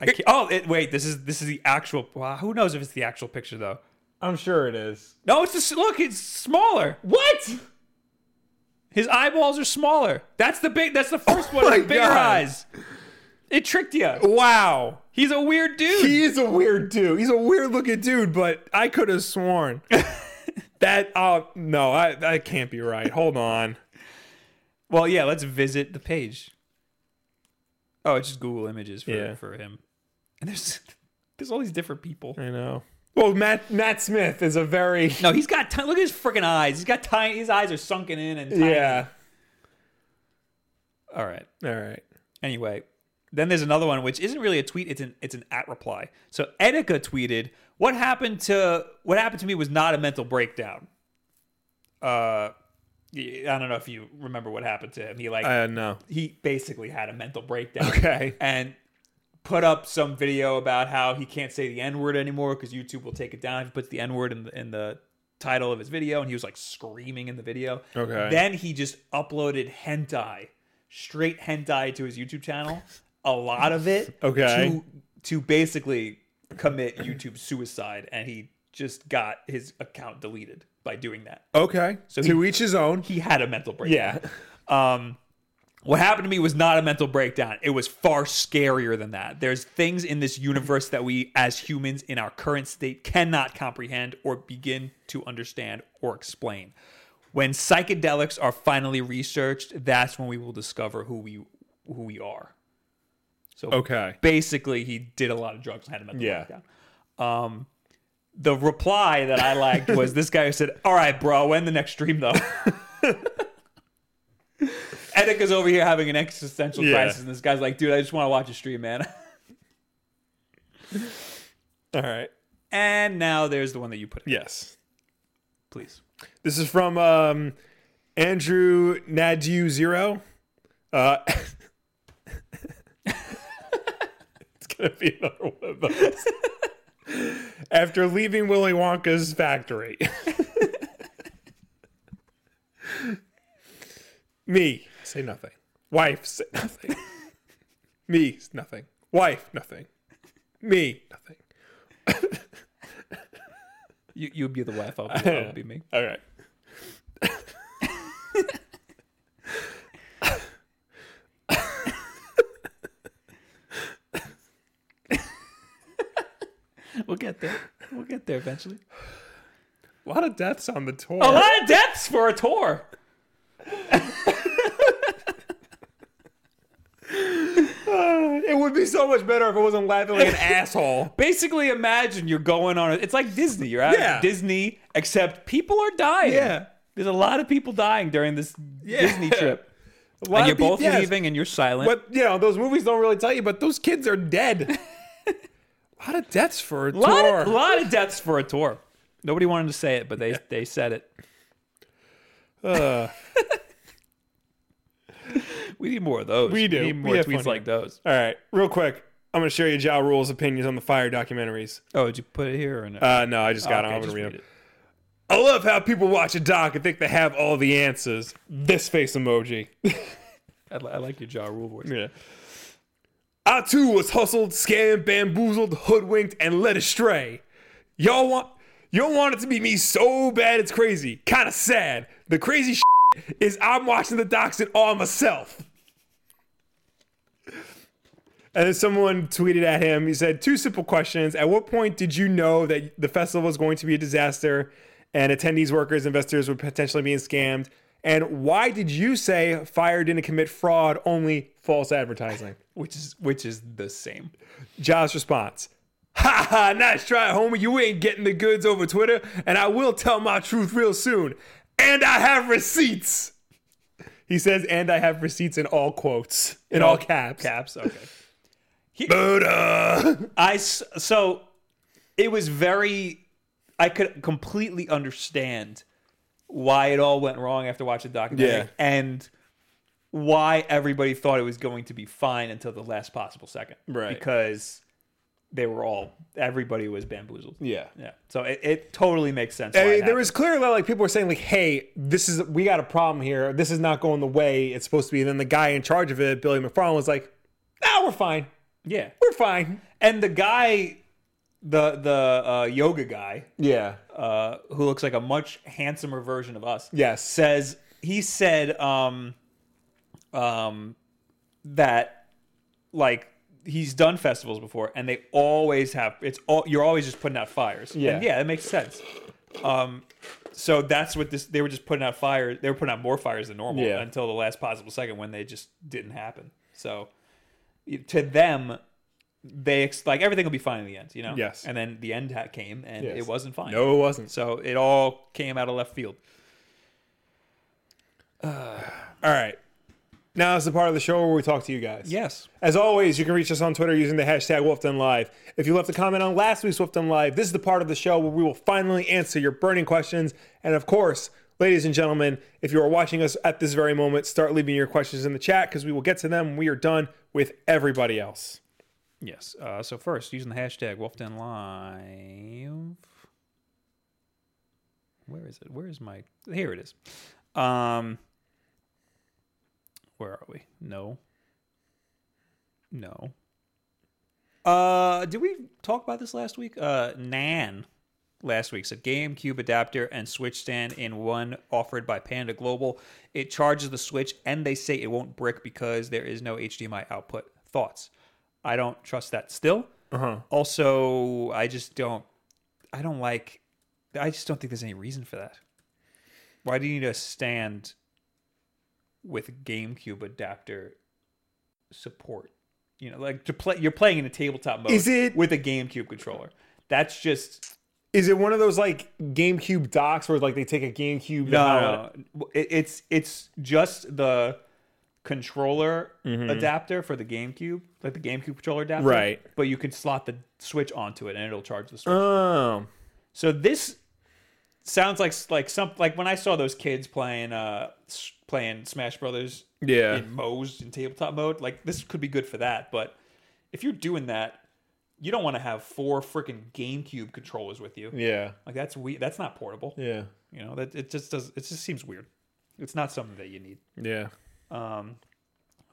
Speaker 1: I can't, oh it, wait, this is this is the actual. Wow, who knows if it's the actual picture though?
Speaker 2: I'm sure it is.
Speaker 1: No, it's just look. It's smaller.
Speaker 2: What?
Speaker 1: His eyeballs are smaller. That's the big. That's the first one.
Speaker 2: Oh my
Speaker 1: with bigger
Speaker 2: God.
Speaker 1: eyes. It tricked you.
Speaker 2: Wow.
Speaker 1: He's a weird dude.
Speaker 2: He is a weird dude. He's a weird looking dude, but I could have [laughs] sworn that. Oh no, I that can't be right. Hold on.
Speaker 1: well, yeah. Let's visit the page. Oh, it's just Google Images for
Speaker 2: Yeah.
Speaker 1: for him. And there's [laughs] there's all these different people.
Speaker 2: I know. Well, Matt Matt Smith is a very [laughs]
Speaker 1: No, he's got ti- look at his freaking eyes. He's got tiny. His eyes are sunken in and tiny.
Speaker 2: yeah.
Speaker 1: All right.
Speaker 2: All right.
Speaker 1: Anyway, then there's another one which isn't really a tweet. It's an it's an at reply. So Etika tweeted, "What happened to what happened to me was not a mental breakdown." Uh, y- I don't know if you remember what happened to him. He like
Speaker 2: Uh, no.
Speaker 1: he basically had a mental breakdown.
Speaker 2: Okay.
Speaker 1: and put up some video about how he can't say the n word anymore because YouTube will take it down if he puts the n word in the, in the title of his video, and he was like screaming in the video.
Speaker 2: Okay.
Speaker 1: Then he just uploaded hentai, straight hentai to his YouTube channel, a lot of it.
Speaker 2: Okay.
Speaker 1: To to basically commit YouTube suicide, and he just got his account deleted by doing that.
Speaker 2: Okay. So to each his own.
Speaker 1: He had a mental breakdown.
Speaker 2: Yeah.
Speaker 1: Um, what happened to me was not a mental breakdown. It was far scarier than that. There's things in this universe that we, as humans in our current state, cannot comprehend or begin to understand or explain. When psychedelics are finally researched, that's when we will discover who we who we are. So
Speaker 2: Okay.
Speaker 1: basically, he did a lot of drugs and had a mental
Speaker 2: Yeah.
Speaker 1: breakdown. Um, the reply that I liked was this guy who said, "All right, bro, when the next stream though." [laughs] Etika's over here having an existential
Speaker 2: Yeah.
Speaker 1: crisis, and this guy's like, "Dude, I just want to watch a stream, man."
Speaker 2: [laughs]
Speaker 1: [laughs]
Speaker 2: All right.
Speaker 1: and now there's the one that you put in.
Speaker 2: Yes.
Speaker 1: Please.
Speaker 2: This is from um, Andrew Nadu Zero. Uh, [laughs] it's gonna be another one of those. After leaving Willy Wonka's factory, [laughs] me say nothing. Wife say nothing. me nothing. Wife nothing. Me nothing.
Speaker 1: You you'd be the wife.
Speaker 2: [laughs]
Speaker 1: I'll be, I'll be me.
Speaker 2: All right.
Speaker 1: We'll get there. We'll get there eventually.
Speaker 2: A lot of deaths on the tour.
Speaker 1: A lot of deaths for a tour.
Speaker 2: It would be so much better if I wasn't laughing
Speaker 1: [laughs]
Speaker 2: like an asshole.
Speaker 1: Basically, imagine you're going on. A, it's like Disney. You're at
Speaker 2: Yeah.
Speaker 1: Disney, except people are dying.
Speaker 2: Yeah.
Speaker 1: There's a lot of people dying during this
Speaker 2: Yeah.
Speaker 1: Disney trip.
Speaker 2: [laughs] A lot
Speaker 1: And
Speaker 2: of
Speaker 1: you're
Speaker 2: peop-
Speaker 1: both
Speaker 2: yes.
Speaker 1: leaving and you're silent.
Speaker 2: But you know, those movies don't really tell you, but those kids
Speaker 1: [laughs]
Speaker 2: are dead. a lot of deaths for
Speaker 1: A
Speaker 2: a
Speaker 1: lot,
Speaker 2: tour.
Speaker 1: of, lot of deaths for a tour. Nobody wanted to say it, but they, they said it.
Speaker 2: Ugh.
Speaker 1: We need more of those.
Speaker 2: We do.
Speaker 1: need
Speaker 2: We
Speaker 1: more
Speaker 2: have fun
Speaker 1: tweets like those.
Speaker 2: All right, real quick. I'm going to share you Ja Rule's opinions on the fire documentaries.
Speaker 1: Oh, did you put it here or no?
Speaker 2: Uh, no, I just got
Speaker 1: Okay,
Speaker 2: on. I'm going
Speaker 1: just
Speaker 2: to read
Speaker 1: read
Speaker 2: them. I love how people watch a doc and think they have all the answers. This face emoji.
Speaker 1: it. I, I like your jaw rule voice.
Speaker 2: Yeah. I too was hustled, scammed, bamboozled, hoodwinked, and led astray. Y'all want y'all want it to be me so bad it's crazy. Kinda sad. The crazy shit is I'm watching the docs and all myself. And then someone tweeted at him. He said, Two simple questions. At what point did you know that the festival was going to be a disaster and attendees, workers, investors were potentially being scammed? And why did you say Fire didn't commit fraud, only false advertising?
Speaker 1: Which is which is the same.
Speaker 2: Josh's response Ha ha, nice try, homie. You ain't getting the goods over Twitter, and I will tell my truth real soon. And I have receipts. He says, and I have receipts in all quotes, in all caps.
Speaker 1: Caps. Okay.
Speaker 2: Buddha.
Speaker 1: I s- so it was very. I could completely understand why it all went wrong after watching the documentary
Speaker 2: Yeah.
Speaker 1: and why everybody thought it was going to be fine until the last possible second.
Speaker 2: Right.
Speaker 1: Because they were all everybody was bamboozled.
Speaker 2: [laughs] Yeah.
Speaker 1: Yeah. So it, it totally makes sense.
Speaker 2: I
Speaker 1: why it
Speaker 2: mean, there
Speaker 1: happened.
Speaker 2: was clearly like people were saying like, "Hey, this is we got a problem here. This is not going the way it's supposed to be." And then the guy in charge of it, Billy McFarlane, was like, "Nah, we're fine.
Speaker 1: yeah.
Speaker 2: We're fine."
Speaker 1: And the guy, the the uh, yoga guy,
Speaker 2: Yeah.
Speaker 1: uh, who looks like a much handsomer version of us.
Speaker 2: Yes.
Speaker 1: says he said um, um, that like he's done festivals before, and they always have it's all you're always just putting out fires.
Speaker 2: Yeah.
Speaker 1: and yeah, that makes sense. Um, so that's what this they were just putting out fires. They were putting out more fires than normal
Speaker 2: Yeah.
Speaker 1: until the last possible second when they just didn't happen. So to them. They ex- like everything will be fine in the end, you know.
Speaker 2: Yes.
Speaker 1: And then the end ha- came, and
Speaker 2: Yes.
Speaker 1: it wasn't fine.
Speaker 2: No, it wasn't.
Speaker 1: So it all came out of left field.
Speaker 2: All right. Now is the part of the show where we talk to you guys.
Speaker 1: Yes.
Speaker 2: As always, you can reach us on Twitter using the hashtag WolfDenLive. If you left a comment on last week's Wolfden Live, this is the part of the show where we will finally answer your burning questions. And of course, ladies and gentlemen, if you are watching us at this very moment, start leaving your questions in the chat because we will get to them when we are done with everybody else.
Speaker 1: Yes. Uh, so first, using the hashtag WolfDenLive. Where is it? Where is my? Here it is. Um, where are we? No. No. Uh, did we talk about this last week? Uh, Nan last week said GameCube adapter and Switch stand in one offered by Panda Global. It charges the Switch, and they say it won't brick because there is no HDMI output. Thoughts? I don't trust that still. Uh-huh. Also, I just don't. I don't like. I just don't think there's any reason for that. Why do you need a stand with GameCube adapter support? You know, like to play. You're playing in a tabletop mode.
Speaker 2: Is it-
Speaker 1: with a GameCube controller? That's just
Speaker 2: Is it one of those like GameCube docs where like they take a GameCube?
Speaker 1: no,
Speaker 2: and
Speaker 1: no, no. It- it's it's just the controller adapter for the GameCube, like the GameCube controller adapter,
Speaker 2: Right.
Speaker 1: But you can slot the Switch onto it, and it'll charge the Switch.
Speaker 2: Oh,
Speaker 1: So this sounds like like some like when I saw those kids playing uh s- playing Smash Brothers
Speaker 2: Yeah.
Speaker 1: in Moe's in tabletop mode, like this could be good for that. But if you're doing that, you don't want to have four freaking GameCube controllers with you.
Speaker 2: yeah,
Speaker 1: Like that's we that's not portable.
Speaker 2: yeah,
Speaker 1: You know, that it just does it just seems weird. It's not something that you need.
Speaker 2: yeah.
Speaker 1: Um,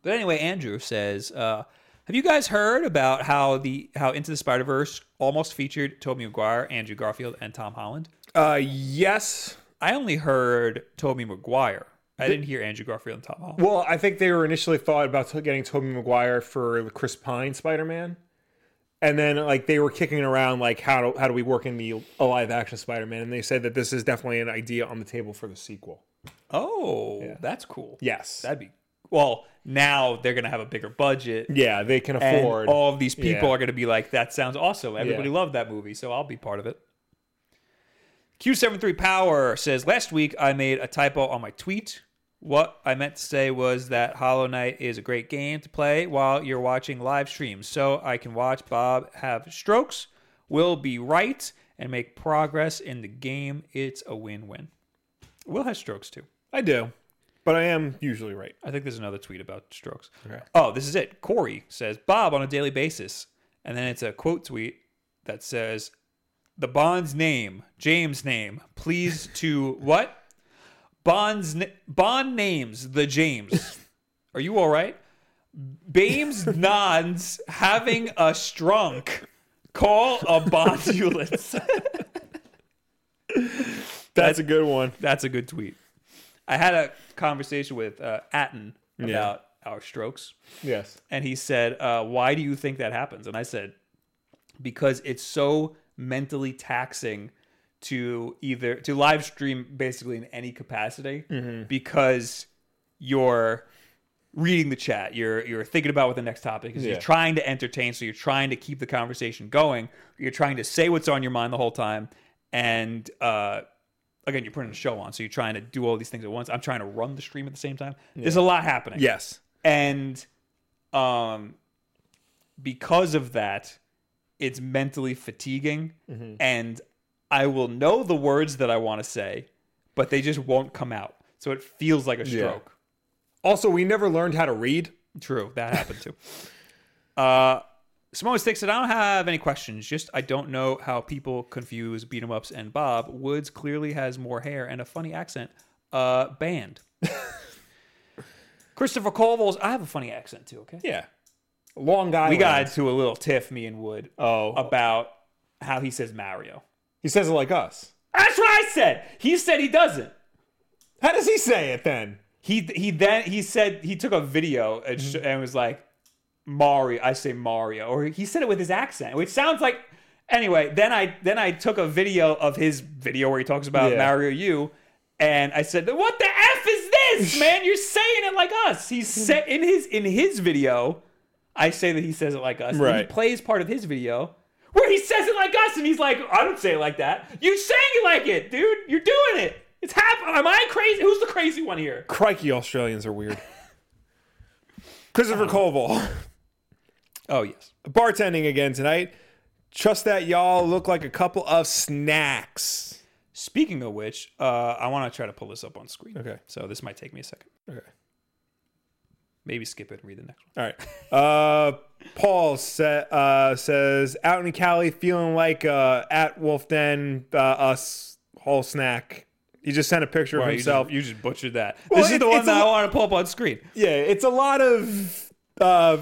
Speaker 1: but anyway, Andrew says, uh, "Have you guys heard about how the how Into the Spider Verse almost featured Tobey Maguire, Andrew Garfield, and Tom Holland?
Speaker 2: Uh, yes.
Speaker 1: I only heard Tobey Maguire. I didn't hear Andrew Garfield and Tom Holland.
Speaker 2: Well, I think they were initially thought about t- getting Tobey Maguire for the Chris Pine Spider Man, and then like they were kicking around like how do, how do we work in the a live action Spider-Man and they said that this is definitely an idea on the table for the sequel.
Speaker 1: Oh, that's cool.
Speaker 2: Yes.
Speaker 1: That'd be well. Now they're gonna have a bigger budget.
Speaker 2: yeah, they can
Speaker 1: And
Speaker 2: afford.
Speaker 1: all of these people
Speaker 2: Yeah.
Speaker 1: are going to be like, that sounds awesome. Everybody
Speaker 2: Yeah.
Speaker 1: loved that movie, so I'll be part of it. Q73 Power says, Last week I made a typo on my tweet. What I meant to say was that Hollow Knight is a great game to play while you're watching live streams, so I can watch Bob have strokes, Will be right, and make progress in the game. It's a win win. Will has strokes too.
Speaker 2: I do. But I am
Speaker 1: [laughs]
Speaker 2: usually right.
Speaker 1: I think there's another tweet about strokes.
Speaker 2: Okay.
Speaker 1: Oh, this is it. Corey says Bob on a daily basis, and then it's a quote tweet that says the Bond's name, James' name, please to [laughs] what? Bond's n- Bond names the James. Are you all right? Bames nods having a strunk. Call a bondulance.
Speaker 2: [laughs] That's a good one.
Speaker 1: [laughs] That's a good tweet. I had a conversation with uh, Atten about our strokes.
Speaker 2: Yes.
Speaker 1: and he said, uh, "Why do you think that happens?" And I said, "Because it's so mentally taxing to either to live stream basically in any capacity because you're reading the chat, you're you're thinking about what the next topic is,
Speaker 2: Yeah.
Speaker 1: you're trying to entertain, so you're trying to keep the conversation going, you're trying to say what's on your mind the whole time, and uh, again, you're putting a show on, so you're trying to do all these things at once. I'm trying to run the stream at the same time. There's a lot happening
Speaker 2: Yes.
Speaker 1: and um because of that it's mentally fatiguing and i will know the words that i want to say but they just won't come out so it feels like a stroke
Speaker 2: Also, we never learned how to read.
Speaker 1: true that happened too [laughs] uh Simone Stick said, I don't have any questions. Just, I don't know how people confuse beat 'em ups and Bob. Woods clearly has more hair and a funny accent. Uh, banned. Christopher Colville's, I have a funny accent too, okay?
Speaker 2: Yeah. Long Island.
Speaker 1: We got into a little tiff, me and Wood,
Speaker 2: Oh.
Speaker 1: about how he says Mario.
Speaker 2: he says it like us.
Speaker 1: That's what I said. He said he doesn't.
Speaker 2: How does he say it then?
Speaker 1: He he then he said he took a video and, sh-
Speaker 2: Mm-hmm.
Speaker 1: and was like Mario. I say Mario, or he said it with his accent, which sounds like. Anyway, then I then I took a video of his video where he talks about
Speaker 2: Yeah.
Speaker 1: Mario U, and I said, "What the f is
Speaker 2: [laughs]
Speaker 1: this, man? You're saying it like us." He said in his in his video, I say that he says it like us. and
Speaker 2: Right.
Speaker 1: he plays part of his video where he says it like us, and he's like, "I don't say it like that. You're saying it like it, dude. You're doing it. It's happening. Am I crazy? Who's the crazy one here?"
Speaker 2: Crikey, Australians are weird. [laughs] Christopher Colville.
Speaker 1: Oh yes.
Speaker 2: [laughs] Bartending again tonight. Trust that y'all look like a couple of snacks.
Speaker 1: Speaking of which, uh, I want to try to pull this up on screen.
Speaker 2: Okay.
Speaker 1: So this might take me a second.
Speaker 2: Okay.
Speaker 1: Maybe skip it and read the next one.
Speaker 2: All right. Uh, Paul sa- uh, says, out in Cali, feeling like uh, at Wolf Den, uh, us whole snack. He just sent a picture of himself.
Speaker 1: you, just, butchered that.
Speaker 2: Well,
Speaker 1: this is
Speaker 2: it-
Speaker 1: the one
Speaker 2: it's a
Speaker 1: that I
Speaker 2: lo-
Speaker 1: want to pull up on screen.
Speaker 2: yeah, it's a lot of uh,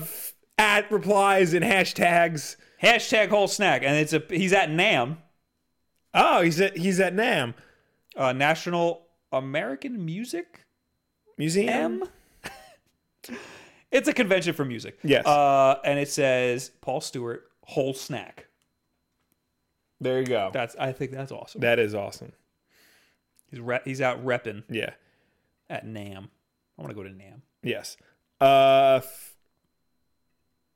Speaker 2: at replies and hashtags.
Speaker 1: Hashtag whole snack, and it's a he's at Nam,
Speaker 2: Oh, he's at he's at Nam
Speaker 1: uh, National American Music
Speaker 2: Museum.
Speaker 1: M. [laughs] it's a convention for music.
Speaker 2: Yes.
Speaker 1: Uh, and it says Paul Stewart whole snack.
Speaker 2: There you go.
Speaker 1: That's I think that's awesome.
Speaker 2: that is awesome.
Speaker 1: he's re- he's out repping
Speaker 2: Yeah.
Speaker 1: at Nam. I want to go to Nam.
Speaker 2: Yes. Uh, f-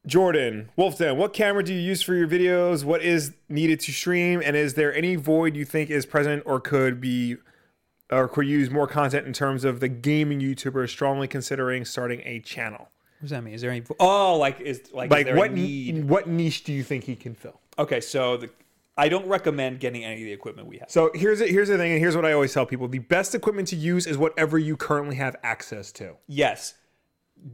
Speaker 2: Jordan Wolfden, what camera do you use for your videos? What is needed to stream? And is there any void you think is present or could be or could use more content in terms of the gaming YouTuber strongly considering starting a channel?
Speaker 1: What does that mean? Is there any? Oh, like is like is
Speaker 2: Like
Speaker 1: there a
Speaker 2: what
Speaker 1: need?
Speaker 2: need? what niche do you think he can fill?
Speaker 1: Okay, so the I don't recommend getting any of the equipment we have.
Speaker 2: So here's it. Here's the thing, and here's what I always tell people: the best equipment to use is whatever you currently have access to.
Speaker 1: Yes.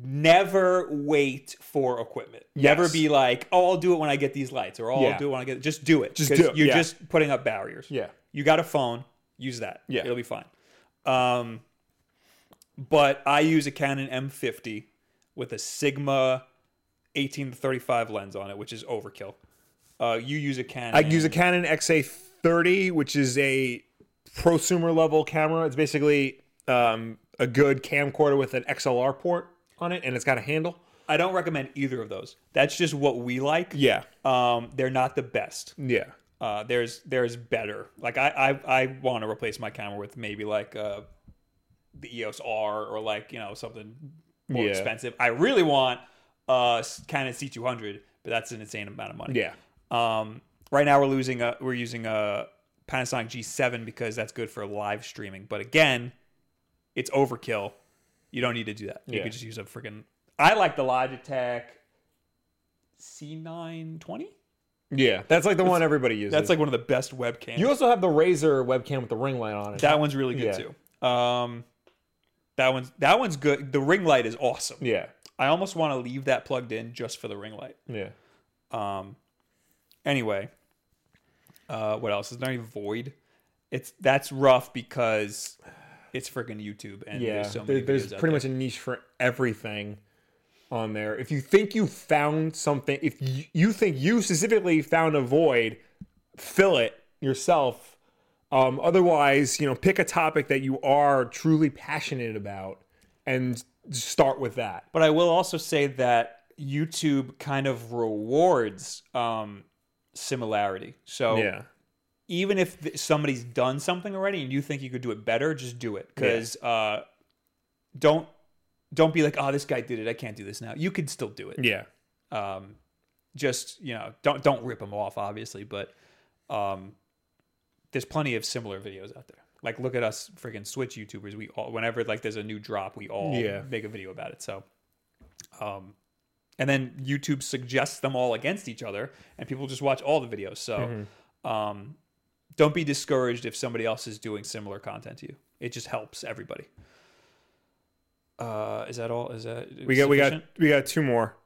Speaker 1: Never wait for equipment. Never
Speaker 2: Yes.
Speaker 1: be like, "Oh, I'll do it when I get these lights," or "Oh,
Speaker 2: Yeah.
Speaker 1: I'll do it when I get." Just do it. Just
Speaker 2: do it,
Speaker 1: You're
Speaker 2: yeah.
Speaker 1: just putting up barriers.
Speaker 2: Yeah.
Speaker 1: You got a phone. Use that.
Speaker 2: Yeah.
Speaker 1: It'll be fine. Um, but I use a Canon M50 with a Sigma 18 to 35 lens on it, which is overkill. Uh, you use a Canon.
Speaker 2: I use a Canon XA30, which is a prosumer level camera. It's basically um, a good camcorder with an XLR port on it, and it's got a handle.
Speaker 1: I don't recommend either of those. That's just what we like.
Speaker 2: Yeah.
Speaker 1: Um, they're not the best.
Speaker 2: Yeah.
Speaker 1: Uh, there's there's better. Like I I, I want to replace my camera with maybe like uh, the EOS R or like you know something more
Speaker 2: Yeah.
Speaker 1: expensive. I really want uh s- Canon C200, but that's an insane amount of money.
Speaker 2: Yeah.
Speaker 1: Um, right now we're losing a we're using a Panasonic G7 because that's good for live streaming. But again, it's overkill. You don't need to do that. You
Speaker 2: Yeah.
Speaker 1: could just use a freaking. I like the Logitech C920.
Speaker 2: Yeah. That's like the one everybody uses.
Speaker 1: That's like one of the best webcams.
Speaker 3: You also have the Razer webcam with the ring light on it.
Speaker 1: that one's really good
Speaker 3: Yeah.
Speaker 1: too. Um, that one's that one's good. The ring light is awesome.
Speaker 2: yeah.
Speaker 1: I almost want to leave that plugged in just for the ring light.
Speaker 2: Yeah.
Speaker 1: Um, anyway, uh, what else? Is there any void? It's that's rough because it's freaking YouTube and
Speaker 2: Yeah.
Speaker 1: there's so
Speaker 2: There-
Speaker 1: many.
Speaker 2: there's
Speaker 1: videos out
Speaker 2: pretty much a niche for everything on there. If you think you found something, if you, you think you specifically found a void, fill it yourself. Um, otherwise, you know, pick a topic that you are truly passionate about and start with that.
Speaker 1: But I will also say that YouTube kind of rewards um, similarity. So
Speaker 2: Yeah.
Speaker 1: even if th- somebody's done something already and you think you could do it better, just do it because uh, don't don't be like, oh, this guy did it. I can't do this now. You can still do it.
Speaker 2: Yeah.
Speaker 1: um, just you know don't don't rip them off obviously but um, there's plenty of similar videos out there like look at us freaking switch youtubers we all whenever like there's a new drop we all
Speaker 2: Yeah.
Speaker 1: make a video about it so um, and then youtube suggests them all against each other and people just watch all the videos so
Speaker 2: Mm-hmm.
Speaker 1: um, don't be discouraged if somebody else is doing similar content to you it just helps everybody uh, is that all is that
Speaker 2: We got we got
Speaker 1: sufficient?
Speaker 2: we got two more.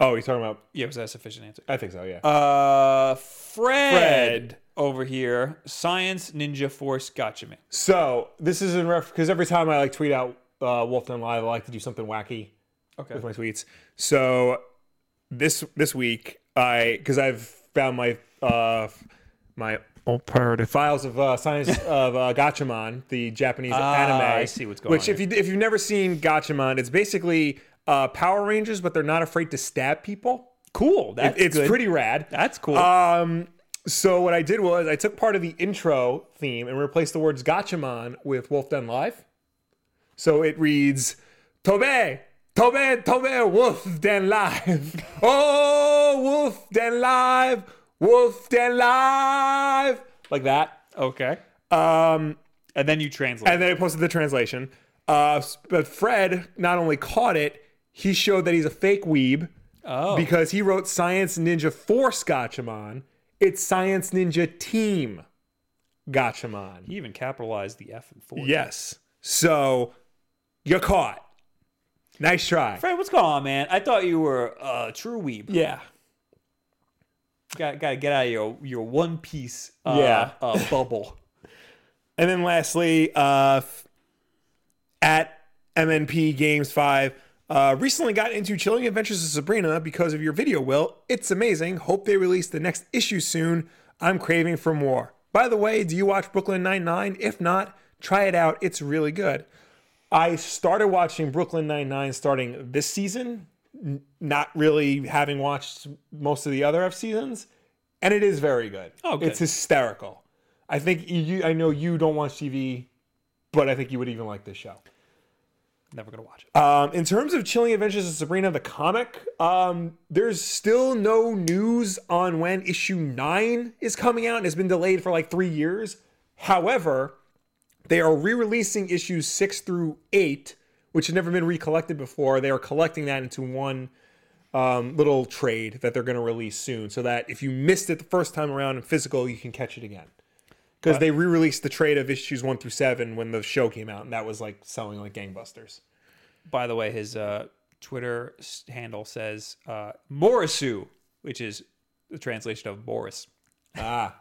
Speaker 2: Oh, you're talking about?
Speaker 1: yeah was that a sufficient answer
Speaker 2: I think so. Yeah.
Speaker 1: Uh, Fred,
Speaker 2: Fred.
Speaker 1: over here, Science Ninja Force gotcha me.
Speaker 2: So this is in ref because every time I like tweet out uh, Wolfden Live, I like to do something wacky
Speaker 1: Okay.
Speaker 2: with my tweets. So this this week, I because I've found my uh my old pirated files of
Speaker 1: [laughs]
Speaker 2: uh, science of uh, Gatchaman, the Japanese anime.
Speaker 1: Ah, I see what's going
Speaker 2: which
Speaker 1: on
Speaker 2: if you if you've never seen Gatchaman, it's basically uh, Power Rangers, but they're not afraid to stab people.
Speaker 1: Cool. That's
Speaker 2: It's
Speaker 1: good.
Speaker 2: pretty rad.
Speaker 1: That's cool.
Speaker 2: Um, so what I did was I took part of the intro theme and replaced the words Gachamon with Wolf Den Live. So it reads Tobe, Tobe, Tobe, Wolf Den Live. [laughs] Oh, Wolf Den Live, Wolf Den Live. Like that.
Speaker 1: okay.
Speaker 2: Um,
Speaker 1: And then you translate.
Speaker 2: and then I posted the translation. Uh, but Fred not only caught it, he showed that he's a fake weeb
Speaker 1: oh.
Speaker 2: because he wrote Science Ninja for Scotchamon. It's Science Ninja Team Gotchamon.
Speaker 1: he even capitalized the F and four.
Speaker 2: Yes. So you're caught. Nice try.
Speaker 1: Fred, what's going on, man? I thought you were a true weeb.
Speaker 2: Yeah.
Speaker 1: Got, got to get out of your, your one piece uh,
Speaker 2: Yeah. [laughs]
Speaker 1: uh, bubble.
Speaker 2: And then lastly, uh, f- at MNP Games 5, uh, recently got into Chilling Adventures of Sabrina because of your video, Will. It's amazing. Hope they release the next issue soon. I'm craving for more. By the way, do you watch Brooklyn Nine-Nine? If not, try it out. It's really good. I started watching Brooklyn Nine-Nine starting this season, n- not really having watched most of the other F seasons, and it is very good.
Speaker 1: Oh, good.
Speaker 2: It's hysterical. I think you, I know you don't watch TV, but I think you would even like this show.
Speaker 1: Never going to watch it.
Speaker 2: Um, in terms of Chilling Adventures of Sabrina the comic, um, there's still no news on when issue nine is coming out and it's been delayed for like three years. However, they are re releasing issues six through eight, which had never been recollected before. They are collecting that into one um, little trade that they're going to release soon so that if you missed it the first time around in physical, you can catch it again. Because they re released the trade of issues one through seven when the show came out, and that was like selling like gangbusters.
Speaker 1: By the way, his uh, Twitter s- handle says uh, Morisu, which is the translation of Boris.
Speaker 2: Ah.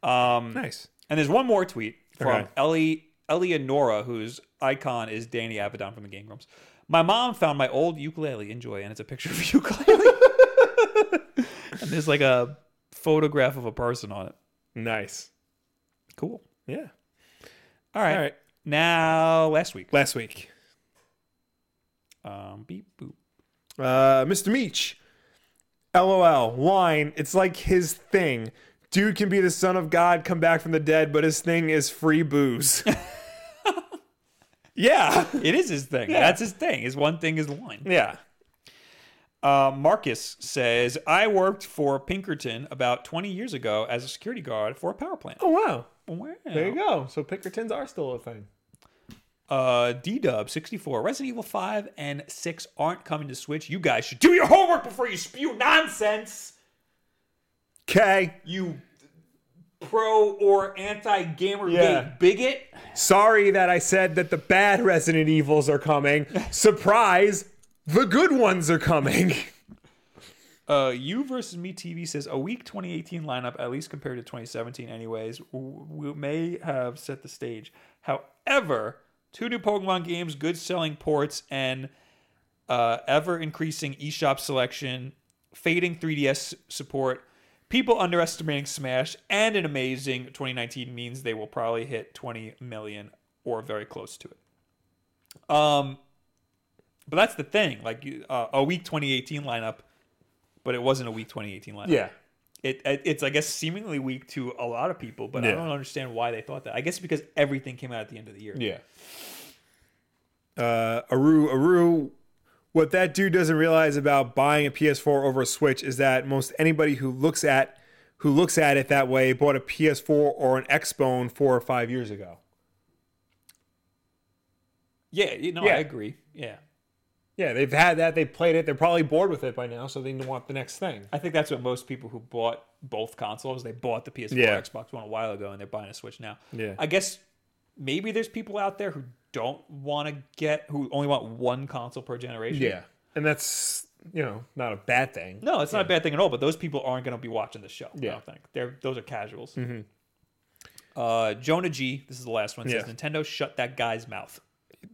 Speaker 2: Um, nice.
Speaker 1: And there's one more tweet from
Speaker 2: Okay.
Speaker 1: Ellie Eleonora, whose icon is Danny Avedon from the Game Grumps. My mom found my old ukulele. Enjoy, and it's a picture of a [laughs]
Speaker 2: [laughs]
Speaker 1: ukulele. and there's like a photograph of a person on it.
Speaker 2: Nice.
Speaker 1: Cool.
Speaker 2: Yeah.
Speaker 1: All right.
Speaker 2: All right.
Speaker 1: Now, last week.
Speaker 2: Last week.
Speaker 1: Um, beep boop.
Speaker 2: Uh, Mr. Meech, LOL, wine. It's like his thing. Dude can be the son of God, come back from the dead, but his thing is free booze. [laughs] yeah.
Speaker 1: It is his thing. That's his thing. His one thing is wine.
Speaker 2: Yeah.
Speaker 1: Uh, Marcus says, I worked for Pinkerton about 20 years ago as a security guard for a power plant.
Speaker 2: Oh, wow.
Speaker 1: Wow.
Speaker 3: There you go. So Pinkertons are still a thing.
Speaker 1: Uh, D Dub 64, Resident Evil 5 and 6 aren't coming to Switch. You guys should do your homework before you spew nonsense.
Speaker 2: Okay.
Speaker 1: You pro or anti gamer
Speaker 2: Yeah.
Speaker 1: bigot.
Speaker 2: Sorry that I said that the bad Resident Evils are [laughs] coming. Surprise, the good ones are coming.
Speaker 1: Uh, you versus me TV says a weak 2018 lineup, at least compared to 2017, anyways, w- w- may have set the stage. However, two new Pokemon games, good selling ports, and uh, ever increasing eShop selection, fading 3DS support, people underestimating Smash, and an amazing 2019 means they will probably hit 20 million or very close to it. Um, but that's the thing. Like you- uh, a weak 2018 lineup, but it wasn't a weak 2018 lineup.
Speaker 2: Yeah.
Speaker 1: It, it- it's I guess seemingly weak to a lot of people, but I
Speaker 2: Yeah.
Speaker 1: don't understand why they thought that. I guess because everything came out at the end of the year.
Speaker 3: Yeah.
Speaker 2: Uh, Aru, Aru, what that dude doesn't realize about buying a PS4 over a Switch is that most anybody who looks at who looks at it that way bought a PS4 or an Xbone four or five years ago.
Speaker 1: Yeah, you know,
Speaker 2: Yeah.
Speaker 1: I agree. Yeah.
Speaker 3: Yeah, they've had that. They played it. They're probably bored with it by now, so they want the next thing.
Speaker 1: I think that's what most people who bought both consoles, they bought the PS4
Speaker 2: Yeah.
Speaker 1: or Xbox One a while ago and they're buying a Switch now.
Speaker 2: Yeah.
Speaker 1: I guess maybe there's people out there who don't want to get who only want one console per generation.
Speaker 2: and that's you know not a bad thing.
Speaker 1: No, it's not a bad thing at all. But those people aren't going to be watching the show. I
Speaker 2: Yeah. Mm-hmm.
Speaker 1: don't think they're those are casuals. Uh, Jonah G. This is the last one. Says
Speaker 2: Yeah.
Speaker 1: Nintendo shut that guy's mouth.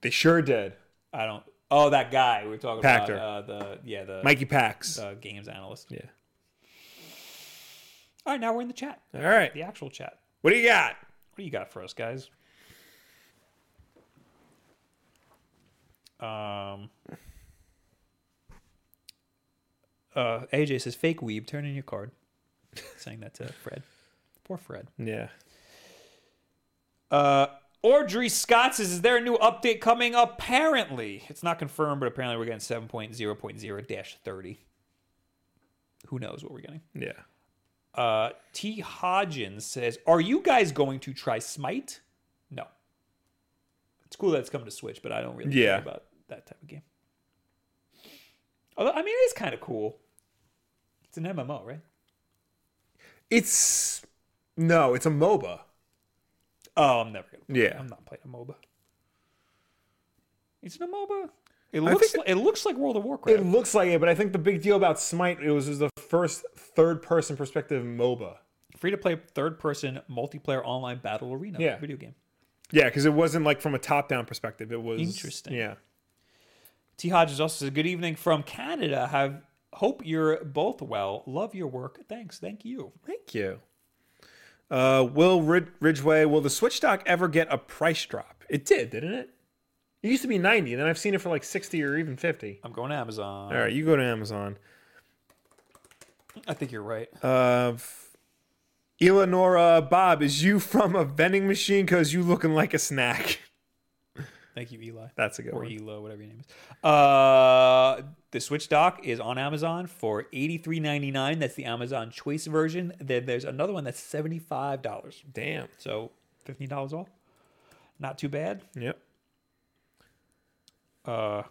Speaker 2: They sure did.
Speaker 1: I don't. Oh, that guy we were talking
Speaker 2: Pachter.
Speaker 1: about. Uh, the yeah the
Speaker 2: Mikey Pax.
Speaker 1: uh, games analyst.
Speaker 2: yeah.
Speaker 1: All right, now we're in the chat,
Speaker 2: All right.
Speaker 1: the actual chat.
Speaker 2: What do you got?
Speaker 1: What do you got for us, guys? Um. Uh, AJ says, "Fake weeb, turn in your card." [laughs] Saying that to Fred. Poor Fred.
Speaker 2: Yeah.
Speaker 1: Uh, Audrey Scott says, "Is there a new update coming?" Apparently, it's not confirmed, but apparently we're getting seven point zero point zero dash thirty. Who knows what we're getting?
Speaker 2: Yeah.
Speaker 1: Uh, T. Hodgins says, "Are you guys going to try Smite?" No. It's cool that it's coming to Switch, but I don't really
Speaker 2: Yeah.
Speaker 1: care about that type of game. Although, I mean, it is kind of cool. It's an MMO, right?
Speaker 2: It's no, it's a MOBA.
Speaker 1: Oh, I'm never gonna.
Speaker 2: Yeah.
Speaker 1: I'm not playing a MOBA. Is it a MOBA? It looks.
Speaker 2: think
Speaker 1: Like, it looks like World of Warcraft.
Speaker 2: It looks like it, but I think the big deal about Smite it was, it was the first third-person perspective MOBA.
Speaker 1: Free to play third person multiplayer online battle arena
Speaker 2: Yeah.
Speaker 1: video game.
Speaker 2: Yeah, because it wasn't like from a top-down perspective. It was
Speaker 1: Interesting.
Speaker 2: Yeah,
Speaker 1: T. Hodges also says, "Good evening from Canada. Have hope you're both well. Love your work. Thanks. Thank you.
Speaker 2: thank you. Uh, will Rid- Ridgeway? Will the Switch dock ever get a price drop? It did, didn't it? It used to be ninety, and then I've seen it for like sixty or even fifty.
Speaker 1: I'm going to Amazon.
Speaker 2: All right, you go to Amazon.
Speaker 1: I think you're right.
Speaker 2: Uh, f- Eleonora Bob, is you from a vending machine? Cause you looking like a snack. [laughs]
Speaker 1: Thank you, Eli."
Speaker 2: That's a good
Speaker 1: or
Speaker 2: one.
Speaker 1: Elo, whatever your name is. Uh, the Switch dock is on Amazon for eighty three ninety nine. That's the Amazon Choice version. Then there's another one that's seventy five dollars.
Speaker 2: Damn.
Speaker 1: So fifteen dollars off. Not too bad.
Speaker 2: Yep.
Speaker 1: Uh,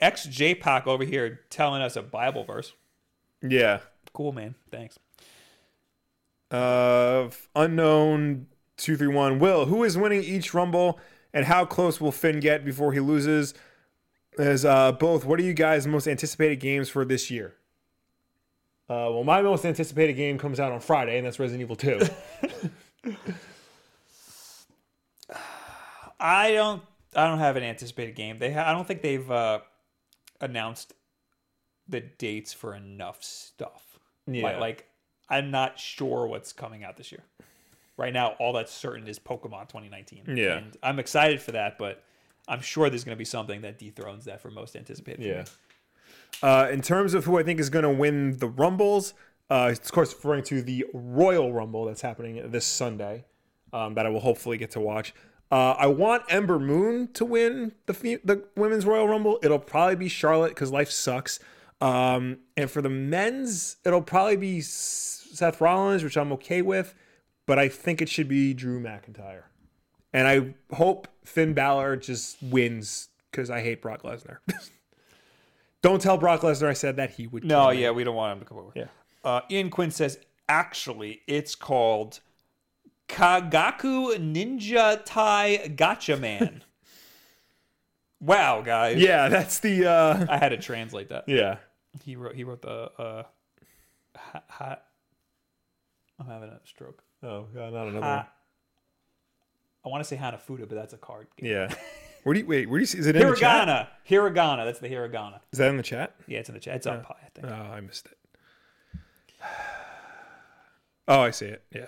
Speaker 1: X JPOC over here telling us a Bible verse.
Speaker 2: Yeah.
Speaker 1: Cool, man. Thanks.
Speaker 2: Uh, unknown two three one. Will who is winning each rumble and how close will Finn get before he loses? As uh, both, what are you guys' most anticipated games for this year?
Speaker 3: Uh, well, my most anticipated game comes out on Friday, and that's Resident Evil 2.
Speaker 1: I don't. I don't have an anticipated game. They. Ha- I don't think they've uh, announced the dates for enough stuff.
Speaker 2: Yeah.
Speaker 1: Like, like, I'm not sure what's coming out this year. Right now, all that's certain is Pokemon 2019.
Speaker 2: Yeah.
Speaker 1: And I'm excited for that, but I'm sure there's going to be something that dethrones that for most anticipated. for me.
Speaker 2: Uh, in terms of who I think is going to win the Rumbles, uh, it's of course referring to the Royal Rumble that's happening this Sunday um, that I will hopefully get to watch. Uh, I want Ember Moon to win the fe- the women's Royal Rumble. It'll probably be Charlotte because life sucks. Um, and for the men's, it'll probably be S- Seth Rollins, which I'm okay with, but I think it should be Drew McIntyre. And I hope Finn Balor just wins because I hate Brock Lesnar. [laughs] Don't tell Brock Lesnar I said that he would.
Speaker 1: No,
Speaker 2: kill me.
Speaker 1: yeah, we don't want him to come over.
Speaker 2: Yeah.
Speaker 1: Uh, Ian Quinn says, actually, it's called Kagaku Ninja Tai Gotcha
Speaker 2: [laughs]
Speaker 1: Man. wow, guys.
Speaker 2: Yeah, that's the. uh
Speaker 1: I had to translate that.
Speaker 2: Yeah.
Speaker 1: He wrote. He wrote the. Uh, ha, ha, I'm having a stroke.
Speaker 2: Oh, God, not another one.
Speaker 1: Ha, I want to say Hanafuda, but that's a card game.
Speaker 2: Yeah. [laughs] Where do you wait? Where do you see? Is it in the chat?
Speaker 1: Hiragana. Hiragana. That's the Hiragana.
Speaker 2: Is that in the chat?
Speaker 1: Yeah, it's in the chat. It's up high, I think.
Speaker 2: Oh, I missed it. [sighs] Oh, I see it. Yeah.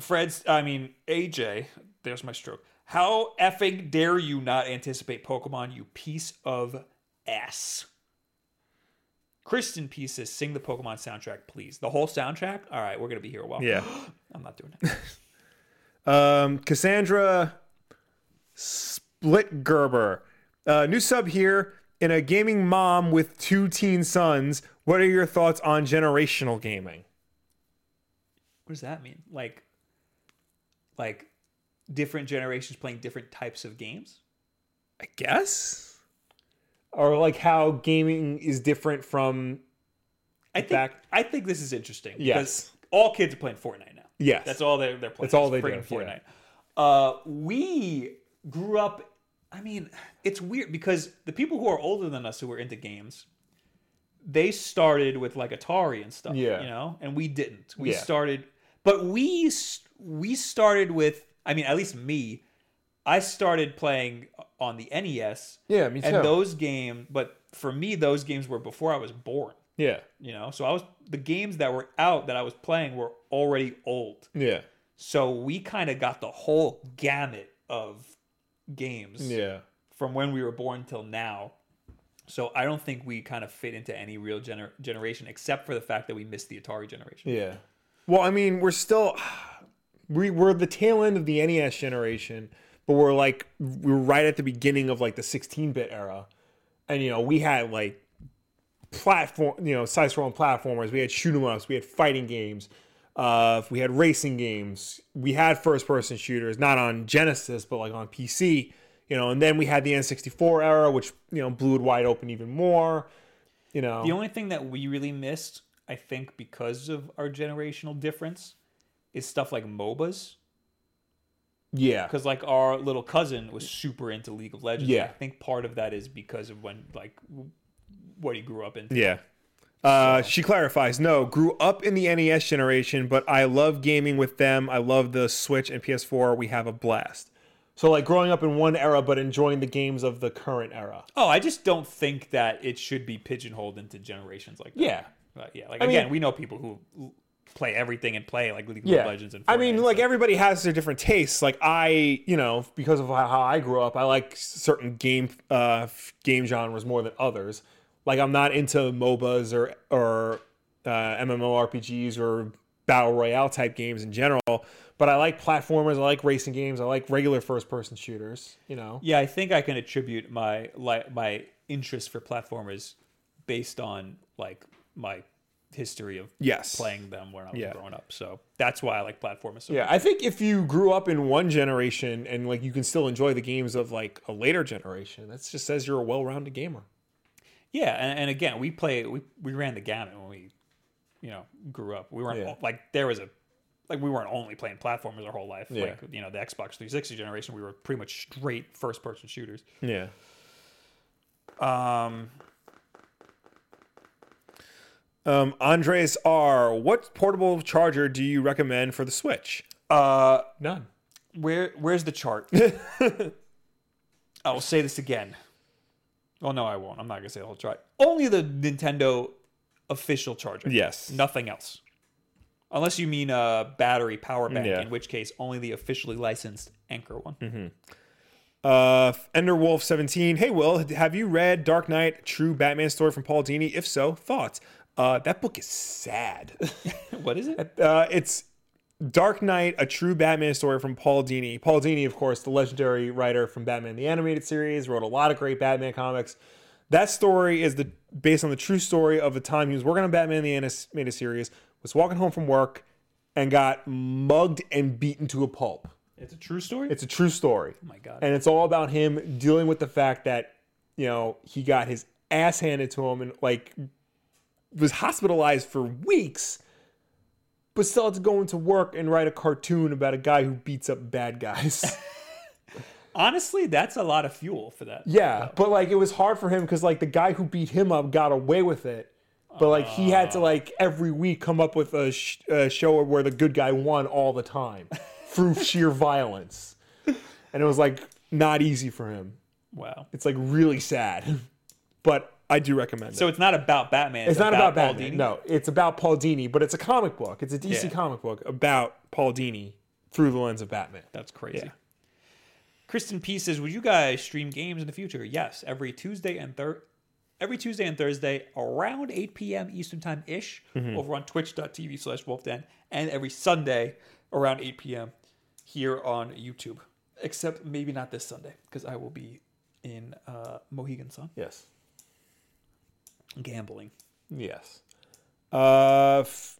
Speaker 1: Fred's, I mean, AJ, there's my stroke. How effing dare you not anticipate Pokemon, you piece of ass? Kristen P says, sing the Pokemon soundtrack, please. The whole soundtrack? All right, we're going to be here a while.
Speaker 2: Yeah.
Speaker 1: I'm not doing it.
Speaker 2: [gasps]
Speaker 1: [laughs]
Speaker 2: Um, Cassandra Split Gerber, uh, new sub here. In a gaming mom with two teen sons, what are your thoughts on generational gaming?
Speaker 1: what does that mean? Like, like different generations playing different types of games?
Speaker 2: I guess.
Speaker 3: Or like how gaming is different from
Speaker 1: I think,
Speaker 3: Back-
Speaker 1: I think this is interesting.
Speaker 3: Yes.
Speaker 1: Because all kids are playing Fortnite now.
Speaker 3: yes.
Speaker 1: That's all they're, they're playing.
Speaker 3: That's all
Speaker 1: is
Speaker 3: they
Speaker 1: friggin'
Speaker 3: do,
Speaker 1: Fortnite. Uh, we grew up. I mean, it's weird because the people who are older than us who were into games, they started with like Atari and stuff.
Speaker 3: Yeah.
Speaker 1: You know, and we didn't. We
Speaker 3: Yeah.
Speaker 1: started, but we s- we started with. I mean, at least me. I started playing on the NES.
Speaker 3: Yeah, me too.
Speaker 1: And those game, but for me, those games were before I was born.
Speaker 3: yeah.
Speaker 1: You know, so I was the games that were out that I was playing were already old.
Speaker 3: Yeah.
Speaker 1: So we kind of got the whole gamut of games
Speaker 3: Yeah.
Speaker 1: from when we were born till now. So I don't think we kind of fit into any real gener- generation except for the fact that we missed the Atari generation.
Speaker 3: Yeah.
Speaker 2: Well, I mean, we're still we we're the tail end of the NES generation, but we're like we're right at the beginning of like the 16-bit era. And you know, we had like platform, you know, side scrolling platformers, we had shoot 'em ups, we had fighting games. Uh, we had racing games. We had first-person shooters, not on Genesis, but like on PC, you know. And then we had the N64 era, which you know blew it wide open even more, you know.
Speaker 1: The only thing that we really missed, I think, because of our generational difference, is stuff like MOBAs.
Speaker 2: yeah,
Speaker 1: Because like our little cousin was super into League of Legends.
Speaker 2: Yeah.
Speaker 1: I think part of that is because of when like w- what he grew up in.
Speaker 2: Yeah. Uh, She clarifies, no, grew up in the NES generation, but I love gaming with them. I love the Switch and PS4. We have a blast.
Speaker 3: So like growing up in one era but enjoying the games of the current era.
Speaker 1: Oh, I just don't think that it should be pigeonholed into generations like that.
Speaker 3: Yeah.
Speaker 1: But yeah, like
Speaker 3: mean-
Speaker 1: again, we know people who l- play everything and play like League of Legends and
Speaker 2: I
Speaker 1: Fortnite
Speaker 2: mean,
Speaker 1: and
Speaker 2: like
Speaker 1: stuff.
Speaker 2: everybody has their different tastes. Like I, you know, because of how I grew up, I like certain game uh, f- game genres more than others. Like I'm not into MOBAs or or uh, MMORPGs or battle royale type games in general, but I like platformers. I like racing games. I like regular first person shooters. You know.
Speaker 1: yeah, I think I can attribute my like my interest for platformers based on like my history of
Speaker 2: Yes.
Speaker 1: playing them when I was
Speaker 2: Yeah.
Speaker 1: growing up. So that's why I like platformers. So
Speaker 2: Yeah, I think if you grew up in one generation and like you can still enjoy the games of like a later generation, that just says you're a well-rounded gamer.
Speaker 1: Yeah, and, and again, we play we we ran the gamut when we, you know, grew up. We weren't
Speaker 2: Yeah.
Speaker 1: like there was a like we weren't only playing platformers our whole life.
Speaker 2: Yeah.
Speaker 1: Like you know, the Xbox 360 generation, we were pretty much straight first person shooters.
Speaker 2: Yeah.
Speaker 1: Um,
Speaker 2: Um, Andres R, what portable charger do you recommend for the Switch?
Speaker 1: uh,
Speaker 3: None.
Speaker 1: where where's the [laughs] chart? I will say this again. Well, no, I won't. I'm not gonna say the whole chart. Only the Nintendo official charger.
Speaker 2: Yes.
Speaker 1: nothing else. Unless you mean a battery power bank,
Speaker 2: Yeah.
Speaker 1: in which case only the officially licensed Anchor one.
Speaker 2: Uh, Enderwolf seventeen. Hey, Will, have you read Dark Knight: True Batman Story from Paul Dini? If so, thoughts? Uh, that book is sad. [laughs]
Speaker 1: [laughs] What is it?
Speaker 2: uh, it's Dark Knight: A True Batman Story from Paul Dini.
Speaker 3: Paul Dini, of course, the legendary writer from Batman the Animated Series, wrote a lot of great Batman comics.
Speaker 2: That story is the based on the true story of the time he was working on Batman the Animated Series. Was walking home from work and got mugged and beaten to a pulp.
Speaker 1: It's a true story.
Speaker 2: It's a true story. Oh
Speaker 1: my God.
Speaker 2: And it's all about him dealing with the fact that, you know, he got his ass handed to him and like was hospitalized for weeks, but still had to go into work and write a cartoon about a guy who beats up bad guys. [laughs]
Speaker 1: Honestly, that's a lot of fuel for that.
Speaker 2: yeah. But like it was hard for him because like the guy who beat him up got away with it. But like he had to like every week come up with a, sh- a show where the good guy won all the time through sheer violence. And it was like not easy for him.
Speaker 1: Wow.
Speaker 2: It's like really sad, but I do recommend it.
Speaker 1: So it's not about Batman.
Speaker 2: it's not about,
Speaker 1: Paul
Speaker 2: Batman.
Speaker 1: Dini?
Speaker 2: No, it's about Paul Dini, but it's a comic book. It's a DC
Speaker 1: Yeah.
Speaker 2: comic book about Paul Dini through the lens of Batman.
Speaker 1: That's crazy. Kristen P says, "Would you guys stream games in the future?" Yes, every Tuesday and third, every Tuesday and Thursday around 8 p.m. Eastern Time ish
Speaker 2: Mm-hmm.
Speaker 1: over on Twitch.tv/wolfden, and every Sunday around 8 p.m. here on YouTube. Except maybe not this Sunday because I will be in uh, Mohegan Sun
Speaker 3: Yes.
Speaker 1: gambling.
Speaker 3: Yes.
Speaker 2: Uh, f-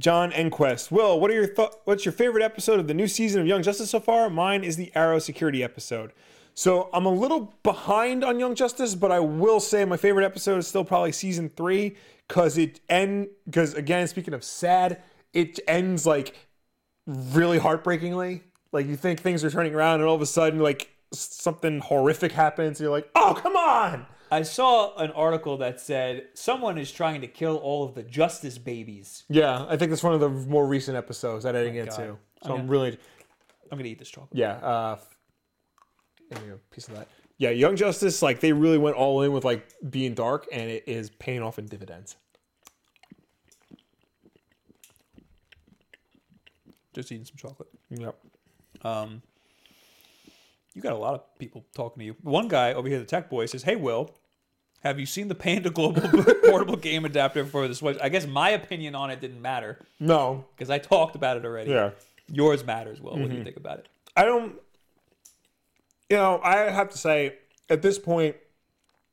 Speaker 2: John Enquest. Will, what are your thoughts? What's your favorite episode of the new season of Young Justice so far? Mine is the Arrow security episode. So I'm a little behind on Young Justice, but I will say my favorite episode is still probably season three because it end because again, speaking of sad, it ends like really heartbreakingly. Like you think things are turning around, and all of a sudden, like s- something horrific happens. And you're like, oh come on!
Speaker 1: I saw an article that said someone is trying to kill all of the Justice babies.
Speaker 2: Yeah, I think that's one of the more recent episodes that I didn't get
Speaker 1: God.
Speaker 2: to. So
Speaker 1: Okay.
Speaker 2: I'm really
Speaker 1: I'm gonna eat this chocolate.
Speaker 2: yeah. Uh, give me a piece of that. Yeah, Young Justice, like they really went all in with like being dark, and it is paying off in dividends.
Speaker 1: Just eating some chocolate.
Speaker 2: Yep.
Speaker 1: Um, you got a lot of people talking to you. One guy over here, the tech boy, says, "Hey, Will, have you seen the Panda Global [laughs] portable game adapter for the Switch?" I guess my opinion on it didn't matter
Speaker 2: No.
Speaker 1: because I talked about it already.
Speaker 2: Yeah.
Speaker 1: Yours matters, Will. What do you think about it?
Speaker 2: I don't. You know, I have to say at this point,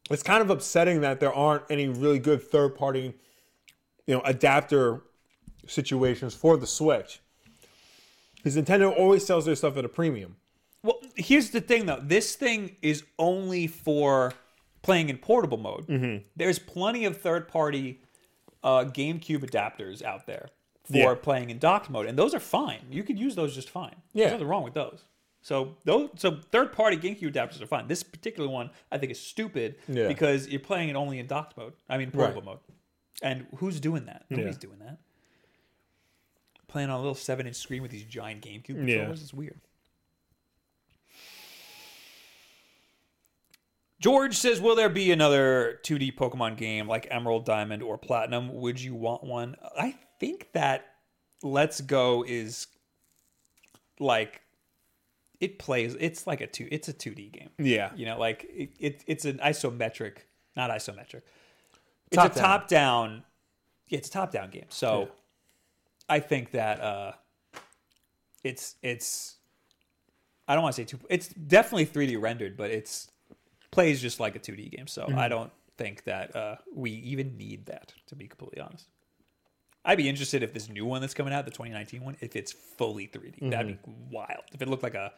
Speaker 2: it's kind of upsetting that there aren't any really good third party, you know, adapter situations for the Switch. Because Nintendo always sells their stuff at a premium.
Speaker 1: Well, here's the thing, though. This thing is only for playing in portable mode.
Speaker 2: Mm-hmm.
Speaker 1: There's plenty of third-party uh, GameCube adapters out there for
Speaker 2: Yeah.
Speaker 1: playing in docked mode, and those are fine. You could use those just fine.
Speaker 2: Yeah.
Speaker 1: There's nothing wrong with those. So those, so third-party GameCube adapters are fine. This particular one, I think, is stupid
Speaker 2: Yeah.
Speaker 1: because you're playing it only in docked mode. I mean, portable
Speaker 2: Right.
Speaker 1: mode. And who's doing that? Nobody's doing that. Playing on a little seven-inch screen with these giant GameCube controllers.
Speaker 2: Yeah.
Speaker 1: It's weird. George says, "Will there be another 2D Pokemon game like Emerald, Diamond, or Platinum? Would you want one?" I think that Let's Go is like it plays. It's like a two. It's a 2D game.
Speaker 2: Yeah.
Speaker 1: You know, like it, it it's an isometric, not isometric. It's a
Speaker 2: Top-down.
Speaker 1: top down. Yeah, it's a top down game. So I think that uh it's it's I don't want to say two. It's definitely 3D rendered, but it's plays just like a 2D game. So I don't think that uh, we even need that to be completely honest. I'd be interested if this new one that's coming out, the 2019 one, if it's fully 3D. That'd be wild. If it looked like a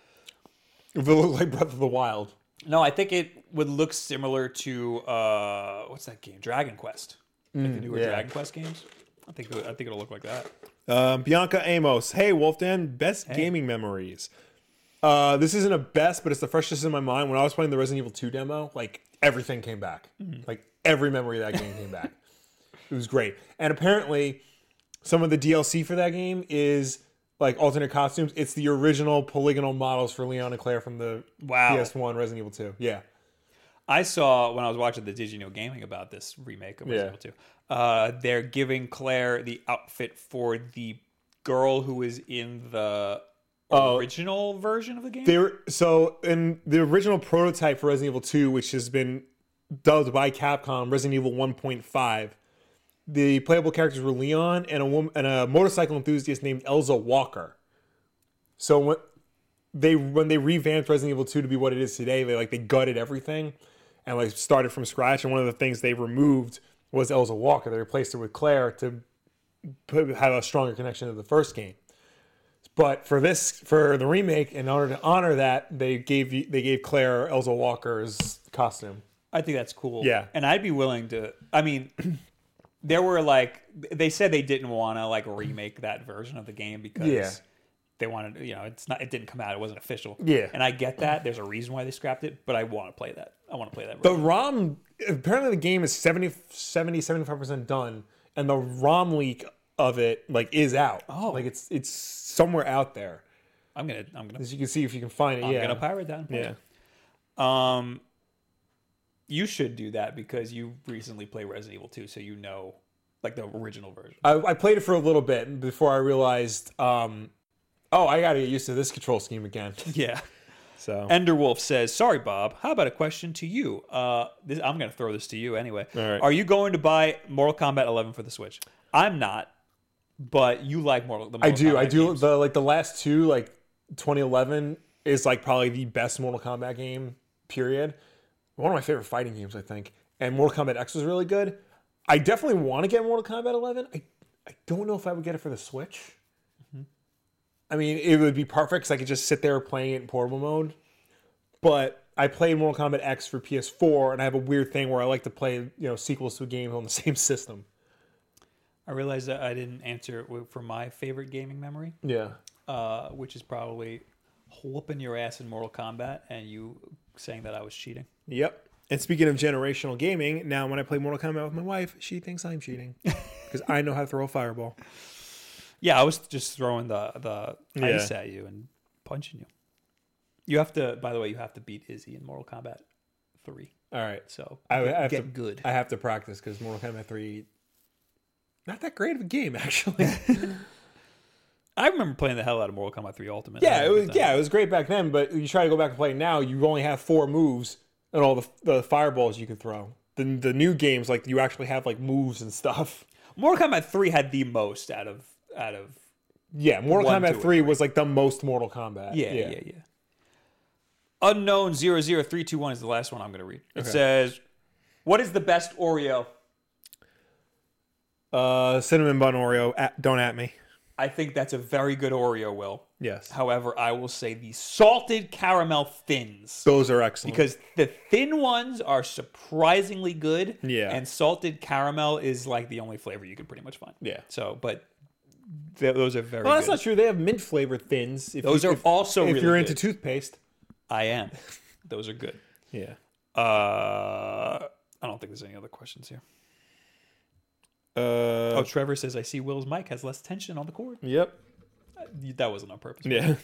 Speaker 2: If it looked like Breath of the Wild.
Speaker 1: no, I think it would look similar to uh, what's that game? Dragon Quest, like the newer
Speaker 2: yeah.
Speaker 1: Dragon Quest games. I think it would- I think it'll look like that.
Speaker 2: Um, Bianca Amos. Hey, Wolfden, best gaming memories. Uh, this isn't a best, but it's the freshest in my mind. When I was playing the Resident Evil 2 demo, like everything came back. Like every memory of that game came [laughs] back. It was great. And apparently, some of the DLC for that game is like alternate costumes. It's the original polygonal models for Leon and Claire from the
Speaker 1: Wow.
Speaker 2: PS1 Resident Evil 2. Yeah.
Speaker 1: I saw when I was watching the Did You Know Gaming about this remake of Resident Evil 2. Uh, they're giving Claire the outfit for the girl who is in the original version of the game?
Speaker 2: There, so in the original prototype for Resident Evil 2, which has been dubbed by Capcom Resident Evil 1.5, the playable characters were Leon and a woman and a motorcycle enthusiast named Elza Walker. So when they when they revamped Resident Evil 2 to be what it is today, they like they gutted everything and like started from scratch. And one of the things they removed was Elza Walker. They replaced her with Claire to put, have a stronger connection to the first game. But for this, for the remake, in order to honor that, they gave you- they gave Claire Elza Walker's costume.
Speaker 1: I think that's cool.
Speaker 2: Yeah.
Speaker 1: And I'd be willing to I mean [clears throat] there were like they said they didn't want to like remake that version of the game because
Speaker 2: Yeah.
Speaker 1: they wanted you know it's not it didn't come out it wasn't official.
Speaker 2: Yeah.
Speaker 1: And I get that there's a reason why they scrapped it, but I want to play that. I want to play that.
Speaker 2: The ROM apparently the game is 70, 70 75 percent done, and the ROM leak of it like is out.
Speaker 1: Oh.
Speaker 2: like it's it's somewhere out there.
Speaker 1: I'm going to I'm going to
Speaker 2: As you can see, if you can find it,
Speaker 1: I'm
Speaker 2: yeah,
Speaker 1: going to pirate that. and play
Speaker 2: yeah.
Speaker 1: it. Um you should do that because you recently played Resident Evil 2 so you know like the original version.
Speaker 2: I, I played it for a little bit before I realized, um, oh, I got to get used to this control scheme again. [laughs]
Speaker 1: Yeah.
Speaker 2: So
Speaker 1: Enderwolf says, "Sorry, Bob. How about a question to you? Uh, this, I'm going to throw this to you anyway.
Speaker 2: right.
Speaker 1: Are you going to buy Mortal Kombat 11 for the Switch? I'm not, but you like Mortal. The
Speaker 2: I
Speaker 1: Mortal
Speaker 2: do.
Speaker 1: Kombat
Speaker 2: I do.
Speaker 1: games.
Speaker 2: The like the last two, like 2011, is like probably the best Mortal Kombat game. Period. One of my favorite fighting games, I think. And Mortal Kombat X was really good. I definitely want to get Mortal Kombat 11. I I don't know if I would get it for the Switch. I mean, it would be perfect because I could just sit there playing it in portable mode. But I played Mortal Kombat X for PS4, and I have a weird thing where I like to play you know sequels to a game on the [laughs] same system.
Speaker 1: I realized that I didn't answer w- for my favorite gaming memory,
Speaker 2: Yeah.
Speaker 1: uh, which is probably whooping your ass in Mortal Kombat and you saying that I was cheating.
Speaker 4: Yep. And speaking of generational gaming, now when I play Mortal Kombat with my wife, she thinks I'm
Speaker 1: [laughs]
Speaker 4: cheating because I know how to throw a fireball.
Speaker 1: Yeah, I was just throwing the the
Speaker 4: Yeah.
Speaker 1: ice at you and punching you. You have to. By the way, you have to beat Izzy in Mortal Kombat Three.
Speaker 2: All right.
Speaker 1: So
Speaker 2: I- I
Speaker 1: get,
Speaker 2: have
Speaker 1: get
Speaker 2: to-
Speaker 1: good.
Speaker 2: I have to practice because Mortal Kombat 3, not that great of a
Speaker 1: [laughs]
Speaker 2: game [laughs] actually.
Speaker 1: I remember playing the hell out of Mortal Kombat 3 Ultimate. I
Speaker 2: yeah,
Speaker 1: had
Speaker 2: it
Speaker 1: a good
Speaker 2: was
Speaker 1: time.
Speaker 2: yeah, it was great back then. But you try to go back and play it now, you only have four moves and all the the fireballs you can throw. The the new games like you actually have like moves and stuff.
Speaker 1: Mortal Kombat 3 had the most out of out of
Speaker 2: Yeah, Mortal
Speaker 1: One, two,
Speaker 2: Kombat
Speaker 1: and
Speaker 2: 3 was like the most Mortal Kombat.
Speaker 1: yeah yeah yeah. Unknown 00321 is the last one I'm going to read. It says, "What is the best Oreo?"
Speaker 4: Uh, cinnamon bun Oreo, at, don't at me.
Speaker 1: I think that's a very good Oreo, Will.
Speaker 4: Yes.
Speaker 1: However, I will say the salted caramel thins
Speaker 4: Those are excellent.
Speaker 1: because the thin ones are surprisingly good.
Speaker 4: Yeah.
Speaker 1: And salted caramel is like the only flavor you can pretty much find.
Speaker 2: Yeah.
Speaker 1: So, but th- those are very.
Speaker 2: Well, that's
Speaker 1: good.
Speaker 2: not true. They have mint flavored thins. If
Speaker 1: those
Speaker 2: you,
Speaker 1: are
Speaker 2: if,
Speaker 1: also
Speaker 2: if
Speaker 1: really
Speaker 2: you're
Speaker 1: good.
Speaker 2: into toothpaste.
Speaker 1: I am. Those are good.
Speaker 2: Yeah.
Speaker 1: Uh, I don't think there's any other questions here.
Speaker 4: uh,
Speaker 2: Uh,
Speaker 1: Oh, Trevor says, I see Will's mic has less tension on the cord.
Speaker 4: yep.
Speaker 1: That wasn't on purpose.
Speaker 2: [laughs]
Speaker 4: Yeah.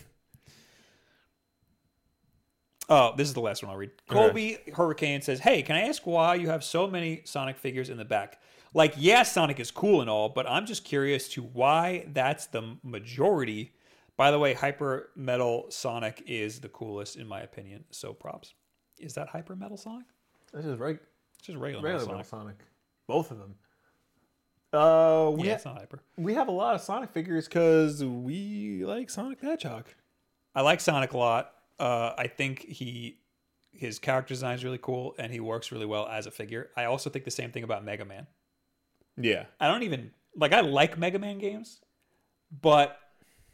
Speaker 1: Oh, this is the last one I'll read. Colby Hurricane says, Hey, can I ask why you have so many Sonic figures in the back? Like, yeah, Sonic is cool and all, but I'm just curious to why that's the majority. By the way, Hyper Metal Sonic is the coolest, in my opinion. So props. Is that Hyper Metal Sonic?
Speaker 2: That's just right.
Speaker 1: It's just regular,
Speaker 2: Regular
Speaker 1: Metal Sonic.
Speaker 2: Sonic. Both of them. Uh, we
Speaker 1: Yeah,
Speaker 2: ha-
Speaker 1: it's not Hyper.
Speaker 2: we have a lot of Sonic figures
Speaker 4: Because we like Sonic the Hedgehog.
Speaker 1: I like Sonic a lot. Uh, I think he his character design is really cool, and he works really well as a figure. I also think the same thing about Mega Man.
Speaker 4: Yeah.
Speaker 1: I don't even like. I like Mega Man games, but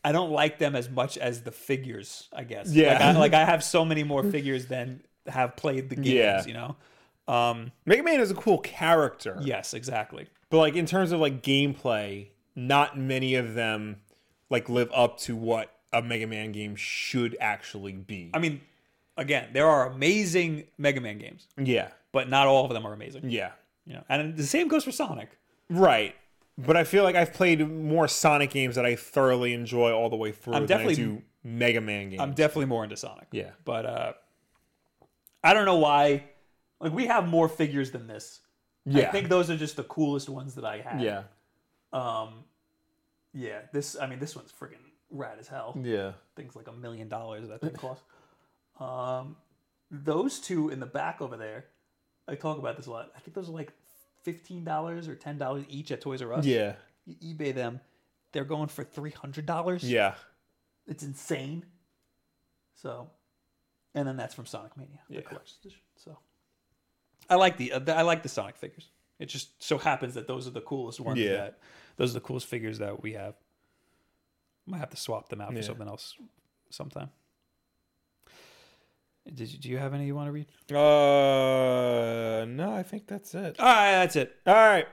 Speaker 1: I don't like them as much as the figures. I guess.
Speaker 4: Yeah.
Speaker 1: Like I,
Speaker 4: [laughs]
Speaker 1: like, I have so many more figures than have played the games.
Speaker 4: Yeah.
Speaker 1: You know. Um,
Speaker 4: Mega Man is a cool character.
Speaker 1: yes. Exactly.
Speaker 4: But like in terms of like gameplay, not many of them like live up to what a Mega Man game should actually be.
Speaker 1: I mean, again, there are amazing Mega Man games,
Speaker 4: yeah.
Speaker 1: but not all of them are amazing.
Speaker 4: Yeah.
Speaker 1: You know, and the same goes for Sonic.
Speaker 4: Right. But I feel like I've played more Sonic games that I thoroughly enjoy all the way through than I
Speaker 1: definitely-
Speaker 4: do Mega Man games.
Speaker 1: I'm definitely more into Sonic.
Speaker 4: Yeah.
Speaker 1: But uh I don't know why like we have more figures than this.
Speaker 4: yeah.
Speaker 1: I think those are just the coolest ones that I have.
Speaker 4: yeah.
Speaker 1: Um yeah, this I mean this one's freaking rad as hell.
Speaker 2: Yeah.
Speaker 1: Thing's like a million dollars that thing cost. Um, those two in the back over there, I talk about this a lot. I think those are like fifteen dollars or ten dollars each at Toys R Us.
Speaker 2: Yeah.
Speaker 1: You eBay them, they're going for three hundred dollars.
Speaker 2: Yeah.
Speaker 1: It's insane. So, and then that's from Sonic Mania,
Speaker 2: Yeah.
Speaker 1: the collector's edition. So, I like the uh, I like the Sonic figures. It just so happens that those are the coolest ones.
Speaker 2: Yeah.
Speaker 1: That those are the coolest figures that we have. Might have to swap them out for
Speaker 2: Yeah.
Speaker 1: something else sometime. Did you, do you have any you want to read?
Speaker 2: Uh, no, I think that's it.
Speaker 1: All right, that's it.
Speaker 2: All right.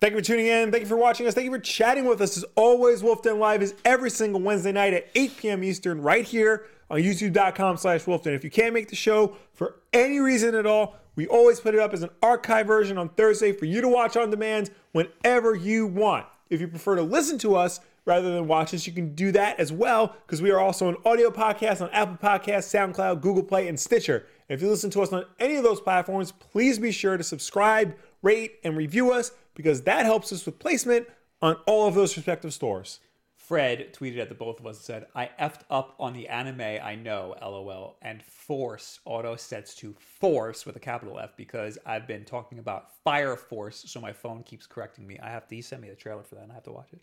Speaker 2: Thank you for tuning in. Thank you for watching us. Thank you for chatting with us. As always, Wolf Den Live is every single Wednesday night at 8 p.m. Eastern right here on youtube.com slash wolfden. If you can't make the show for any reason at all, we always put it up as an archive version on Thursday for you to watch on demand whenever you want. If you prefer to listen to us rather than watch us, you can do that as well because we are also an audio podcast on Apple Podcasts, SoundCloud, Google Play, and Stitcher. And if you listen to us on any of those platforms, please be sure to subscribe, rate, and review us because that helps us with placement on all of those respective stores.
Speaker 1: Fred tweeted at the both of us and said, I effed up on the anime I know, lol, and force auto sets to force with a capital F because I've been talking about fire force, so my phone keeps correcting me. I have to, he sent me the trailer for that and I have to watch it.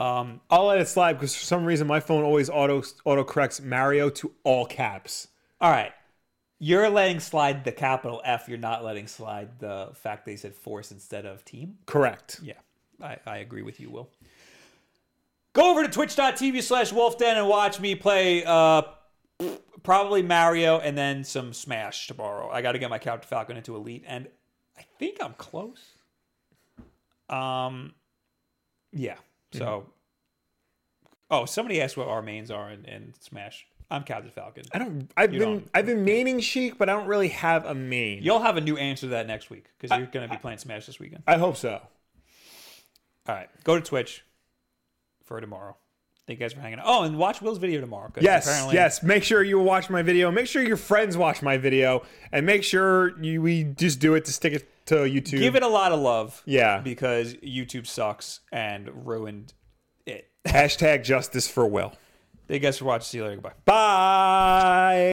Speaker 1: Um,
Speaker 2: I'll let it slide because for some reason my phone always auto auto corrects Mario to all caps.
Speaker 1: all right. You're letting slide the capital F. You're not letting slide the fact they said force instead of team.
Speaker 2: Correct.
Speaker 1: Yeah, I, I agree with you, Will. Go over to twitch.tv slash wolfden and watch me play uh, probably Mario and then some Smash tomorrow. I got to get my Captain Falcon into Elite, and I think I'm close. Um, yeah.
Speaker 2: Mm-hmm.
Speaker 1: So, oh, somebody asked what our mains are in, in Smash. I'm Captain Falcon.
Speaker 2: I don't. I've been
Speaker 1: don't.
Speaker 2: I've been maining chic, but I don't really have a main.
Speaker 1: You'll have a new answer to that next week because you're going to be playing Smash this weekend.
Speaker 2: I hope so.
Speaker 1: All right, go to Twitch for tomorrow. Thank you guys for hanging out. Oh, and watch Will's video tomorrow. 'cause
Speaker 2: Yes, yes. Make sure you watch my video. Make sure your friends watch my video, and make sure you, we just do it to stick it to YouTube.
Speaker 1: Give it a lot of love.
Speaker 2: Yeah.
Speaker 1: Because YouTube sucks and ruined it.
Speaker 2: Hashtag justice for Will.
Speaker 1: Thank you guys for watching. See you later. Goodbye.
Speaker 2: Bye.